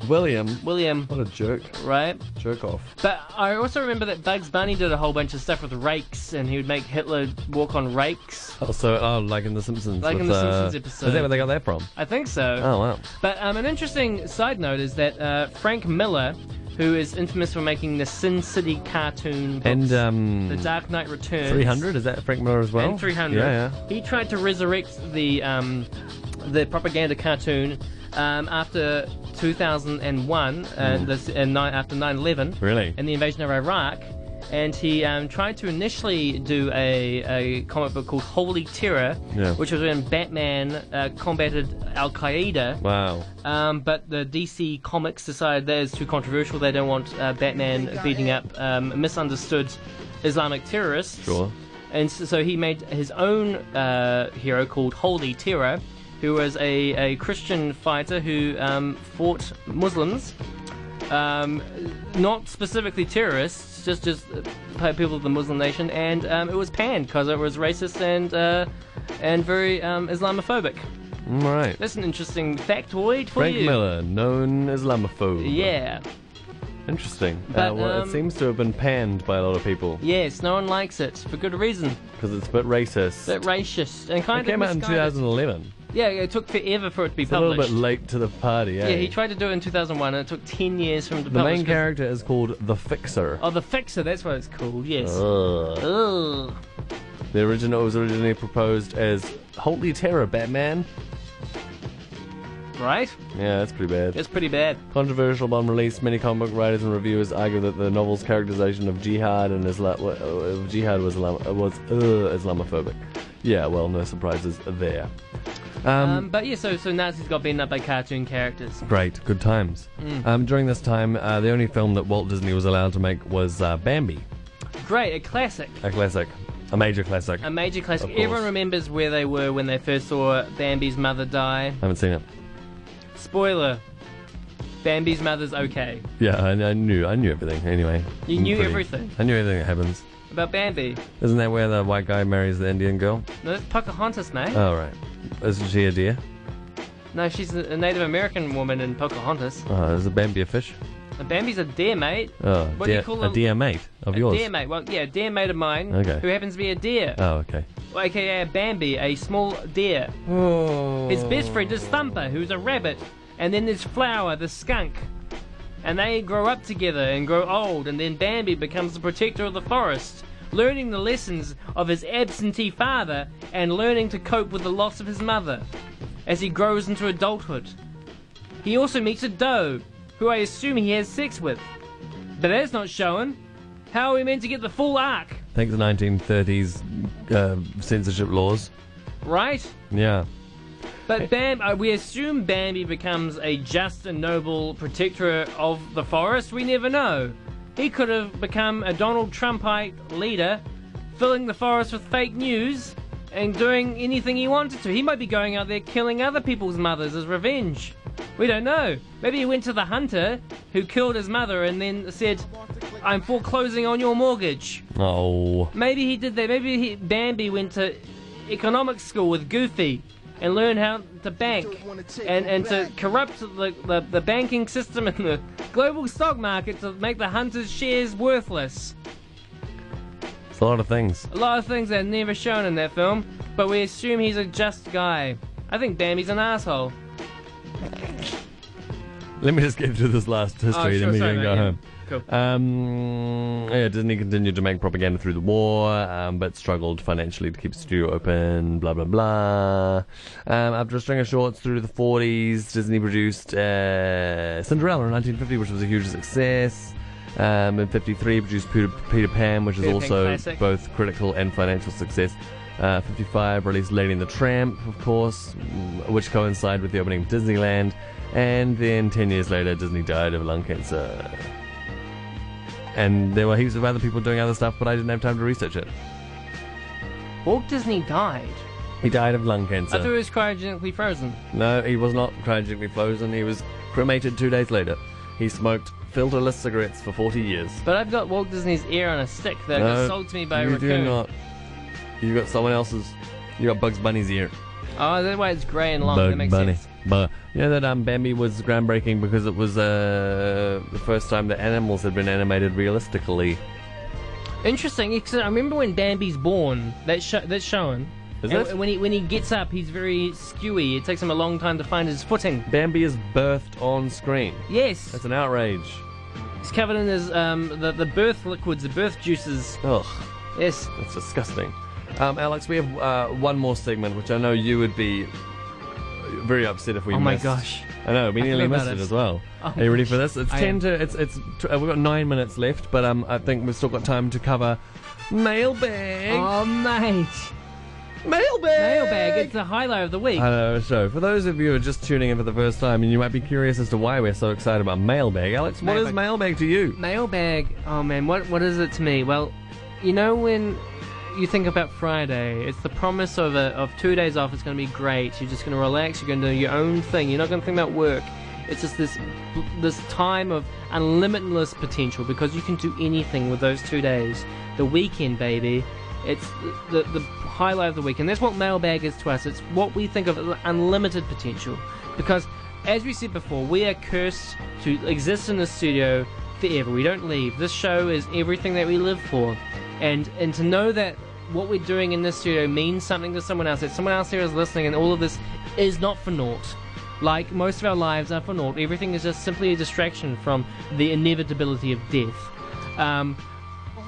Speaker 3: William.
Speaker 2: William,
Speaker 3: What a jerk.
Speaker 2: right?
Speaker 3: Jerk off.
Speaker 2: But I also remember that Bugs Bunny did a whole bunch of stuff with rakes, and he would make Hitler walk on rakes.
Speaker 3: Also, oh, like in The Simpsons.
Speaker 2: Like in
Speaker 3: with,
Speaker 2: The
Speaker 3: uh,
Speaker 2: Simpsons episode.
Speaker 3: Is that where they got that from?
Speaker 2: I think so.
Speaker 3: Oh, wow.
Speaker 2: But um, an interesting side note is that uh, Frank Miller, who is infamous for making the Sin City cartoon books,
Speaker 3: And
Speaker 2: The
Speaker 3: um,
Speaker 2: Dark Knight Returns,
Speaker 3: 300, is that Frank Miller as well?
Speaker 2: and 300,
Speaker 3: Oh, Yeah, yeah.
Speaker 2: he tried to resurrect the um, the propaganda cartoon um, after 2001, uh, this, and nine after 9/11,
Speaker 3: Hmm. Really?
Speaker 2: and the invasion of Iraq. And he um, tried to initially do a, a comic book called Holy Terror,
Speaker 3: Yeah.
Speaker 2: which was when Batman uh, combated Al Qaeda.
Speaker 3: Wow.
Speaker 2: Um, but the DC Comics decided that is too controversial. They don't want uh, Batman beating up um, misunderstood Islamic terrorists.
Speaker 3: Sure.
Speaker 2: And so, so he made his own uh, hero called Holy Terror, who was a, a Christian fighter who um, fought Muslims, um, not specifically terrorists, just just uh, people of the Muslim nation. And um, it was panned because it was racist and uh, and very um, Islamophobic.
Speaker 3: Mm, All right.
Speaker 2: That's an interesting factoid for
Speaker 3: Frank
Speaker 2: you.
Speaker 3: Miller, known Islamophobe.
Speaker 2: Yeah.
Speaker 3: Interesting. uh,
Speaker 2: But,
Speaker 3: well,
Speaker 2: um,
Speaker 3: it seems to have been panned by a lot of people
Speaker 2: Yes, no one likes it for good reason.
Speaker 3: because it's a bit racist.
Speaker 2: Bit racist and kind
Speaker 3: it came
Speaker 2: of
Speaker 3: out in
Speaker 2: misguided.
Speaker 3: 2011.
Speaker 2: Yeah, it took forever for it to be
Speaker 3: It's a little
Speaker 2: published.
Speaker 3: bit late to the party, eh?
Speaker 2: Yeah, he tried to do it in 2001, and it took 10 years for him to
Speaker 3: The
Speaker 2: publish.
Speaker 3: main
Speaker 2: 'cause-
Speaker 3: character is called The Fixer.
Speaker 2: Oh, the Fixer. That's what it's called. Yes.
Speaker 3: Ugh.
Speaker 2: Ugh.
Speaker 3: The original was originally proposed as Holy Terror Batman.
Speaker 2: Right.
Speaker 3: Yeah, that's pretty bad.
Speaker 2: That's pretty bad.
Speaker 3: Controversial upon release, many comic book writers and reviewers argue that the novel's characterization of jihad and Islam uh, jihad was Islam- uh, was uh, Islamophobic. Yeah, well, no surprises there.
Speaker 2: Um, but yeah, so so Nazis got beaten up by cartoon characters.
Speaker 3: Great, good times.
Speaker 2: Mm.
Speaker 3: Um, during this time, uh, the only film that Walt Disney was allowed to make was uh, Bambi,
Speaker 2: Great, a classic,
Speaker 3: a classic, a major classic.
Speaker 2: a
Speaker 3: I
Speaker 2: major classic.
Speaker 3: Of course.
Speaker 2: Everyone remembers where they were when they first saw Bambi's mother die.
Speaker 3: haven't seen it.
Speaker 2: Spoiler: Bambi's mother's okay.
Speaker 3: Yeah, I, I knew, I knew everything. Anyway,
Speaker 2: You knew
Speaker 3: Mm, Pretty-
Speaker 2: everything
Speaker 3: I knew everything that happens.
Speaker 2: about Bambi.
Speaker 3: Isn't that where the white guy marries the Indian girl?
Speaker 2: No, that's Pocahontas, mate.
Speaker 3: Oh right, isn't she a deer?
Speaker 2: no, she's a a Native American woman in Pocahontas.
Speaker 3: Oh, is a Bambi a fish?
Speaker 2: And Bambi's a deer, mate.
Speaker 3: Oh,
Speaker 2: What do
Speaker 3: dear,
Speaker 2: you call
Speaker 3: a
Speaker 2: them?
Speaker 3: dear mate of
Speaker 2: a
Speaker 3: yours.
Speaker 2: deer mate. Well, yeah, a deer mate of mine.
Speaker 3: Okay.
Speaker 2: Who happens to be a deer,
Speaker 3: Oh, okay.
Speaker 2: aka a Bambi, a small deer.
Speaker 3: Oh.
Speaker 2: His best friend is Thumper, who's a rabbit, and then there's Flower, the skunk. And they grow up together and grow old, and then Bambi becomes the protector of the forest, learning the lessons of his absentee father and learning to cope with the loss of his mother as he grows into adulthood. He also meets a doe, who I assume he has sex with. But that's not shown. How are we meant to get the full arc,
Speaker 3: Thanks to 1930s uh, censorship laws.
Speaker 2: right?
Speaker 3: Yeah.
Speaker 2: But Bam, uh, we assume Bambi becomes a just and noble protector of the forest. We never know. He could have become a Donald Trumpite leader, filling the forest with fake news and doing anything he wanted to. He might be going out there killing other people's mothers as revenge. We don't know. Maybe he went to the hunter who killed his mother and then said, "I'm foreclosing on your mortgage."
Speaker 3: Oh.
Speaker 2: Maybe he did that. Maybe he, Bambi went to economics school with Goofy and learned how to bank and, and to corrupt the, the, the banking system and the global stock market to make the hunter's shares worthless.
Speaker 3: It's a lot of things.
Speaker 2: A lot of things that are never shown in that film, but we assume he's a just guy. I think Bambi's an asshole.
Speaker 3: Let me just get through this last history,
Speaker 2: Oh, sure,
Speaker 3: then we
Speaker 2: sorry,
Speaker 3: can
Speaker 2: mate,
Speaker 3: go
Speaker 2: yeah.
Speaker 3: home.
Speaker 2: Cool.
Speaker 3: Um, yeah, Disney continued to make propaganda through the war, um, but struggled financially to keep the studio open, blah, blah, blah. Um, after a string of shorts through the 40s, Disney produced uh, Cinderella in 1950, which was a huge success. Um, in 53, produced Peter, Peter Pan, which is
Speaker 2: Peter Pan
Speaker 3: also
Speaker 2: classic.
Speaker 3: both critical and financial success. Uh, 55, released Lady and the Tramp, of course, mm, which coincided with the opening of Disneyland. And then 10 years later, Disney died of lung cancer. And there were heaps of other people doing other stuff, but I didn't have time to research it.
Speaker 2: Walt Disney died.
Speaker 3: He died of lung
Speaker 2: I thought he
Speaker 3: cancer.
Speaker 2: was cryogenically frozen.
Speaker 3: No, he was not cryogenically frozen. He was cremated two days later. He smoked filterless cigarettes for 40 years.
Speaker 2: But I've got Walt Disney's ear on a stick that got
Speaker 3: No,
Speaker 2: sold to me by a
Speaker 3: you
Speaker 2: raccoon.
Speaker 3: do not. You got someone else's. You got Bugs Bunny's ear.
Speaker 2: Oh, that way it's grey and long. that
Speaker 3: Bugs
Speaker 2: makes
Speaker 3: Bunny.
Speaker 2: sense.
Speaker 3: But you know that um, Bambi was groundbreaking because it was uh, the first time that animals had been animated realistically.
Speaker 2: Interesting, because I remember when Bambi's born. That's sho- that's shown.
Speaker 3: Is
Speaker 2: And
Speaker 3: it?
Speaker 2: w- When he when he gets up, he's very skewy. It takes him a long time to find his footing.
Speaker 3: Bambi is birthed on screen.
Speaker 2: Yes,
Speaker 3: That's an outrage.
Speaker 2: he's covered in his um the, the birth liquids, the birth juices.
Speaker 3: Ugh,
Speaker 2: Yes,
Speaker 3: that's disgusting. Um, Alex, we have uh, one more segment, which I know you would be very upset if we
Speaker 2: Oh my
Speaker 3: missed.
Speaker 2: gosh.
Speaker 3: I know we
Speaker 2: I
Speaker 3: nearly
Speaker 2: forgot
Speaker 3: missed
Speaker 2: about
Speaker 3: it
Speaker 2: it.
Speaker 3: as well.
Speaker 2: Oh
Speaker 3: Are you ready
Speaker 2: gosh.
Speaker 3: for this? It's
Speaker 2: I
Speaker 3: ten
Speaker 2: am.
Speaker 3: to it's it's t- uh, we've got nine minutes left, but um I think we've still got time to cover mailbag.
Speaker 2: Oh, mate.
Speaker 3: mailbag.
Speaker 2: Mailbag, it's the highlight of the week.
Speaker 3: Hello, so for those of you who are just tuning in for the first time and you might be curious as to why we're so excited about mailbag, Alex, what is
Speaker 2: Mailbag.
Speaker 3: mailbag to you?
Speaker 2: Mailbag, oh man, what what is it to me? Well, you know when you think about Friday, it's the promise of a, of two days off. It's going to be great. You're just going to relax. You're going to do your own thing. You're not going to think about work. It's just this this time of unlimitless potential because you can do anything with those two days. The weekend, baby. It's the, the, the highlight of the weekend. That's what mailbag is to us. It's what we think of as unlimited potential. Because, as we said before, we are cursed to exist in this studio forever. We don't leave. This show is everything that we live for. And, and to know that what we're doing in this studio means something to someone else, that someone else here is listening, and all of this is not for naught. Like most of our lives are for naught. Everything is just simply a distraction from the inevitability of death. Um,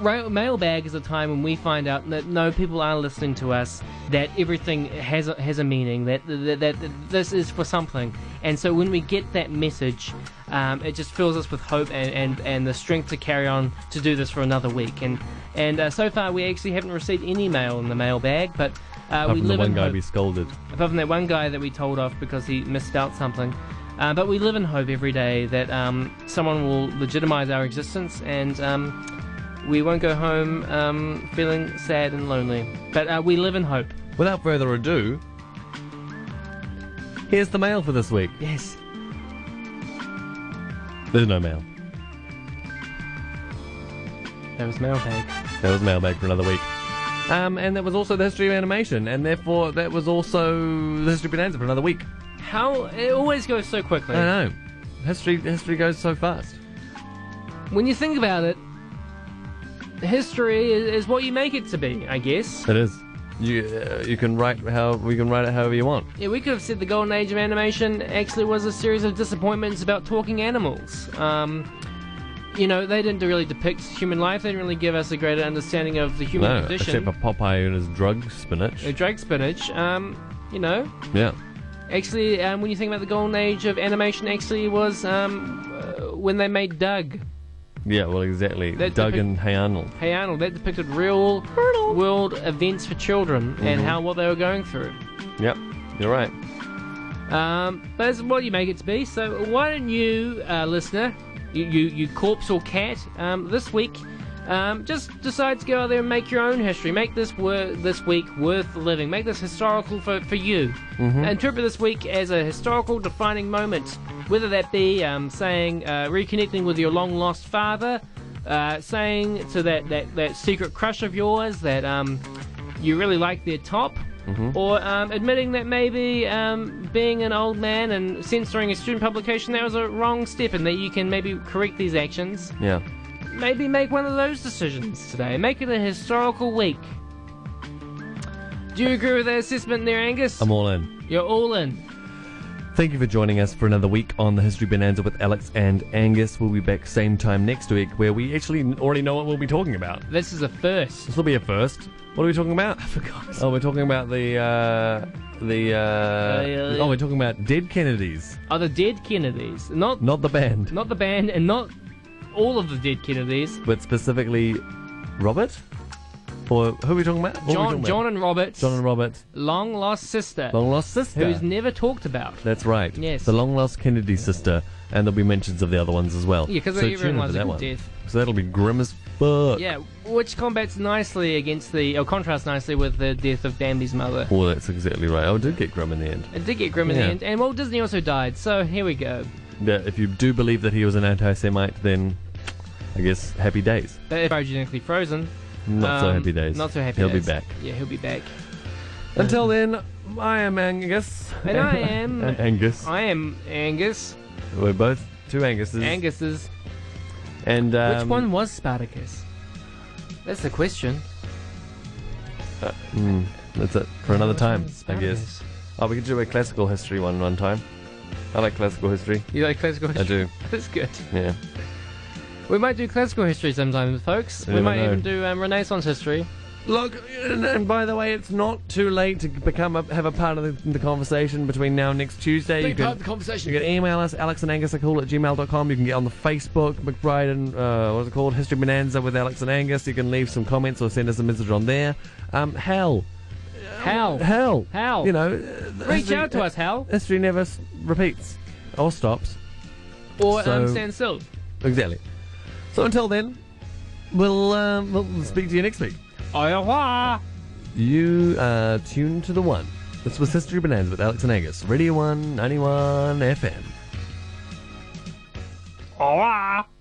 Speaker 2: Ra- mailbag is a time when we find out that no people are listening to us that everything has a, has a meaning that, that, that that this is for something and so when we get that message um, it just fills us with hope and, and, and the strength to carry on to do this for another week and and uh, so far we actually haven't received any mail in the mailbag but uh,
Speaker 3: Apart
Speaker 2: we
Speaker 3: from the
Speaker 2: live
Speaker 3: one
Speaker 2: in
Speaker 3: guy
Speaker 2: hope
Speaker 3: be scolded.
Speaker 2: apart from that one guy that we told off because he missed out something. Uh, but we live in hope every day that um, someone will legitimize our existence and um, we won't go home um, feeling sad and lonely. But uh, we live in hope.
Speaker 3: Without further ado, here's the mail for this week.
Speaker 2: Yes.
Speaker 3: There's no mail.
Speaker 2: That was mailbag.
Speaker 3: That was mailbag for another week. Um, and that was also the history of animation, and therefore that was also the history of bonanza for another week.
Speaker 2: How it always goes so quickly.
Speaker 3: I know. History history goes so fast.
Speaker 2: When you think about it, history is, is what you make it to be, I guess.
Speaker 3: It is. You uh, you can write how we can write it however you want.
Speaker 2: Yeah, we could have said the golden age of animation actually was a series of disappointments about talking animals. Um, you know, they didn't really depict human life. They didn't really give us a greater understanding of the human
Speaker 3: No,
Speaker 2: condition.
Speaker 3: except for Popeye and his drug spinach.
Speaker 2: Uh, Drake spinach. Um, you know,
Speaker 3: yeah.
Speaker 2: actually, um, when you think about the golden age of animation, actually was um, uh, when they made Doug.
Speaker 3: Yeah, well, exactly.
Speaker 2: That
Speaker 3: Doug
Speaker 2: depict-
Speaker 3: and Hey Arnold.
Speaker 2: Hey Arnold, that depicted real world events for children and how what they were going through.
Speaker 3: Yep, you're right.
Speaker 2: Um, but that's what you make it to be. So why don't you, uh, listener, you, you, you corpse or cat, um, this week, um, just decide to go out there and make your own history. Make this wor- this week worth living. Make this historical for, for you. Interpret this week as a historical defining moment, whether that be um, saying uh, reconnecting with your long lost father, uh, saying to that, that, that secret crush of yours that um, you really like their top,
Speaker 3: Mm-hmm.
Speaker 2: or um, admitting that maybe um, being an old man and censoring a student publication that was a wrong step, and that you can maybe correct these actions.
Speaker 3: Yeah.
Speaker 2: Maybe make one of those decisions today. Make it a historical week. Do you agree with that assessment there, Angus?
Speaker 3: I'm all in.
Speaker 2: You're all in.
Speaker 3: Thank you for joining us for another week on the History Bonanza with Alex and Angus. We'll be back same time next week where we actually already know what we'll be talking about.
Speaker 2: This is a first.
Speaker 3: This will be a first. What are we talking about?
Speaker 2: Forgot.
Speaker 3: Oh, we're talking about the uh, the
Speaker 2: yeah,
Speaker 3: uh,
Speaker 2: yeah.
Speaker 3: oh, we're talking about Dead Kennedys,
Speaker 2: Are the dead Kennedys? Not,
Speaker 3: not the band.
Speaker 2: not the band, and not all of the dead Kennedys.
Speaker 3: But specifically, Robert? Or who are we talking about? What are we
Speaker 2: John,
Speaker 3: talking
Speaker 2: John
Speaker 3: about?
Speaker 2: and Robert's
Speaker 3: John and Robert's
Speaker 2: long lost sister,
Speaker 3: long lost sister.
Speaker 2: who's never talked about.
Speaker 3: That's right.
Speaker 2: Yes.
Speaker 3: The long lost Kennedy sister, and there'll be mentions of the other ones as well.
Speaker 2: Yeah, 'cause
Speaker 3: so
Speaker 2: everyone
Speaker 3: tune in
Speaker 2: wants
Speaker 3: for
Speaker 2: a
Speaker 3: that
Speaker 2: good
Speaker 3: one.
Speaker 2: death.
Speaker 3: So that'll be grim as fuck.
Speaker 2: Yeah, which combats nicely against the, or contrasts nicely with the death of Danby's mother.
Speaker 3: Oh, that's exactly right. Oh, it did get grim in the end.
Speaker 2: It did get grim in
Speaker 3: Yeah.
Speaker 2: the end, and Walt Disney also died, so here we go.
Speaker 3: Yeah, if you do believe that he was an anti-Semite, then I guess happy days.
Speaker 2: But if cryogenically frozen.
Speaker 3: Not so
Speaker 2: um,
Speaker 3: happy days.
Speaker 2: Not so happy
Speaker 3: He'll
Speaker 2: days.
Speaker 3: be back.
Speaker 2: Yeah, he'll be back.
Speaker 3: Until then, I am Angus.
Speaker 2: And I am-
Speaker 3: And Angus.
Speaker 2: I am Angus.
Speaker 3: We're both two Anguses.
Speaker 2: Angus's.
Speaker 3: And um,
Speaker 2: Which one was Spartacus? That's the question.
Speaker 3: mm, that's it for another
Speaker 2: Which
Speaker 3: time,
Speaker 2: one was
Speaker 3: I guess.
Speaker 2: Spartacus?
Speaker 3: Oh, we could do a classical history one one time. I like classical history.
Speaker 2: You like classical
Speaker 3: I
Speaker 2: history?
Speaker 3: do.
Speaker 2: That's good.
Speaker 3: Yeah.
Speaker 2: We might do classical history sometime, folks. we
Speaker 3: You never
Speaker 2: might
Speaker 3: know.
Speaker 2: even do um, Renaissance history.
Speaker 3: Look, and, and by the way, it's not too late to become a, have a part of the, the conversation between now and next Tuesday. you
Speaker 11: Big
Speaker 3: can,
Speaker 11: part of the conversation.
Speaker 3: You can email us, Alex and Angus, at gmail.com. You can get on the Facebook, McBride and, uh, what's it called? History Bonanza with Alex and Angus. You can leave some comments or send us a message on there. Um, hell.
Speaker 2: Hal.
Speaker 3: Hell.
Speaker 2: Hal.
Speaker 3: You know, uh,
Speaker 2: Reach
Speaker 3: history-
Speaker 2: out to us, Hal.
Speaker 3: History never s- repeats or stops.
Speaker 2: Or
Speaker 3: So-
Speaker 2: um, stand still.
Speaker 3: Exactly. So until then, we'll, um, we'll speak to you next week.
Speaker 2: Au revoir.
Speaker 3: You uh, tuned to the one. This was History Bonanza with Alex and Angus, Radio 191 FM.
Speaker 2: Au revoir.